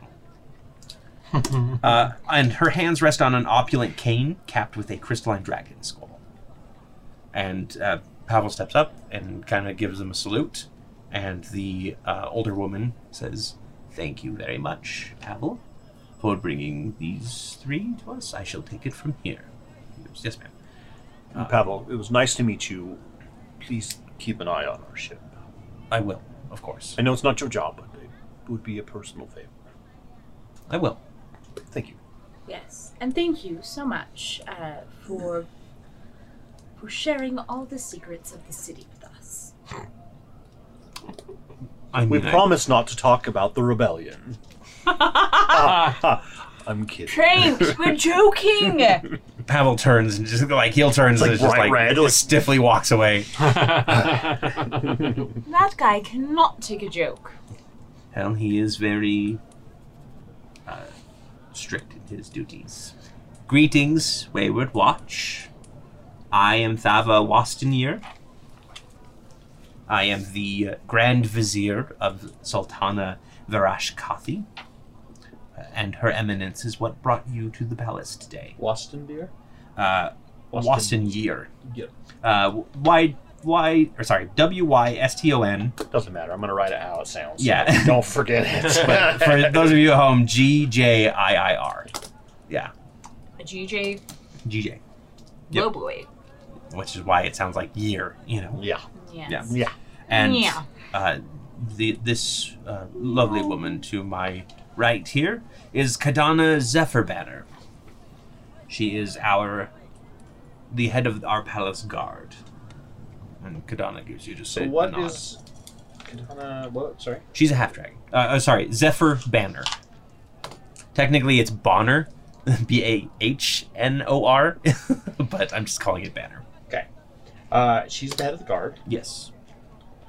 Speaker 1: Uh, and her hands rest on an opulent cane capped with a crystalline dragon skull. And uh, Pavel steps up and kind of gives them a salute. And the uh, older woman says, Thank you very much, Pavel, for bringing these three to us. I shall take it from here. He goes, Yes, ma'am. Uh.
Speaker 2: And Pavel, it was nice to meet you. Please keep an eye on our ship.
Speaker 1: I will, of course.
Speaker 2: I know it's not your job, but it would be a personal favor.
Speaker 1: I will.
Speaker 2: Thank you.
Speaker 6: Yes, and thank you so much uh, for for sharing all the secrets of the city with us.
Speaker 1: I mean,
Speaker 2: We
Speaker 1: I-
Speaker 2: promise not to talk about the rebellion. Ah, ah, I'm kidding.
Speaker 3: Trained! We're joking!
Speaker 1: Pavel turns and just like heel turns
Speaker 2: It's like
Speaker 1: and just
Speaker 2: bright
Speaker 1: like
Speaker 2: red, like-
Speaker 1: stiffly walks away.
Speaker 6: That guy cannot take a joke.
Speaker 1: Hell, he is very uh, strict in his duties. Greetings, Wayward Watch. I am Thava Wastenir. I am the uh, Grand Vizier of Sultana Varash Kathi. Uh, And Her Eminence is what brought you to the palace today.
Speaker 2: Waston beer?
Speaker 1: Uh,
Speaker 2: Waston.
Speaker 1: Wastenir.
Speaker 2: Yeah.
Speaker 1: Uh, y, y, or sorry, W Y S T O N.
Speaker 2: Doesn't matter. I'm going to write it how it sounds. so
Speaker 1: Yeah.
Speaker 2: don't forget it.
Speaker 1: but for those of you at home, G J I I R. Yeah,
Speaker 3: GJ,
Speaker 1: G J. Yep.
Speaker 3: low boy.
Speaker 1: Which is why it sounds like year, you know.
Speaker 2: yeah.
Speaker 3: Yes.
Speaker 1: Yeah.
Speaker 2: Yeah.
Speaker 1: And
Speaker 3: Yeah.
Speaker 1: uh, the, this uh, lovely woman to my right here is Kadana Zephyr Banner. She is our the head of our palace guard. And Kadana gives you just
Speaker 2: So
Speaker 1: a
Speaker 2: what
Speaker 1: nod.
Speaker 2: is? Katana, what? Sorry.
Speaker 1: She's a half dragon. Uh, uh, sorry, Zephyr Banner. Technically, it's Bonner, B A H N O R, but I'm just calling it Banner.
Speaker 2: Uh, she's the head of the guard.
Speaker 1: Yes.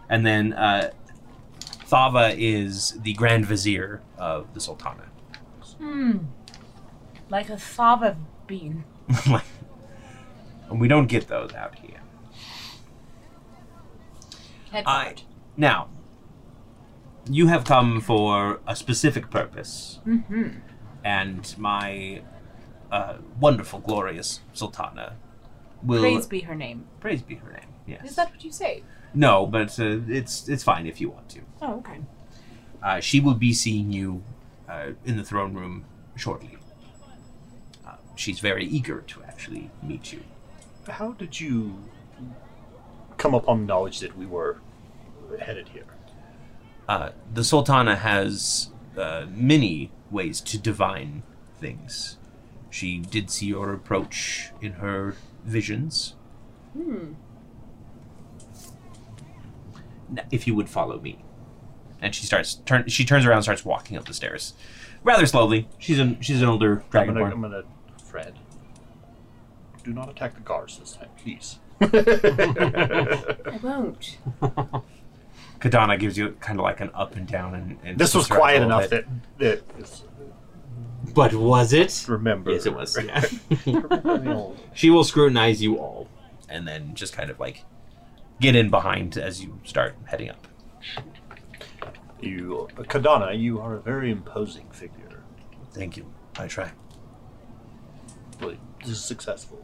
Speaker 1: And then uh, Thava is the Grand Vizier of the Sultana.
Speaker 6: Hmm. Like a fava bean.
Speaker 1: and we don't get those out here.
Speaker 3: Head
Speaker 1: I-
Speaker 3: guard.
Speaker 1: Now, you have come for a specific purpose,
Speaker 6: Mm-hmm.
Speaker 1: and my uh, wonderful, glorious Sultana will
Speaker 6: Praise be her name.
Speaker 1: praise be her name. Yes.
Speaker 6: Is that what you say?
Speaker 1: No, but uh, it's it's fine if you want to.
Speaker 6: Oh, okay.
Speaker 1: Uh, she will be seeing you uh, in the throne room shortly. Uh, she's very eager to actually meet you.
Speaker 2: How did you come upon knowledge that we were headed here?
Speaker 1: Uh, the Sultana has uh, many ways to divine things. She did see your approach in her visions.
Speaker 6: Hmm.
Speaker 1: N- If you would follow me, and she starts turn, she turns around, and starts walking up the stairs, rather slowly. She's an she's an older
Speaker 2: I'm
Speaker 1: dragonborn.
Speaker 2: gonna, I'm gonna, Fred. Do not attack the guards this time, please.
Speaker 6: I won't.
Speaker 1: Kadana gives you kind of like an up and down, and, and
Speaker 2: this
Speaker 1: flips
Speaker 2: was
Speaker 1: her out
Speaker 2: quiet
Speaker 1: a little
Speaker 2: enough
Speaker 1: bit.
Speaker 2: that that it's-
Speaker 4: But was it?
Speaker 2: remember.
Speaker 1: Yes, it was.
Speaker 4: Yeah.
Speaker 2: Remember the old-
Speaker 4: she will scrutinize you all.
Speaker 1: and then just kind of like get in behind as you start heading up.
Speaker 2: you, Kadana, you are a very imposing figure,
Speaker 1: Thank you. I try.
Speaker 2: but this is successful.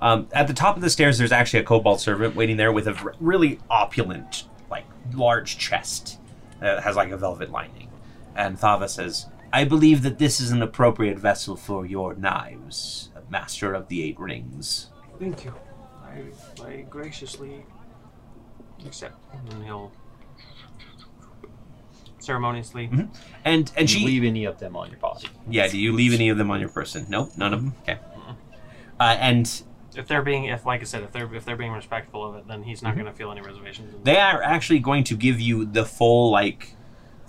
Speaker 1: Um, at the top of the stairs, there's actually a cobalt servant waiting there with a r- really opulent, like large chest that has like a velvet lining. And Thava says, "I believe that this is an appropriate vessel for your knives, master of the eight rings."
Speaker 7: Thank you. I, I graciously accept.
Speaker 4: And he'll ceremoniously.
Speaker 2: Mm-hmm.
Speaker 1: And and
Speaker 2: Do you
Speaker 1: she
Speaker 2: leave any of them on your body?
Speaker 1: yeah. Do you leave any of them on your person? Nope, none of them. Okay. Uh, and
Speaker 4: If they're being, if like I said, if they're if they're being respectful of it, then he's
Speaker 2: Mm-hmm.
Speaker 4: not going to feel any reservations.
Speaker 1: they are actually going to give you the full like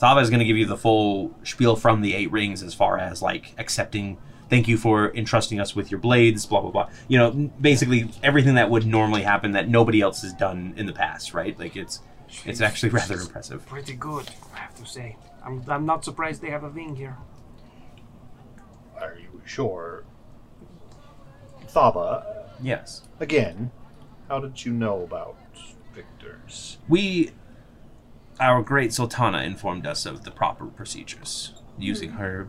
Speaker 1: Thava is going to give you the full spiel from the Eight Rings as far as like accepting, thank you for entrusting us with your blades, blah blah blah. You know, basically everything that would normally happen that nobody else has done in the past, right? Like it's it's actually rather impressive.
Speaker 7: Pretty good, I have to say. I'm, I'm not surprised they have a wing here.
Speaker 2: Are you sure? Thaba,
Speaker 1: Yes,
Speaker 2: again, how did you know about Victor's?
Speaker 1: we, our great Sultana informed us of the proper procedures using her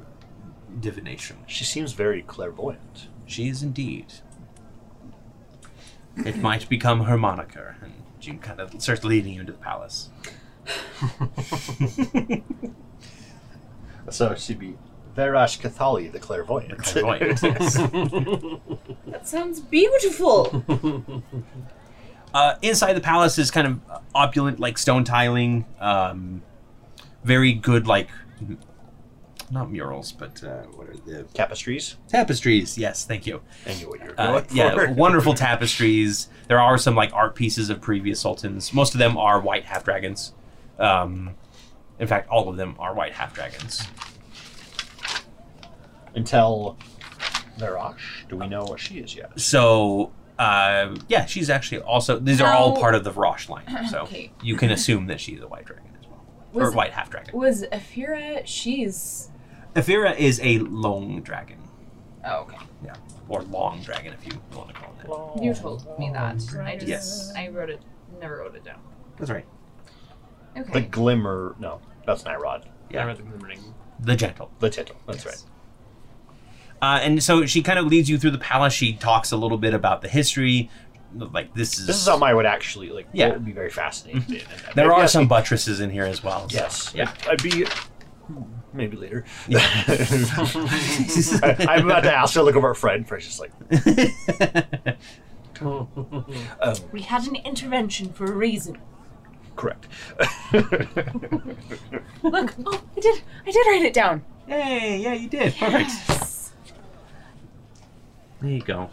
Speaker 1: divination.
Speaker 2: She seems very clairvoyant.
Speaker 1: She is indeed. It might become her moniker, and she kind of starts leading you into the palace.
Speaker 2: So she'd be Verash Cathali, the clairvoyant.
Speaker 1: Clairvoyant, yes.
Speaker 6: That sounds beautiful.
Speaker 1: uh, inside the palace is kind of opulent, like stone tiling, um, very good, like m- not murals, but uh, what are the
Speaker 2: Tapestries.
Speaker 1: tapestries? Yes, thank you.
Speaker 2: I knew what you were going
Speaker 1: Uh,
Speaker 2: for.
Speaker 1: yeah, wonderful tapestries. There are some like art pieces of previous sultans. Most of them are white half dragons. Um, in fact, all of them are white half dragons.
Speaker 2: Until Verash? Do we know what she is yet?
Speaker 1: So, uh, yeah, she's actually also. These are all
Speaker 6: Now-
Speaker 1: part of the Vrosh line, so
Speaker 6: Okay.
Speaker 1: you can assume that she's a white dragon as well,
Speaker 6: Was,
Speaker 1: or white half dragon.
Speaker 6: was Afira? She's.
Speaker 1: Ephira is a long dragon,
Speaker 6: Oh, okay.
Speaker 1: or long dragon, if you want to call it. that.
Speaker 6: You told me that. I just.
Speaker 1: Yes.
Speaker 6: I wrote it. Never wrote it down.
Speaker 1: That's right.
Speaker 6: Okay.
Speaker 2: The Glimmer. No, that's Nyrod.
Speaker 1: Yeah.
Speaker 4: I read the glimmering.
Speaker 1: The gentle.
Speaker 2: The title. That's
Speaker 1: Yes. Uh, and so she kind of leads you through the palace. She talks a little bit about the history. Like this is
Speaker 2: right. This is something I would actually like.
Speaker 1: Yeah.
Speaker 2: What would be very fascinating. in that.
Speaker 1: there
Speaker 2: Maybe
Speaker 1: are
Speaker 2: I'd
Speaker 1: some
Speaker 2: be-
Speaker 1: buttresses in here as well. so-
Speaker 2: Yes.
Speaker 1: Yeah.
Speaker 2: I'd- I'd be. hmm, Maybe later.
Speaker 1: Yeah.
Speaker 2: I, am about to ask to look over our friend, but it's just like, um,
Speaker 3: We had an intervention for a reason.
Speaker 2: correct.
Speaker 3: Look, oh, I did, I did write it down.
Speaker 1: Yay! Yeah, you did. Perfect. There you go.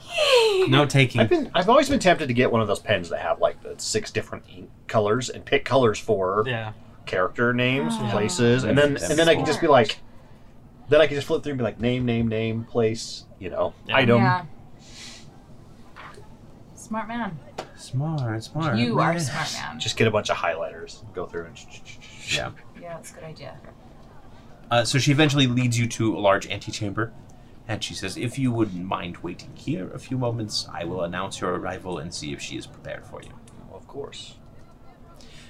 Speaker 1: No taking.
Speaker 2: I've been, I've always been tempted to get one of those pens that have like the six different ink colors and pick colors for
Speaker 4: Yeah.
Speaker 2: character names,
Speaker 6: Oh.
Speaker 2: places, and then
Speaker 1: That's
Speaker 2: and then I can just be
Speaker 6: smart.
Speaker 2: like, then I can just flip through and be like name, name, name, place, you know,
Speaker 4: Yeah.
Speaker 2: item.
Speaker 6: Yeah. Smart man.
Speaker 1: smart, smart.
Speaker 6: You are a
Speaker 1: man.
Speaker 6: smart man.
Speaker 2: Just get a bunch of highlighters, and go through and
Speaker 1: Yeah.
Speaker 6: Yeah, that's a good idea.
Speaker 1: Uh, so she eventually leads you to a large antechamber, and she says, "If you wouldn't mind waiting here a few moments, I will announce your arrival and see if she is prepared for you."
Speaker 2: of course.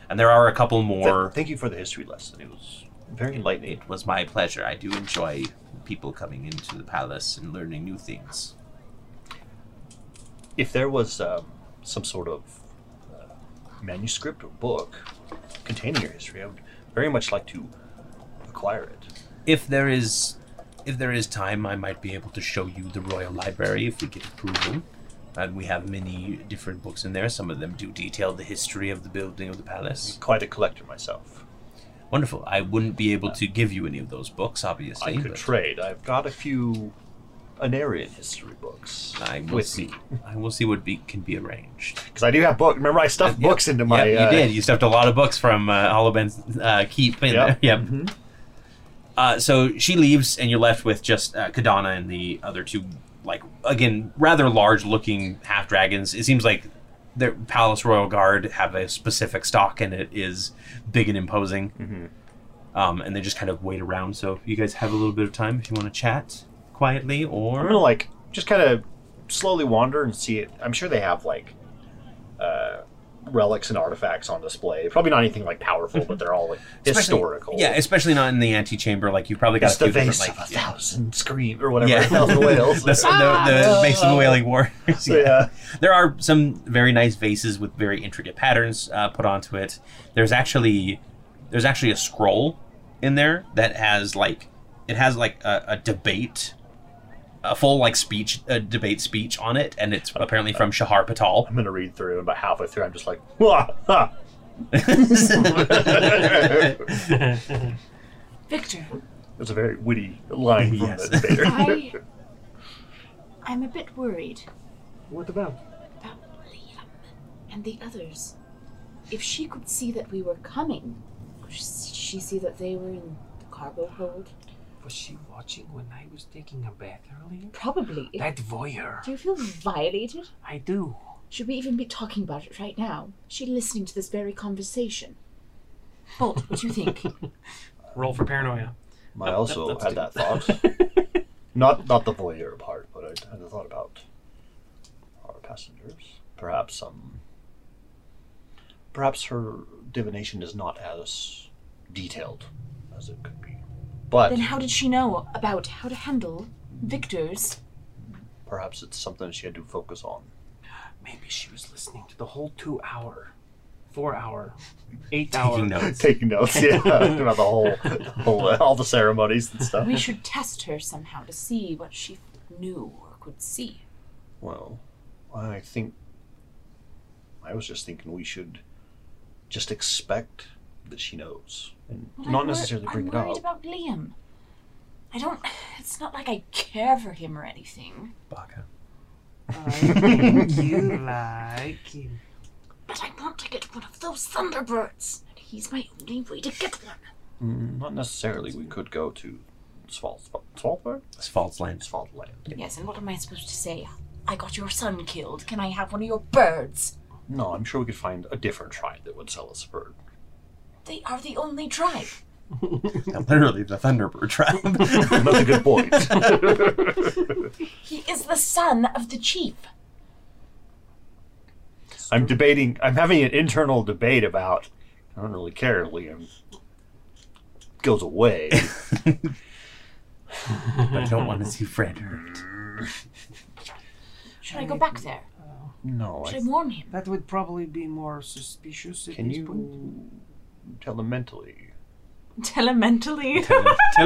Speaker 1: And there are a couple
Speaker 2: Th-
Speaker 1: more.
Speaker 2: thank you for the history lesson. It was very enlightening.
Speaker 1: It was my pleasure. I do enjoy people coming into the palace and learning new things.
Speaker 2: If there was um, some sort of uh, manuscript or book containing your history, I would very much like to acquire it.
Speaker 1: If there is, if there is time, I might be able to show you the royal library if we get approval. And we have many different books in there. Some of them do detail the history of the building of the palace.
Speaker 2: Quite a collector myself.
Speaker 1: Wonderful. I wouldn't be able to give you any of those books,
Speaker 2: I
Speaker 1: obviously.
Speaker 2: could
Speaker 1: but
Speaker 2: trade. I've got a few Anarian history books.
Speaker 1: I will
Speaker 2: with
Speaker 1: see. I will see what be, can be arranged.
Speaker 2: Because I do have books. Remember, I stuffed
Speaker 1: Yep,
Speaker 2: books into my.
Speaker 1: Yep, you
Speaker 2: uh,
Speaker 1: did. You stuffed a lot of books from uh, Holoben's uh, keep in
Speaker 2: Yep. Mm-hmm.
Speaker 1: there. Yep. Uh, so she leaves, and you're left with just uh, Kadana and the other two, like again, rather large-looking half dragons. It seems like their palace royal guard have a specific stock, and it is big and imposing.
Speaker 2: Mm-hmm.
Speaker 1: Um, and they just kind of wait around. So you guys have a little bit of time if you want to chat quietly,
Speaker 2: I'm
Speaker 1: or
Speaker 2: gonna like just kind of slowly wander and see it. I'm sure they have like uh, relics and artifacts on display. Probably not anything like powerful, but they're all like
Speaker 1: Especially-
Speaker 2: historical.
Speaker 1: Yeah, especially not in the antechamber. Like you've probably got
Speaker 2: it's
Speaker 1: a few
Speaker 2: the vase
Speaker 1: different
Speaker 2: of a
Speaker 1: like.
Speaker 2: thousand scream or whatever.
Speaker 1: Yeah,
Speaker 2: a thousand whales.
Speaker 1: the, the, the base of the wailing warriors.
Speaker 2: So, yeah.
Speaker 1: There are some very nice vases with very intricate patterns uh, put onto it. There's actually there's actually a scroll in there that has like it has like a, a debate, a full like speech, a debate speech on it, and it's apparently from Shahar Patal.
Speaker 2: I'm gonna read through, and about halfway through, I'm just like, "Wah, ha."
Speaker 6: Victor,
Speaker 2: It's a very witty line from
Speaker 1: Yes.
Speaker 2: the debater.
Speaker 3: I, I'm a bit worried
Speaker 7: What about?
Speaker 3: about Liam and the others. If she could see that we were coming, could she s- she see that they were in the cargo hold?
Speaker 7: Was she watching when I was taking a bath earlier?
Speaker 3: Probably. If-
Speaker 7: That voyeur.
Speaker 3: do you feel violated?
Speaker 7: I do.
Speaker 3: Should we even be talking about it right now? She listening to this very conversation. Bolt, what do you think?
Speaker 4: Roll for paranoia.
Speaker 2: I also
Speaker 4: That's
Speaker 2: had that
Speaker 4: deep.
Speaker 2: thought. not not the voyeur part, but I had a thought about our passengers. Perhaps some. Perhaps her divination is not as detailed as it could be, but
Speaker 3: then how did she know about how to handle Victor's?
Speaker 2: perhaps it's something she had to focus on.
Speaker 7: Maybe she was listening to the whole two hour, four hour, eight hour.
Speaker 1: Taking notes.
Speaker 2: Taking notes, yeah, about the whole, the whole all the ceremonies and stuff.
Speaker 3: We should test her somehow to see what she knew or could see.
Speaker 2: Well, I think I was just thinking we should just expect that she knows and
Speaker 3: Well,
Speaker 2: not
Speaker 3: I'm wor-
Speaker 2: necessarily bring
Speaker 3: I'm
Speaker 2: it
Speaker 3: worried
Speaker 2: up.
Speaker 3: about Liam. I don't. It's not like I care for him or anything,
Speaker 1: Baka.
Speaker 7: you like him.
Speaker 3: but I want to get one of those Thunderbirds, and he's my only way to get one.
Speaker 2: Mm, Not necessarily. We could go to Svalbard. Svalbard?
Speaker 1: It's false land.
Speaker 2: Svalbard.
Speaker 3: Yes, and what am I supposed to say? I got your son killed. Can I have one of your birds?
Speaker 2: No, I'm sure we could find a different tribe that would sell us a bird.
Speaker 3: They are the only tribe.
Speaker 1: Literally the Thunderbird tribe.
Speaker 2: That's a good point.
Speaker 3: He is the son of the chief.
Speaker 2: I'm debating. I'm having an internal debate about. I don't really care. Liam goes away.
Speaker 1: but I don't want to see Fred hurt.
Speaker 3: Should I go back there?
Speaker 2: no,
Speaker 3: Should I
Speaker 2: I,
Speaker 3: warn him?
Speaker 7: That would probably be more suspicious at
Speaker 2: can
Speaker 7: this point.
Speaker 2: you tell him mentally?
Speaker 6: Tell him mentally.
Speaker 1: Telementally.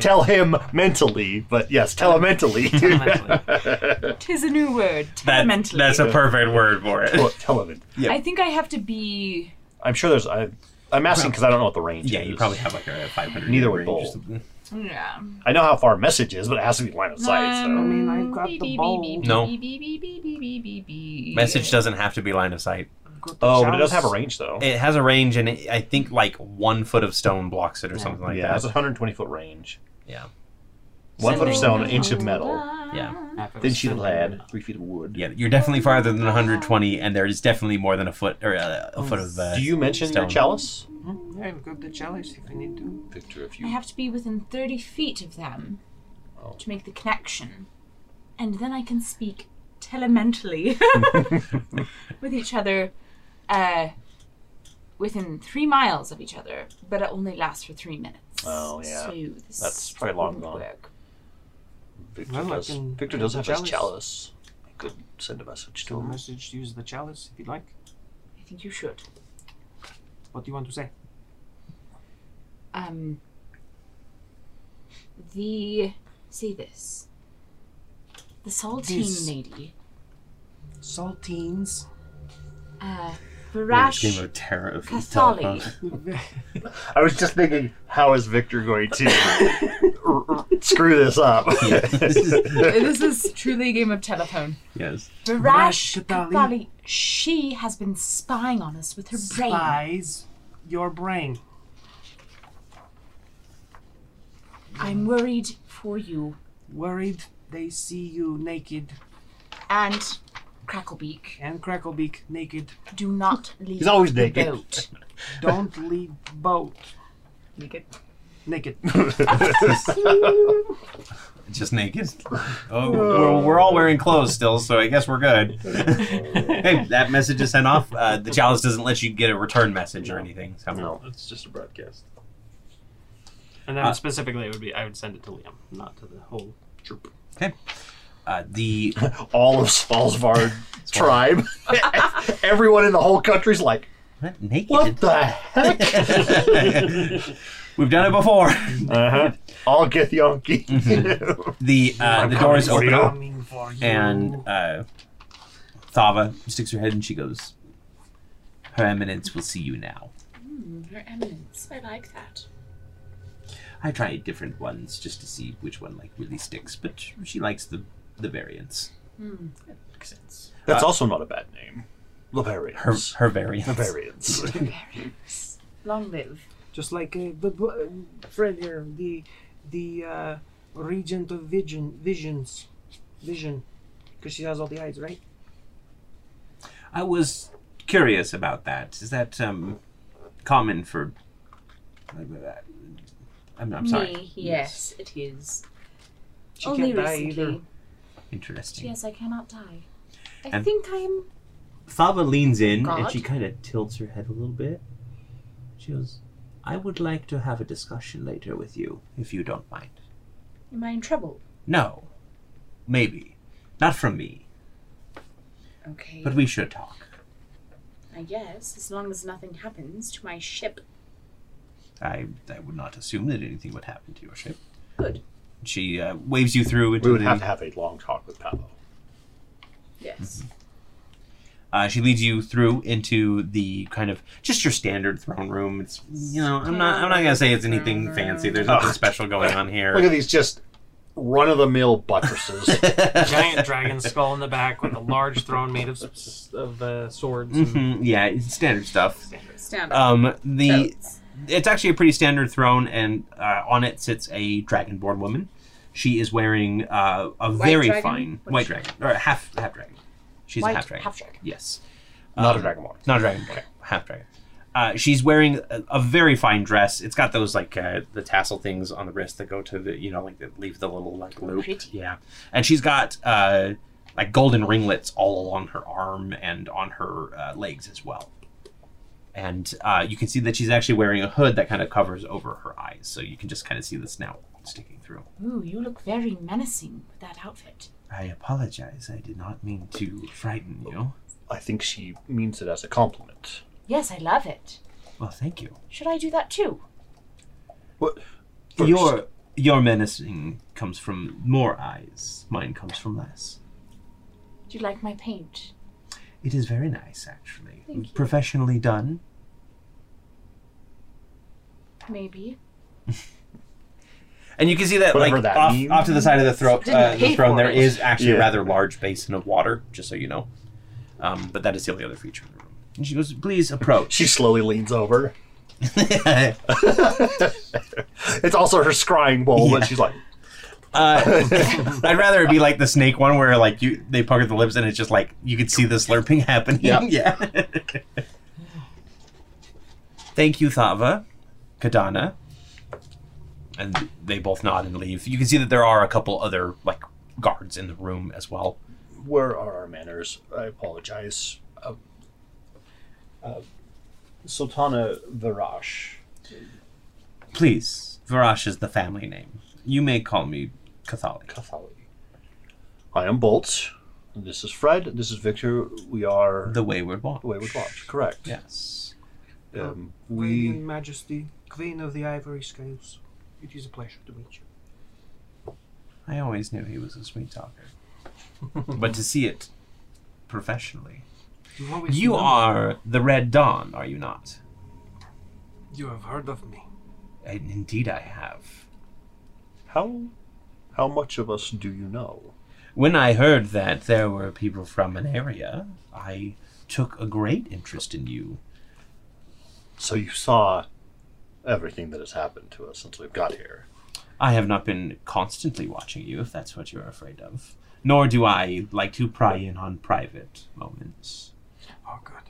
Speaker 2: Tell him mentally, but yes, tell him mentally.
Speaker 6: Tis a new word.
Speaker 1: That-
Speaker 6: Telementally.
Speaker 1: that's a perfect word for
Speaker 2: Well,
Speaker 1: it.
Speaker 2: tell him.
Speaker 1: yeah.
Speaker 6: I think I have to be.
Speaker 2: I'm sure there's. I, I'm asking because I don't know what the range
Speaker 1: Yeah,
Speaker 2: is.
Speaker 1: you probably have like a 500.
Speaker 2: Neither
Speaker 1: range
Speaker 2: would
Speaker 1: or
Speaker 2: bowl.
Speaker 1: something.
Speaker 6: Yeah.
Speaker 2: I know how far message is, but it has to be line of sight.
Speaker 6: Um,
Speaker 7: I
Speaker 2: So
Speaker 7: mean, I've got the bowl.
Speaker 1: No. Message
Speaker 6: Message
Speaker 1: doesn't have to be line of sight.
Speaker 7: I've got the
Speaker 2: oh, but it does have
Speaker 7: chalice.
Speaker 2: a range though.
Speaker 1: It has a range, and it, I think like one foot of stone blocks it or something like
Speaker 2: yeah, it's a
Speaker 1: that.
Speaker 2: 120 foot range.
Speaker 1: Yeah.
Speaker 2: One foot of stone, an inch of metal.
Speaker 1: Yeah.
Speaker 2: Thin sheet of lead, three feet of wood.
Speaker 1: Yeah, you're definitely farther than 120, and there is definitely more than a foot or uh, a foot of. Uh,
Speaker 2: Do you mention your
Speaker 1: Stone.
Speaker 2: chalice?
Speaker 7: Hmm? Yeah, I've got the chalice if I need to.
Speaker 5: Victor, if
Speaker 3: I
Speaker 5: you
Speaker 3: have to be within 30 feet of them
Speaker 2: Oh.
Speaker 3: to make the connection.
Speaker 6: and then I can speak telementally with each other uh,
Speaker 3: Within three miles of each other, but it only lasts for three minutes.
Speaker 2: Oh, yeah.
Speaker 3: So this
Speaker 2: That's probably long
Speaker 3: wouldn't
Speaker 2: gone.
Speaker 3: work.
Speaker 2: Victor
Speaker 7: Well, I
Speaker 2: does.
Speaker 7: can-
Speaker 2: Victor
Speaker 7: I
Speaker 2: does have
Speaker 7: have a
Speaker 2: his chalice. I could send a message to
Speaker 7: The
Speaker 2: him.
Speaker 7: message to use the chalice if you'd like.
Speaker 3: I think you should.
Speaker 7: What do you want to say?
Speaker 3: um the say this the saltine
Speaker 7: This.
Speaker 3: lady
Speaker 7: Saltines.
Speaker 3: uh Varash
Speaker 1: terror of
Speaker 3: Kathali
Speaker 2: I was just thinking, how is Victor going to r- r- screw this up?
Speaker 6: this is truly a game of telephone.
Speaker 1: yes.
Speaker 3: Varash
Speaker 7: Varash Kathali.
Speaker 3: Kathali she has been spying on us with her brain
Speaker 7: Spies your brain.
Speaker 3: I'm worried for you
Speaker 7: Worried they see you naked
Speaker 3: and Cracklebeak
Speaker 7: and Cracklebeak naked.
Speaker 3: do not leave
Speaker 2: He's always
Speaker 3: the
Speaker 2: naked.
Speaker 3: boat
Speaker 7: Don't leave boat
Speaker 6: Naked.
Speaker 7: naked.
Speaker 1: Just naked. Oh, we're, we're all wearing clothes still, so I guess we're good. hey, that message is sent off. Uh, the chalice doesn't let you get a return message or anything. So.
Speaker 2: No.
Speaker 5: it's just a broadcast.
Speaker 4: And then
Speaker 1: Uh,
Speaker 4: specifically, it would be I would send it to Liam, not to the whole troop.
Speaker 1: Uh, the
Speaker 2: All of Svalbard tribe, everyone in the whole country's like,
Speaker 1: what? naked.
Speaker 2: what the heck?
Speaker 1: We've done it before.
Speaker 2: uh-huh. Mm-hmm. All get yonky.
Speaker 1: The uh, the doors open
Speaker 2: coming for you.
Speaker 1: up.
Speaker 7: Coming for you.
Speaker 1: and uh, Thava sticks her head and she goes, "Her Eminence will see you now."
Speaker 3: her Hmm, eminence I like that
Speaker 1: I tried different ones just to see which one like really sticks, but she likes the the variants.
Speaker 3: Hmm.
Speaker 4: Makes sense.
Speaker 2: That's also not a bad name.
Speaker 1: Her
Speaker 2: Lavarians.
Speaker 1: her variants.
Speaker 2: Lavarians.
Speaker 6: Long live.
Speaker 7: Just like uh, the bu- uh, friend here, the the uh, regent of vision, visions, vision, because she has all the eyes, right?
Speaker 1: I was curious about that. Is that um common for? uh, I'm, I'm sorry.
Speaker 3: me yes, it is
Speaker 7: She
Speaker 3: only
Speaker 7: can't die
Speaker 3: recently
Speaker 7: either.
Speaker 1: Interesting.
Speaker 3: yes I cannot die I
Speaker 1: And-
Speaker 3: think I'm
Speaker 1: Thava leans in and
Speaker 3: God.
Speaker 1: she kind of tilts her head a little bit. She goes, "I would like to have a discussion later with you, if you don't mind."
Speaker 3: am I in trouble
Speaker 1: No. Maybe. Not from me,
Speaker 3: okay
Speaker 1: but we should talk.
Speaker 3: I guess, as long as nothing happens to my ship.
Speaker 1: I, I would not assume that anything would happen to your ship.
Speaker 3: Good.
Speaker 1: She uh, waves you through into
Speaker 2: we would
Speaker 1: the.
Speaker 2: have to have a long talk with Pavo.
Speaker 3: Yes.
Speaker 1: uh, she leads you through into the kind of just your standard throne room. It's you know I'm not I'm not gonna say it's anything fancy. There's nothing
Speaker 2: Ugh.
Speaker 1: special going on
Speaker 2: Look
Speaker 1: here.
Speaker 2: at these just run of the mill buttresses.
Speaker 4: Giant dragon skull in the back with a large throne made of s- of uh, swords. and-
Speaker 1: Mhm, yeah, it's standard stuff.
Speaker 3: Stand up.
Speaker 1: Um, the
Speaker 3: Totes.
Speaker 1: it's actually a pretty standard throne, and uh, on it sits a dragonborn woman She is wearing uh, a very
Speaker 6: dragon?
Speaker 1: fine
Speaker 6: What
Speaker 1: white
Speaker 6: is she?
Speaker 1: dragon or a half half dragon. She's a half dragon.
Speaker 3: dragon.
Speaker 1: yes, Um,
Speaker 2: Not a dragonborn.
Speaker 1: not a dragon. Half dragon. Uh, she's wearing a, a very fine dress. It's got those like uh, the tassel things on the wrist that go to the you know like that leave the little like loop.
Speaker 3: Pretty.
Speaker 1: Yeah, and she's got uh, like golden ringlets all along her arm and on her uh, legs as well. And uh, you can see that she's actually wearing a hood that kind of covers over her eyes, so you can just kind of see the snout sticking through.
Speaker 3: Ooh, you look very menacing with that outfit.
Speaker 1: I apologize. I did not mean to frighten you.
Speaker 2: I think she means it as a compliment.
Speaker 3: Yes, I love it.
Speaker 1: Well, thank you.
Speaker 3: Should I do that too?
Speaker 2: First.
Speaker 1: Your your menacing comes from more eyes. Mine comes from less.
Speaker 3: Do you like my paint?
Speaker 1: It is very nice, actually.
Speaker 3: Thank you.
Speaker 1: Professionally done.
Speaker 3: Maybe.
Speaker 1: And you can see that,
Speaker 2: Whatever
Speaker 1: like
Speaker 2: that
Speaker 1: off,
Speaker 2: means.
Speaker 1: off to the side of the, thro-
Speaker 3: Didn't
Speaker 1: uh, the
Speaker 3: pay
Speaker 1: throne,
Speaker 3: for
Speaker 1: there
Speaker 3: it.
Speaker 1: is actually a
Speaker 2: Yeah.
Speaker 1: rather large basin of water, just so you know. Um, but that is the only other feature in the room. And she goes, "Please approach."
Speaker 2: She slowly leans over. it's also her scrying bowl,
Speaker 1: Yeah.
Speaker 2: but she's like,
Speaker 1: Uh, I'd rather it be like the snake one where like you they pucker the lips and it's just like you could see the slurping happening.
Speaker 2: Yeah.
Speaker 1: yeah. Thank you, Thava, Kadana. And they both nod and leave. You can see that there are a couple other like guards in the room as well.
Speaker 2: "Where are our manners?" I apologize. Uh, uh, Sultana Virash.
Speaker 1: Please, Varash is the family name. You may call me Catholic.
Speaker 2: Cathali. I am Bolt. and This is Fred. and This is Victor. We are
Speaker 1: The Wayward Watch.
Speaker 2: the Wayward Watch. Correct.
Speaker 1: Yes.
Speaker 2: Um,
Speaker 7: Radiant
Speaker 2: we
Speaker 7: Majesty, Queen of the Ivory Scales. It is a pleasure to meet you.
Speaker 1: I always knew he was a sweet talker. but to see it professionally.
Speaker 7: You, always
Speaker 1: You
Speaker 7: know-
Speaker 1: are the Red Dawn, are you not?
Speaker 7: You have heard of me.
Speaker 1: And indeed, I have.
Speaker 2: how how much of us do you know?
Speaker 1: When I heard that there were people from an area, I took a great interest in you.
Speaker 2: So you saw everything that has happened to us since we've got here.
Speaker 1: I have not been constantly watching you, if that's what you're afraid of. Nor do I like to pry in on private moments.
Speaker 7: Oh, good.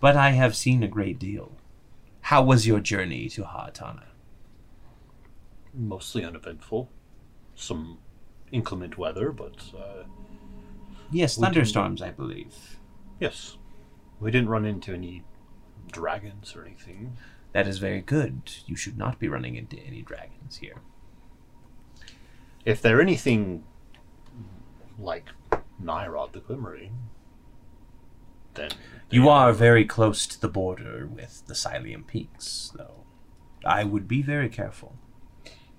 Speaker 1: But I have seen a great deal. How was your journey to Haatana?
Speaker 2: Mostly uneventful. Some inclement weather, but uh,
Speaker 1: Yes,
Speaker 2: We didn't-
Speaker 1: thunderstorms, I believe.
Speaker 2: yes, we didn't run into any dragons or anything.
Speaker 1: That is very good. You should not be running into any dragons here.
Speaker 2: If they're anything like Nirod the Glimmering, then
Speaker 1: You are very close to the border with the Silium Peaks, though. I would be very careful.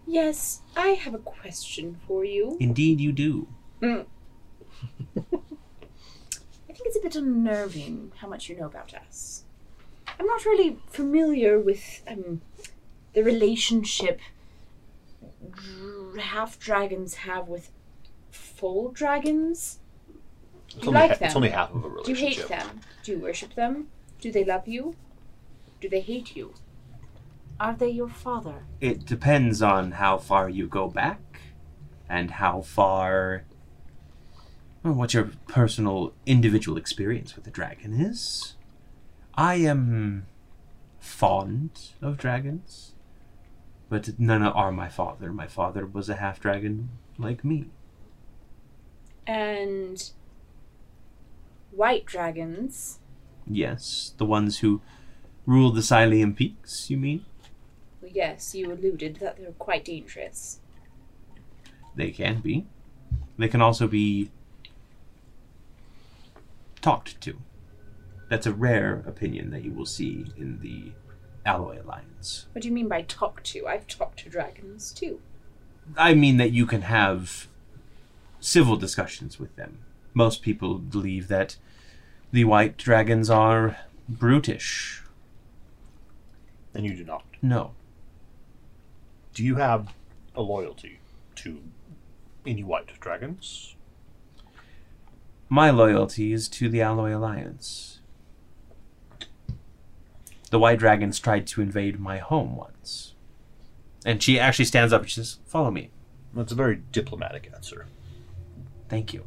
Speaker 6: Yes, I have a question for you.
Speaker 1: Indeed, you do.
Speaker 3: I think it's a bit unnerving how much you know about us. I'm not really familiar with um, the relationship dr- half dragons have with full dragons.
Speaker 2: it's,
Speaker 6: you
Speaker 2: only,
Speaker 6: like
Speaker 2: ha- it's
Speaker 6: them.
Speaker 2: only half of a
Speaker 6: Do you
Speaker 2: relationship.
Speaker 6: hate them? Do you worship them? Do they love you? Do they hate you?
Speaker 3: Are they your father?
Speaker 1: It depends on how far you go back and how far. Well, what your personal, individual experience with the dragon is. I am fond of dragons, but none are my father. My father was a half dragon like me.
Speaker 6: And white dragons.
Speaker 1: Yes, the ones who ruled the Silium Peaks, you mean?
Speaker 6: Well, yes, you alluded that they're quite dangerous.
Speaker 1: They can be. They can also be talked to. That's a rare opinion that you will see in the Alloy Alliance.
Speaker 6: What do you mean by talk to? I've talked to dragons too.
Speaker 1: I mean that you can have civil discussions with them. Most people believe that the white dragons are brutish.
Speaker 2: And you do not.
Speaker 1: No.
Speaker 2: Do you have a loyalty to any white dragons?
Speaker 1: My loyalty is to the Alloy Alliance. The White Dragons tried to invade my home once. And she actually stands up and she says, Follow me.
Speaker 2: That's a very diplomatic answer.
Speaker 1: Thank you.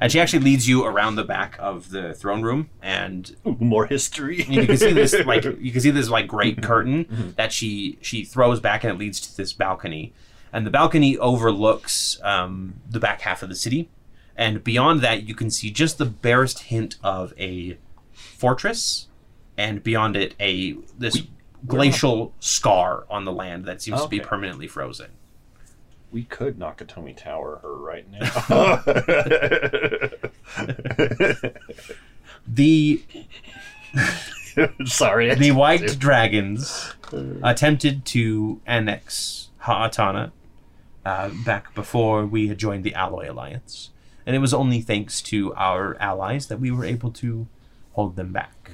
Speaker 1: And she actually leads you around the back of the throne room, and
Speaker 2: Ooh, more history.
Speaker 1: you can see this like you can see this like great curtain that she she throws back, and it leads to this balcony, and the balcony overlooks um, the back half of the city, and beyond that you can see just the barest hint of a fortress, and beyond it a this glacial scar on the land that seems to be
Speaker 2: Okay.
Speaker 1: permanently frozen.
Speaker 2: We could Nakatomi Tower her right now.
Speaker 1: The
Speaker 2: Sorry. I
Speaker 1: the
Speaker 2: just-
Speaker 1: white dragons attempted to annex Ha'atana uh, back before we had joined the Alloy Alliance. And it was only thanks to our allies that we were able to hold them back.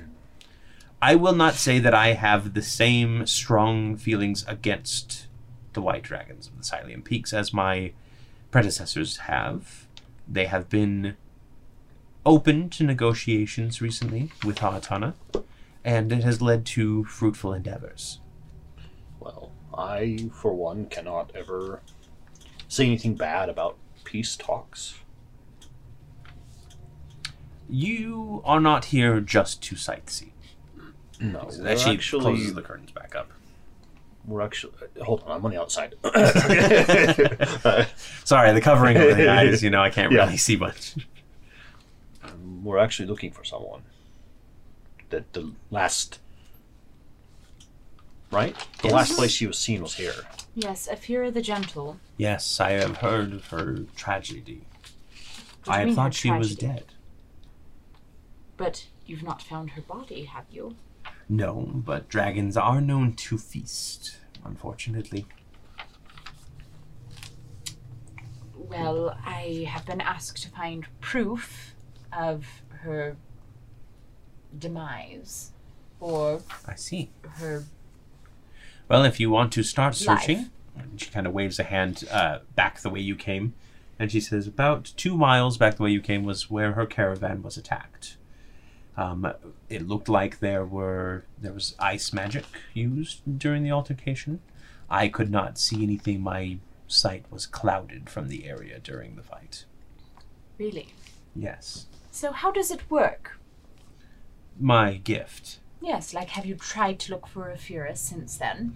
Speaker 1: I will not say that I have the same strong feelings against the White Dragons of the Silent Peaks as my predecessors have. They have been open to negotiations recently with Ha'atana and it has led to fruitful endeavors.
Speaker 2: Well, I, for one, cannot ever say anything bad about peace talks.
Speaker 1: You are not here just to sightsee. Hmm,
Speaker 2: No, we're
Speaker 1: As she
Speaker 2: actually,
Speaker 1: closes the curtains back up.
Speaker 2: we're actually. Hold on, I'm on the outside.
Speaker 1: Sorry, the covering over the eyes, you know, I can't
Speaker 2: Yeah.
Speaker 1: really see much.
Speaker 2: we're actually looking for someone. That the last, right? The
Speaker 1: Yes.
Speaker 2: last place she was seen was here.
Speaker 3: Yes, Afira the Gentle.
Speaker 1: Yes, I have heard of her tragedy.
Speaker 3: What do you
Speaker 1: I had
Speaker 3: mean,
Speaker 1: thought
Speaker 3: her
Speaker 1: she was
Speaker 3: tragedy?
Speaker 1: dead.
Speaker 3: But you've not found her body, have you?
Speaker 1: No, but dragons are known to feast, unfortunately.
Speaker 3: Well, I have been asked to find proof of her demise or
Speaker 1: I see.
Speaker 3: her
Speaker 1: Well, if you want to start
Speaker 3: Life.
Speaker 1: searching, and she kind of waves a hand uh, back the way you came, and she says, "About two miles back the way you came was where her caravan was attacked. Um, it looked like there were there was ice magic used during the altercation. I could not see anything. My sight was clouded from the area during the fight.
Speaker 3: really.
Speaker 1: Yes,
Speaker 3: So how does it work?
Speaker 1: my gift."
Speaker 3: Yes, like have you tried to look for Afira since then?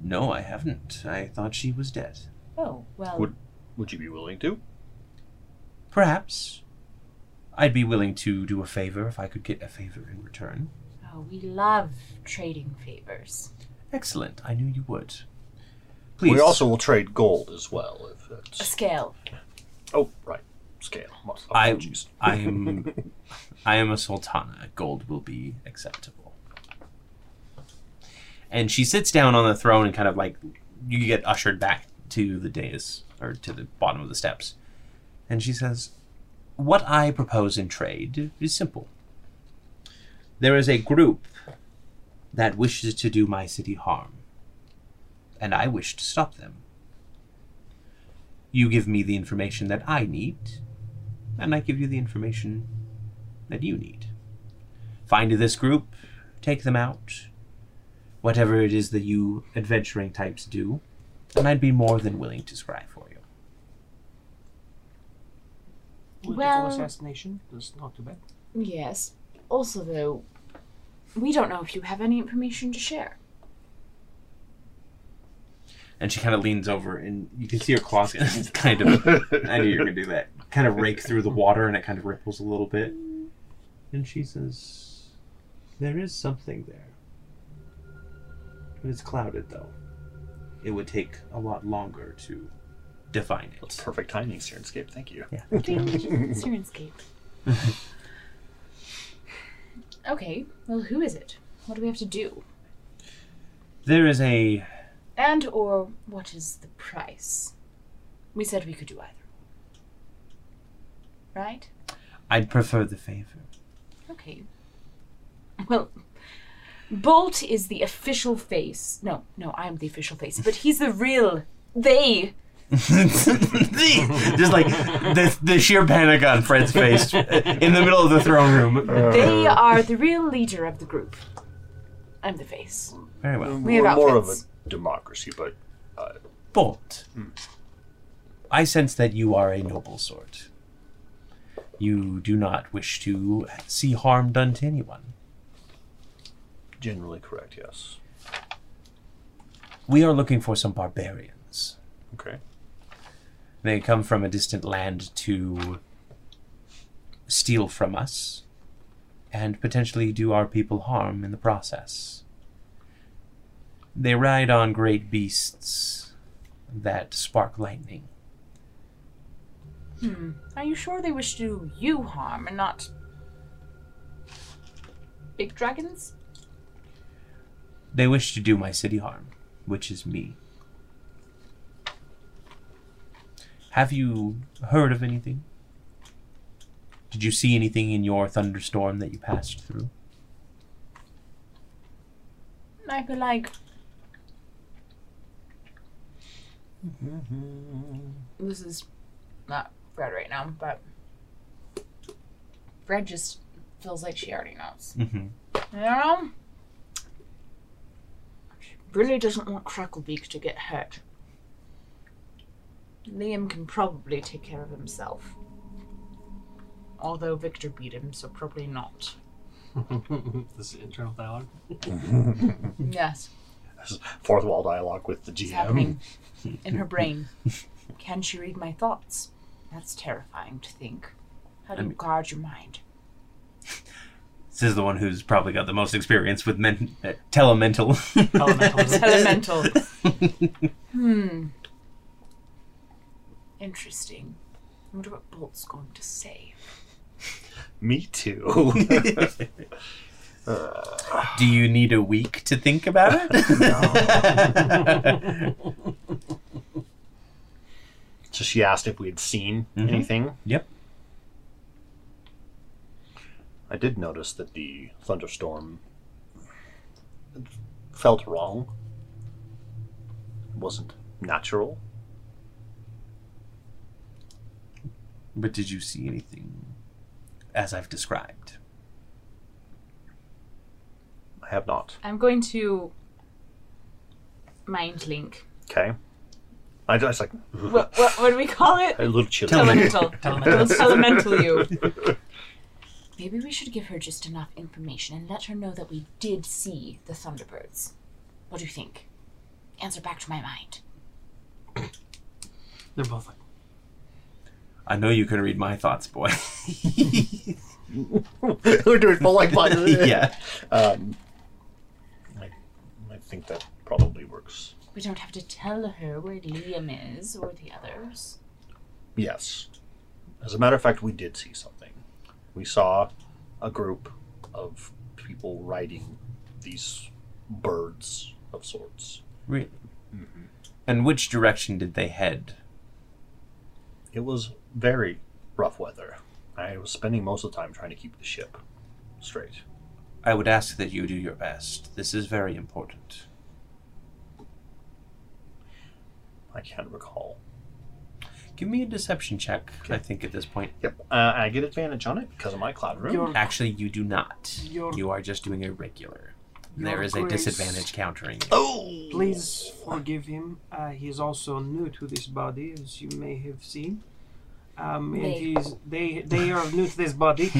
Speaker 1: No, I haven't. I thought she was dead.
Speaker 3: Oh, well,
Speaker 2: Would- Would you be willing to?
Speaker 1: Perhaps. I'd be willing to do a favor if I could get a favor in return.
Speaker 3: oh, we love trading favors.
Speaker 1: Excellent. I knew you would. Please.
Speaker 2: We also will trade gold as well. If
Speaker 3: A
Speaker 2: it's,
Speaker 3: scale.
Speaker 2: oh, right, scale. My
Speaker 1: I-
Speaker 2: apologies.
Speaker 1: I am. I am a sultana. Gold will be acceptable. And she sits down on the throne and kind of like you get ushered back to the dais or to the bottom of the steps. And she says, "What I propose in trade is simple. There is a group that wishes to do my city harm, and I wish to stop them. You give me the information that I need." and I give you the information that you need. Find this group, take them out, whatever it is that you adventuring types do, and I'd be more than willing to scry for you.
Speaker 7: Political
Speaker 3: Well-
Speaker 7: assassination is not too bad.
Speaker 3: Yes. Also, though, we don't know if you have any information to share.
Speaker 1: And she kind of leans over, and you can see her claws kind of. I knew you were gonna do that. Kind of rake through the water, and it kind of ripples a little bit. And she says, "There is something there. It's clouded, though. It would take a lot longer to define it."
Speaker 2: Perfect timing, Sirenscape. Thank you.
Speaker 3: Sirenscape. okay, well, who is it? What do we have to do?
Speaker 1: There is a
Speaker 3: And, or, what is the price? We said we could do either. Right?
Speaker 1: I'd prefer the favor.
Speaker 3: Okay. Well, Bolt is the official face. No, no, I'm the official face, but he's the real. They
Speaker 1: Just like the, the sheer panic on Fred's face in the middle of the throne room.
Speaker 3: They are the real leader of the group. I'm the face.
Speaker 1: Very well.
Speaker 2: We're more of
Speaker 3: outfits.
Speaker 2: a democracy, but
Speaker 1: Bolt. I sense that you are a noble sort. You do not wish to see harm done to anyone.
Speaker 2: Generally correct, yes.
Speaker 1: We are looking for some barbarians.
Speaker 2: Okay.
Speaker 1: They come from a distant land to steal from us and potentially do our people harm in the process. They ride on great beasts that spark lightning.
Speaker 3: Are you sure they wish to do you harm and not
Speaker 8: Big dragons?
Speaker 1: They wish to do my city harm, which is me. Have you heard of anything? Did you see anything in your thunderstorm that you passed through?
Speaker 3: I feel like this is not Fred right now, but Fred just feels like she already knows.
Speaker 1: Mm-hmm.
Speaker 3: You know? She really doesn't want Cracklebeak to get hurt. Liam can probably take care of himself. Although Victor beat him, so probably not.
Speaker 7: this is internal dialogue.
Speaker 3: Yes,
Speaker 2: Fourth wall dialogue with the
Speaker 3: it's
Speaker 2: GM.
Speaker 3: happening in her brain. Can she read my thoughts? That's terrifying to think. How do you guard your mind?
Speaker 1: This is the one who's probably got the most experience with men- uh, telemental.
Speaker 7: Elementalism.
Speaker 3: Elemental. hmm. Interesting. I wonder what Bolt's going to say.
Speaker 2: Me too.
Speaker 1: Do you need a week to think about it?
Speaker 2: so she asked if we had seen
Speaker 1: Mhm.
Speaker 2: anything.
Speaker 1: Yep.
Speaker 2: I did notice that the thunderstorm felt wrong. It wasn't natural.
Speaker 1: but did you see anything as I've described?
Speaker 2: I have not.
Speaker 3: I'm going to mind link.
Speaker 2: Okay. I just like
Speaker 3: What, what, what do we call it?
Speaker 2: a little chilly.
Speaker 3: Elemental.
Speaker 7: Elemental.
Speaker 3: Elemental you. Maybe we should give her just enough information and let her know that we did see the Thunderbirds. What do you think? Answer back to my mind.
Speaker 7: They're both like,
Speaker 1: I know you can read my thoughts, boy.
Speaker 2: We're doing full like buttons.
Speaker 1: yeah.
Speaker 2: Um, I, I think that probably works.
Speaker 3: We don't have to tell her where Liam is or the others.
Speaker 2: Yes. As a matter of fact, we did see something. We saw a group of people riding these birds of sorts.
Speaker 1: Really? And which direction did they head?
Speaker 2: It was very rough weather. I was spending most of the time trying to keep the ship straight.
Speaker 1: I would ask that you do your best. This is very important.
Speaker 2: I can't recall.
Speaker 1: Give me a deception check, I think, at this point.
Speaker 2: Yep. Uh, I get advantage on it because of my cloud room.
Speaker 4: Your,
Speaker 1: Actually, you do not.
Speaker 4: Your-
Speaker 1: You are just doing a regular.
Speaker 4: Your
Speaker 1: There is a
Speaker 4: grace.
Speaker 1: disadvantage countering.
Speaker 2: oh!
Speaker 4: please forgive him. Uh, he's also new to this body, as you may have seen. Um, and
Speaker 3: They.
Speaker 4: he's they they are new to this body,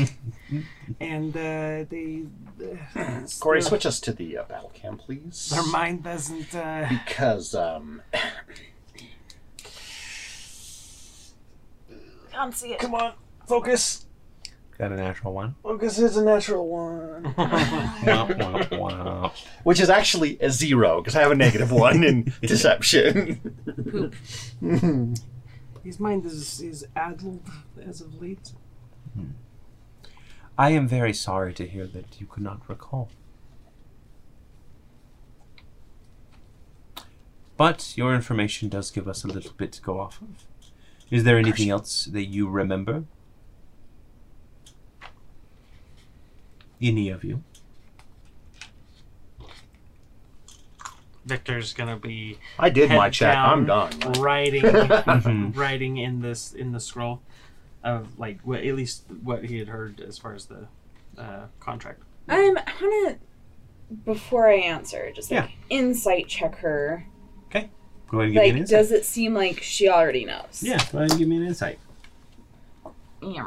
Speaker 4: and uh, they. Uh,
Speaker 2: Corey,
Speaker 4: still-
Speaker 2: switch us to the uh, battle cam, please.
Speaker 4: Their mind doesn't. Uh,
Speaker 2: Because, um,
Speaker 3: Can't see it.
Speaker 4: Come on, focus.
Speaker 1: Got a natural one?
Speaker 4: Focus is a natural one.
Speaker 1: Womp, womp, womp.
Speaker 2: which is actually a zero because I have a negative one in deception.
Speaker 4: His mind is is addled as of late.
Speaker 1: I am very sorry to hear that you could not recall. But your information does give us a little bit to go off of. Is there anything else that you remember? Any of you?
Speaker 7: Victor's gonna be
Speaker 2: I did my
Speaker 7: Head
Speaker 2: check. I'm
Speaker 7: down.
Speaker 2: done.
Speaker 7: writing,
Speaker 1: Mhm.
Speaker 7: writing in this in the scroll of like what at least what he had heard as far as the uh, contract.
Speaker 8: Um, I'm gonna before I answer, just like insight check her.
Speaker 1: 'Kay. Go ahead and give me an
Speaker 9: Like,
Speaker 1: insight.
Speaker 9: does it seem like she already knows?
Speaker 1: Yeah, go ahead and give me an insight.
Speaker 3: Bleep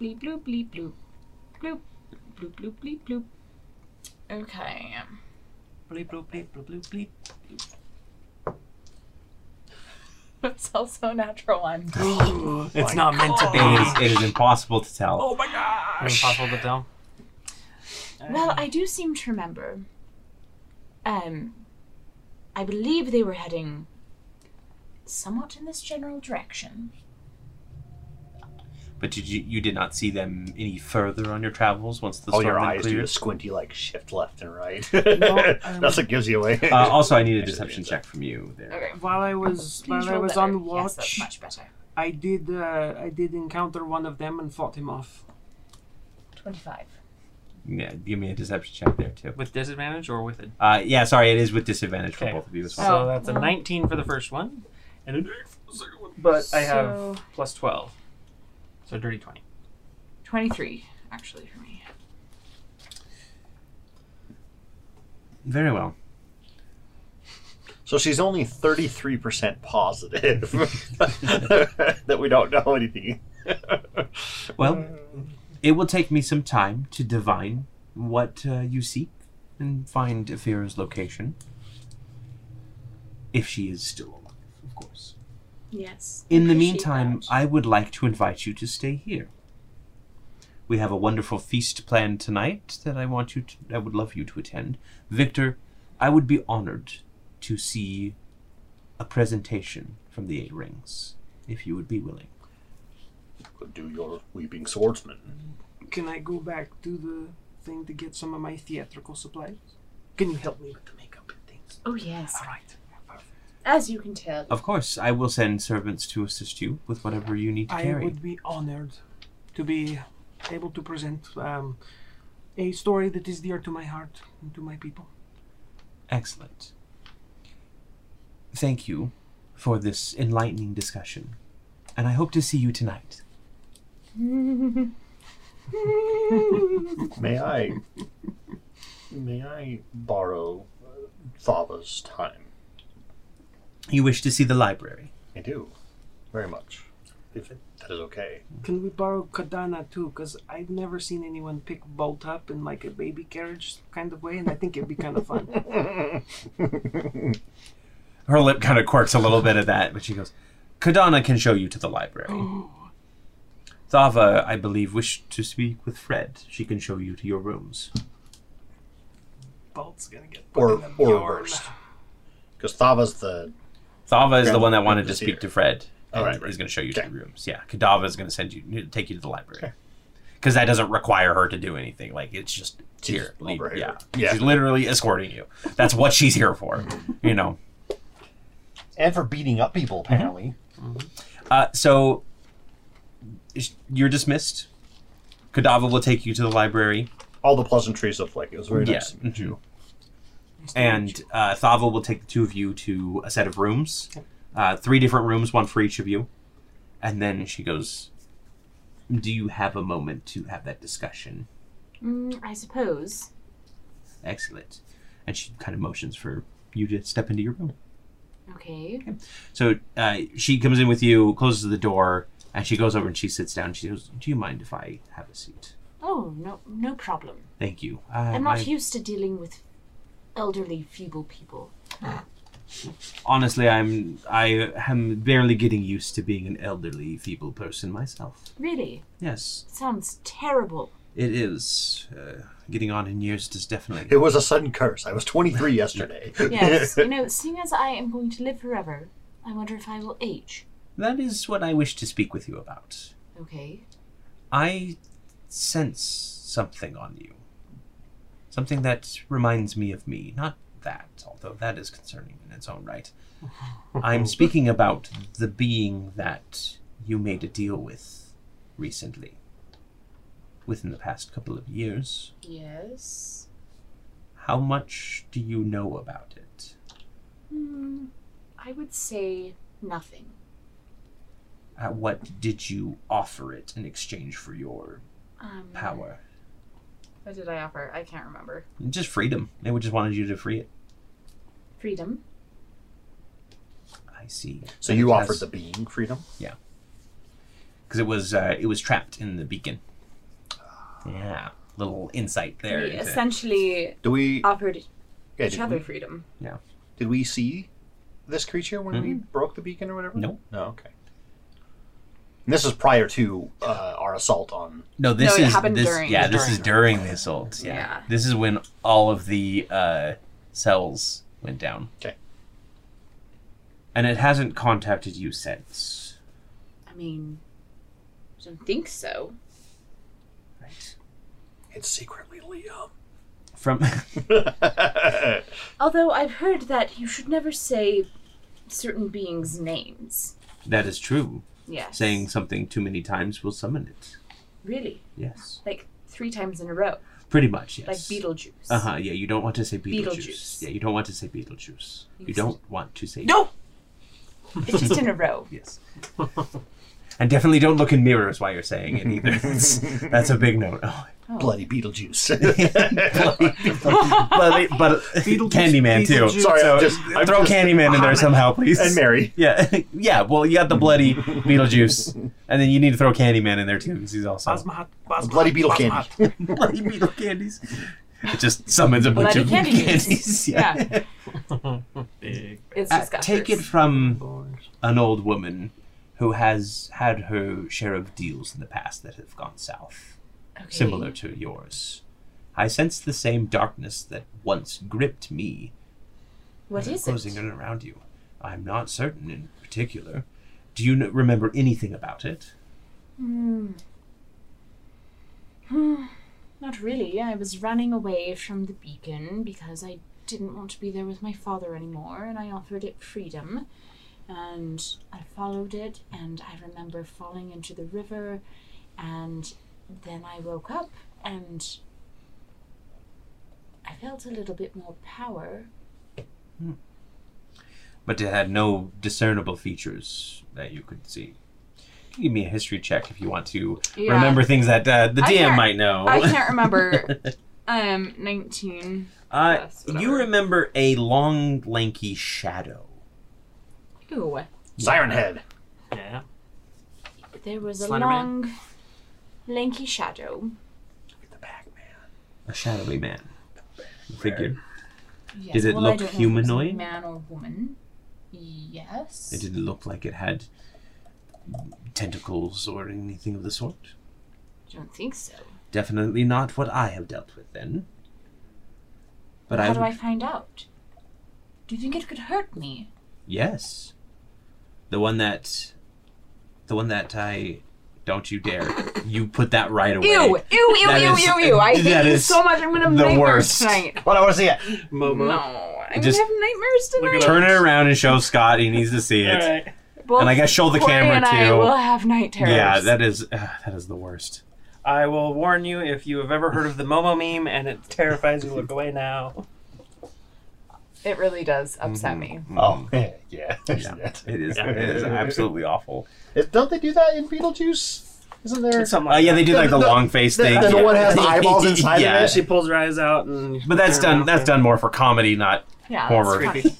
Speaker 3: bloop bleep bloop. Bloop. Bloop bloop bleep bloop. Okay. um,
Speaker 4: Bleep, bloop, bleep, bloop, bloop, bleep.
Speaker 3: It's also natural one.
Speaker 7: It's not
Speaker 4: Oh,
Speaker 7: meant to be.
Speaker 1: It is, it is impossible to tell.
Speaker 7: Impossible to tell.
Speaker 3: Well, I do seem to remember. Um, I believe they were heading somewhat in this general direction.
Speaker 1: But did you you did not see them any further on your travels once the
Speaker 2: All
Speaker 1: storm
Speaker 2: your
Speaker 1: had
Speaker 2: eyes do
Speaker 1: cleared?
Speaker 2: a squinty, like shift left and right. That's what gives you away.
Speaker 1: Uh, also, I need a deception check from you there.
Speaker 3: Okay.
Speaker 4: While I was
Speaker 3: Please
Speaker 4: while I
Speaker 3: roll
Speaker 4: was
Speaker 3: better.
Speaker 4: on
Speaker 3: Yes,
Speaker 4: watch,
Speaker 3: that's much better.
Speaker 4: I did uh, I did encounter one of them and fought him off.
Speaker 3: Twenty-five.
Speaker 1: Yeah, give me a deception check there too.
Speaker 7: With disadvantage or with it?
Speaker 1: Uh, yeah, sorry, it is with disadvantage
Speaker 7: Okay.
Speaker 1: for both of you as well.
Speaker 3: Oh,
Speaker 7: So that's a 19 for the first one, and an 8 for the second one. But I have plus 12. So dirty 20.
Speaker 3: Twenty-three, actually, for me.
Speaker 1: Very well.
Speaker 2: So she's only 33% positive that we don't know anything.
Speaker 1: Well, it will take me some time to divine what uh, you seek and find Afira's location. If she is still alive, of course.
Speaker 3: Yes.
Speaker 1: In the meantime, I would like to invite you to stay here. We have a wonderful feast planned tonight that I want you to, I would love you to attend. Victor, I would be honored to see a presentation from the Eight Rings, if you would be willing.
Speaker 2: Do your weeping swordsman.
Speaker 4: Can I go back to the thing to get some of my theatrical supplies? Can you help me with the makeup and things?
Speaker 3: Oh yes.
Speaker 4: All right.
Speaker 9: As you can tell.
Speaker 1: Of course, I will send servants to assist you with whatever you need to
Speaker 4: I
Speaker 1: carry.
Speaker 4: would be honored to be able to present um, a story that is dear to my heart and to my people.
Speaker 1: Excellent. Thank you for this enlightening discussion, and I hope to see you tonight.
Speaker 2: May I? May I borrow uh, Fava's time?
Speaker 1: You wish to see the library?
Speaker 2: I do, very much. If that is okay.
Speaker 4: Can we borrow Kadana too? Because I've never seen anyone pick Bolt up in like a baby carriage kind of way, and I think it'd be kind of fun.
Speaker 1: Her lip kind of quirks a little bit at that, but she goes, Kadana can show you to the library. Thava, I believe, wished to speak with Fred. She can show you to your rooms.
Speaker 4: Bolt's gonna get put
Speaker 2: Or
Speaker 4: in a
Speaker 2: or
Speaker 4: yarn.
Speaker 2: reversed. Because Thava's the
Speaker 1: Thava is the
Speaker 2: Fred
Speaker 1: one that wanted
Speaker 2: is
Speaker 1: to speak
Speaker 2: here.
Speaker 1: to Fred.
Speaker 2: All
Speaker 1: and
Speaker 2: right, right.
Speaker 1: Is going to show you to
Speaker 2: Okay.
Speaker 1: the rooms. Yeah. Kadava is going to send you, take you to the library. Because that doesn't require her to do anything. Like, it's just
Speaker 2: She's
Speaker 1: here. leave-
Speaker 2: over
Speaker 1: yeah.
Speaker 2: here. Yeah.
Speaker 1: She's literally escorting you. That's what she's here for. You know?
Speaker 2: and for beating up people apparently.
Speaker 1: Uh, so is- you're dismissed. Kadava will take you to the library,
Speaker 2: All the pleasantries of like it was very
Speaker 1: Yeah.
Speaker 2: nice to meet you.
Speaker 1: and uh, Thava will take the two of you to a set of rooms, uh, three different rooms, one for each of you. And then she goes, "Do you have a moment to have that discussion?"
Speaker 3: Mm, I suppose.
Speaker 1: Excellent. And she kind of motions for you to step into your room.
Speaker 3: Okay.
Speaker 1: So uh, she comes in with you, closes the door, and she goes over and she sits down. She goes, "Do you mind if I have a seat?"
Speaker 3: Oh no, no problem.
Speaker 1: Thank you. Uh,
Speaker 3: I'm not
Speaker 1: my-
Speaker 3: used to dealing with elderly, feeble people.
Speaker 1: honestly i'm i am barely getting used to being an elderly feeble person myself
Speaker 3: Really,
Speaker 1: yes
Speaker 3: it sounds terrible.
Speaker 1: it is uh, getting on in years is
Speaker 2: It
Speaker 1: definitely
Speaker 2: was a sudden curse. I was 23 yesterday.
Speaker 3: Yes, you know, seeing as I am going to live forever, I wonder if I will age.
Speaker 1: that is what i wish to speak with you about
Speaker 3: Okay.
Speaker 1: i sense something on you something that reminds me of me not that although that is concerning in its own right i'm speaking about the being that you made a deal with recently within the past couple of years
Speaker 3: Yes.
Speaker 1: How much do you know about it?
Speaker 3: Hmm. I would say nothing.
Speaker 1: Uh, what did you offer it in exchange for your
Speaker 3: Um,
Speaker 1: power?
Speaker 3: What did I offer? I can't
Speaker 2: Mm-hmm.
Speaker 3: remember.
Speaker 1: Just freedom. They would just wanted you to free it.
Speaker 3: Freedom.
Speaker 1: I see.
Speaker 2: So you offered
Speaker 1: Yes.
Speaker 2: the being freedom.
Speaker 1: because it was uh, it was trapped in the beacon.
Speaker 2: Ah.
Speaker 1: Yeah, little insight there.
Speaker 3: we
Speaker 1: into-
Speaker 3: essentially
Speaker 2: Do we?
Speaker 3: offered
Speaker 2: yeah,
Speaker 3: Uh, each
Speaker 2: did,
Speaker 3: other
Speaker 2: we
Speaker 3: freedom.
Speaker 2: did we see this creature when we
Speaker 1: Mm-hmm.
Speaker 2: broke the beacon or whatever?
Speaker 1: No.
Speaker 2: No. Okay. And this is prior to uh, our assault on.
Speaker 1: no, this
Speaker 3: No, it
Speaker 1: is
Speaker 3: happened
Speaker 1: this.
Speaker 3: during-
Speaker 1: yeah,
Speaker 4: It was
Speaker 1: this
Speaker 4: during-
Speaker 1: is during the assault. Yeah.
Speaker 3: Yeah.
Speaker 1: this is when all of the uh, cells went down.
Speaker 2: 'Kay.
Speaker 1: And it hasn't contacted you since.
Speaker 6: I mean,
Speaker 3: I don't think so.
Speaker 1: Right.
Speaker 2: It's secretly Liam.
Speaker 1: From
Speaker 3: Although I've heard that you should never say certain beings' names.
Speaker 1: that is true.
Speaker 3: Yes.
Speaker 1: Saying something too many times will summon it.
Speaker 3: really
Speaker 1: Yes,
Speaker 3: like three times in a row,
Speaker 1: pretty much. Yes.
Speaker 3: like Beetlejuice.
Speaker 1: Uh huh. Yeah, you don't want to say Beetlejuice.
Speaker 3: Beetlejuice.
Speaker 1: Yeah, you don't want to say Beetlejuice. You, don't want to say.
Speaker 3: No. It's just in a row.
Speaker 1: Yes. and definitely don't look in mirrors while you're saying it either. That's, that's a big note. Oh.
Speaker 2: Bloody Beetlejuice.
Speaker 1: but but Candyman too.
Speaker 7: Beetlejuice.
Speaker 2: Sorry,
Speaker 1: So
Speaker 2: I'm just I'm
Speaker 1: throw
Speaker 2: just-
Speaker 1: Candyman in there somehow, please.
Speaker 2: and Mary.
Speaker 1: Yeah, yeah. Well, you got the bloody Beetlejuice, and then you need to throw Candyman in there too because he's also
Speaker 7: Basma hut, basma
Speaker 2: Bloody
Speaker 7: hut,
Speaker 2: beetle
Speaker 7: basma
Speaker 2: candy.
Speaker 7: hut.
Speaker 1: bloody Beetle candies. It just summons a bunch
Speaker 6: Bloody
Speaker 1: of
Speaker 6: candy
Speaker 1: candies. Yeah.
Speaker 4: Big.
Speaker 3: It's
Speaker 1: Uh,
Speaker 3: disgusting.
Speaker 1: take it from an old woman who has had her share of deals in the past that have gone south, similar to yours. I sense the same darkness that once gripped me,
Speaker 3: What is
Speaker 1: closing
Speaker 3: it?
Speaker 1: in around you. I'm not certain in particular. Do you n- remember anything about it?
Speaker 6: not really. I was running away from the beacon because I didn't want to be there with my father anymore, and I offered it freedom. And I followed it, and I remember falling into the river, and then I woke up, and I felt a little bit more power.
Speaker 1: But it had no discernible features that you could see. You can Give me a history check if you want to
Speaker 6: Yeah.
Speaker 1: remember things that uh, the
Speaker 6: I
Speaker 1: DM
Speaker 6: can't-
Speaker 1: might know.
Speaker 6: I can't remember. um, 19.
Speaker 1: Uh,
Speaker 6: Yes,
Speaker 1: you
Speaker 6: whatever.
Speaker 1: remember a long, lanky shadow.
Speaker 6: Ew.
Speaker 2: Siren Head.
Speaker 4: Yeah.
Speaker 6: There was a
Speaker 4: Slenderman.
Speaker 6: long, lanky shadow.
Speaker 1: A shadowy man. Figure.
Speaker 6: Yes.
Speaker 1: Did it
Speaker 6: well, I
Speaker 1: look
Speaker 6: don't know if it was a
Speaker 1: humanoid?
Speaker 6: Man or woman? Yes.
Speaker 1: It didn't look like it had tentacles or anything of the sort.
Speaker 6: I don't think so.
Speaker 1: Definitely not what I have dealt with then. But
Speaker 6: How
Speaker 1: I,
Speaker 6: do I find out? Do you think it could hurt me?
Speaker 1: yes, the one that, the one that I, don't you dare! you put that right away.
Speaker 6: Ew! Ew! Ew!
Speaker 1: That
Speaker 6: ew!
Speaker 1: is-
Speaker 6: ew! Ew! I
Speaker 1: that
Speaker 6: hate you
Speaker 1: is
Speaker 6: so much. I'm gonna have
Speaker 1: the
Speaker 6: nightmares
Speaker 1: worst.
Speaker 6: tonight.
Speaker 2: What I want to see it.
Speaker 4: Momo.
Speaker 6: No, I'm
Speaker 1: Just-
Speaker 6: gonna have nightmares tonight.
Speaker 1: Turn it around and show Scott. He needs to see it.
Speaker 6: Both
Speaker 1: And I guess show the
Speaker 6: Corey
Speaker 1: camera
Speaker 6: and
Speaker 1: too.
Speaker 6: I will have night terrors.
Speaker 1: Yeah, that is uh, that is the worst.
Speaker 4: I will warn you if you have ever heard of the Momo meme and it terrifies you, look away now.
Speaker 6: it really does
Speaker 1: Mm-hmm.
Speaker 6: upset me.
Speaker 2: Oh yeah.
Speaker 1: Mm. Yeah, it is. It is absolutely awful.
Speaker 2: Is- don't they do that in Beetlejuice? Isn't there?
Speaker 4: It's something
Speaker 1: Uh,
Speaker 4: like
Speaker 1: yeah,
Speaker 4: that.
Speaker 1: they do like the,
Speaker 2: The-
Speaker 1: long face
Speaker 2: the-
Speaker 1: thing.
Speaker 2: the
Speaker 1: yeah.
Speaker 2: one that has the eyeballs inside of
Speaker 1: yeah.
Speaker 2: it?
Speaker 4: She pulls her eyes out and.
Speaker 1: But that's
Speaker 4: turn
Speaker 1: done.
Speaker 4: around.
Speaker 1: That's done more for comedy, not
Speaker 6: Yeah.
Speaker 1: horror.
Speaker 4: creepy.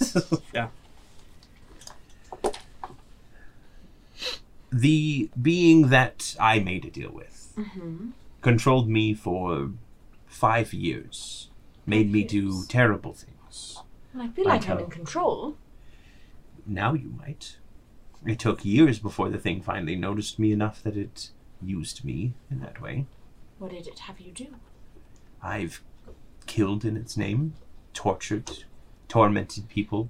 Speaker 1: The being that I made a deal with controlled me for five years, made me do terrible things.
Speaker 6: I feel like I'm
Speaker 1: Okay.
Speaker 6: in control.
Speaker 1: Now you might. It took years before the thing finally noticed me enough that it used me in that way.
Speaker 6: What did it have you do?
Speaker 1: I've killed in its name, tortured, tormented people.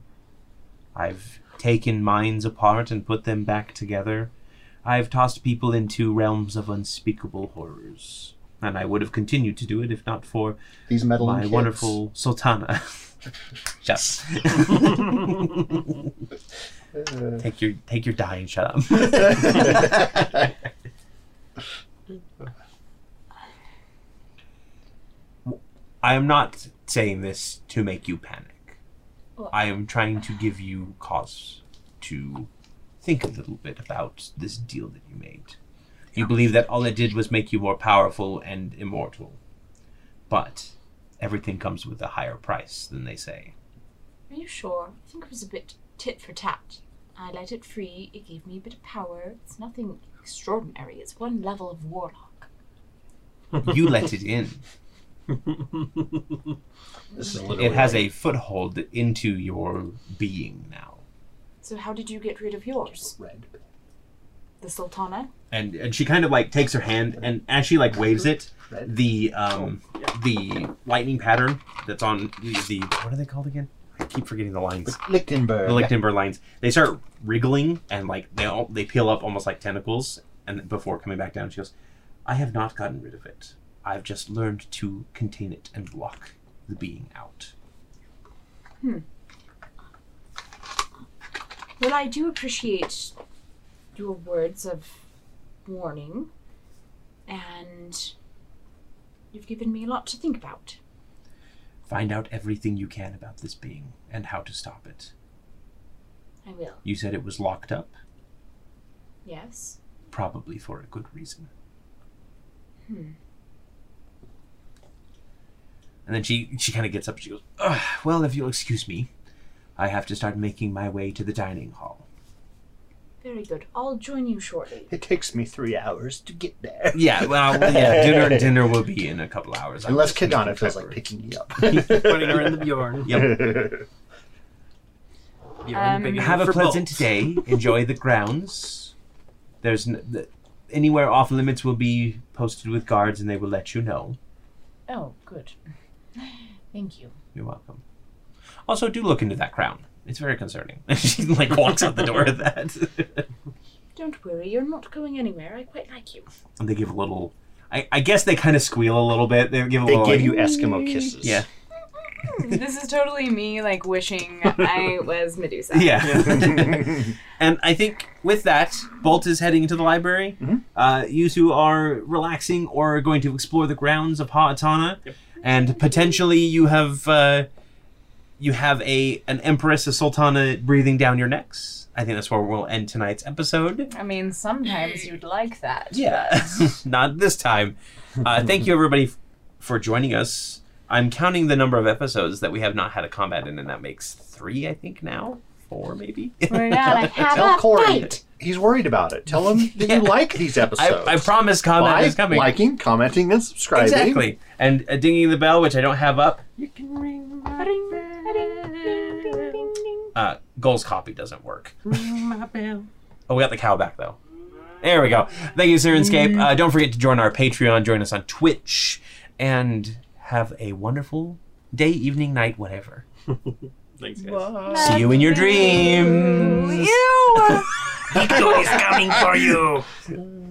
Speaker 1: I've taken minds apart and put them back together. I've tossed people into realms of unspeakable horrors. And I would have continued to do it if not for
Speaker 2: These metal
Speaker 1: my wonderful Sultana. yes. take your take your dying shut up. I am not saying this to make you panic. I am trying to give you cause to think a little bit about this deal that you made. You believe that all it did was make you more powerful and immortal. But everything comes with a higher price than they say.
Speaker 6: Are you sure? I think it was a bit tit for tat. I let it free. It gave me a bit of power. It's nothing extraordinary. It's one level of warlock.
Speaker 1: You let it in.
Speaker 2: This is
Speaker 1: It has a foothold into your being now.
Speaker 6: So how did you get rid of yours?
Speaker 2: red.
Speaker 6: The Sultana?
Speaker 1: And and she kind of like takes her hand and as she like waves it, the um the lightning pattern that's on the, the what are they called again? I keep forgetting the lines.
Speaker 2: Lichtenberg.
Speaker 1: The Lichtenberg lines. They start wriggling and like they all they peel up almost like tentacles and before coming back down she goes, I have not gotten rid of it. I've just learned to contain it and block the being out.
Speaker 6: Well, I do appreciate your words of warning, and you've given me a lot to think about.
Speaker 1: Find out everything you can about this being and how to stop it.
Speaker 6: I will.
Speaker 1: You said it was locked up,
Speaker 6: Yes.
Speaker 1: probably for a good reason.
Speaker 4: Hmm.
Speaker 1: And then she she kind of gets up. She goes, "Ugh, "Well, if you'll excuse me, I have to start making my way to the dining hall."
Speaker 6: Very good. I'll join you shortly.
Speaker 2: It takes me three hours to get there.
Speaker 1: Yeah, well, yeah. Dinner dinner will be in a couple hours. I'm
Speaker 2: Unless
Speaker 1: just making
Speaker 2: Kadana feels like
Speaker 1: pepper.
Speaker 2: picking me up.
Speaker 4: Putting her in the Bjorn.
Speaker 1: Yep.
Speaker 4: Bjorn big
Speaker 1: Have
Speaker 4: for
Speaker 1: a pleasant
Speaker 4: both.
Speaker 1: day. Enjoy the grounds. There's n- the, anywhere off limits will be posted with guards, and they will let you know.
Speaker 6: Oh, good. Thank you.
Speaker 1: You're welcome. Also, do look into that crown. It's very concerning. she like walks out the door with that.
Speaker 6: Don't worry, you're not going anywhere. I quite like you.
Speaker 1: and they give a little. I, I guess they kind of squeal a little bit. They give a
Speaker 2: They
Speaker 1: little.
Speaker 2: give
Speaker 1: like,
Speaker 2: you Eskimo kisses.
Speaker 1: Yeah.
Speaker 10: this is totally me, like wishing I was Medusa.
Speaker 1: Yeah. and I think with that, Bolt is heading into the library.
Speaker 2: Mm-hmm.
Speaker 1: Uh, you two are relaxing or going to explore the grounds of Ha'atana. And potentially you have uh, you have a an empress, a sultana breathing down your necks. I think that's where we'll end tonight's episode.
Speaker 10: I mean, sometimes you'd like that.
Speaker 1: Yeah, not this time. Uh, thank you everybody f- for joining us. I'm counting the number of episodes that we have not had a combat in, and that makes three, I think, now four maybe.
Speaker 10: We're gonna have
Speaker 2: Tell
Speaker 10: a
Speaker 2: Corey.
Speaker 10: fight.
Speaker 2: He's worried about it. Tell him that you like these episodes.
Speaker 1: I, I promise combat
Speaker 2: By
Speaker 1: is coming.
Speaker 2: liking, commenting, and subscribing.
Speaker 1: exactly. And uh, dinging the bell, which I don't have up. You can ring my
Speaker 6: Ba-ding, ba-ding, ding, ding, ding, ding.
Speaker 1: Uh, Goal's copy doesn't work.
Speaker 4: My bell.
Speaker 1: Oh, we got the cow back, though. There we go. Thank you, Sirenscape. Uh, don't forget to join our Patreon, join us on Twitch, and have a wonderful day, evening, night, whatever.
Speaker 4: Thanks, guys.
Speaker 1: See you in your dreams.
Speaker 10: Ew.
Speaker 1: Nico is coming for you.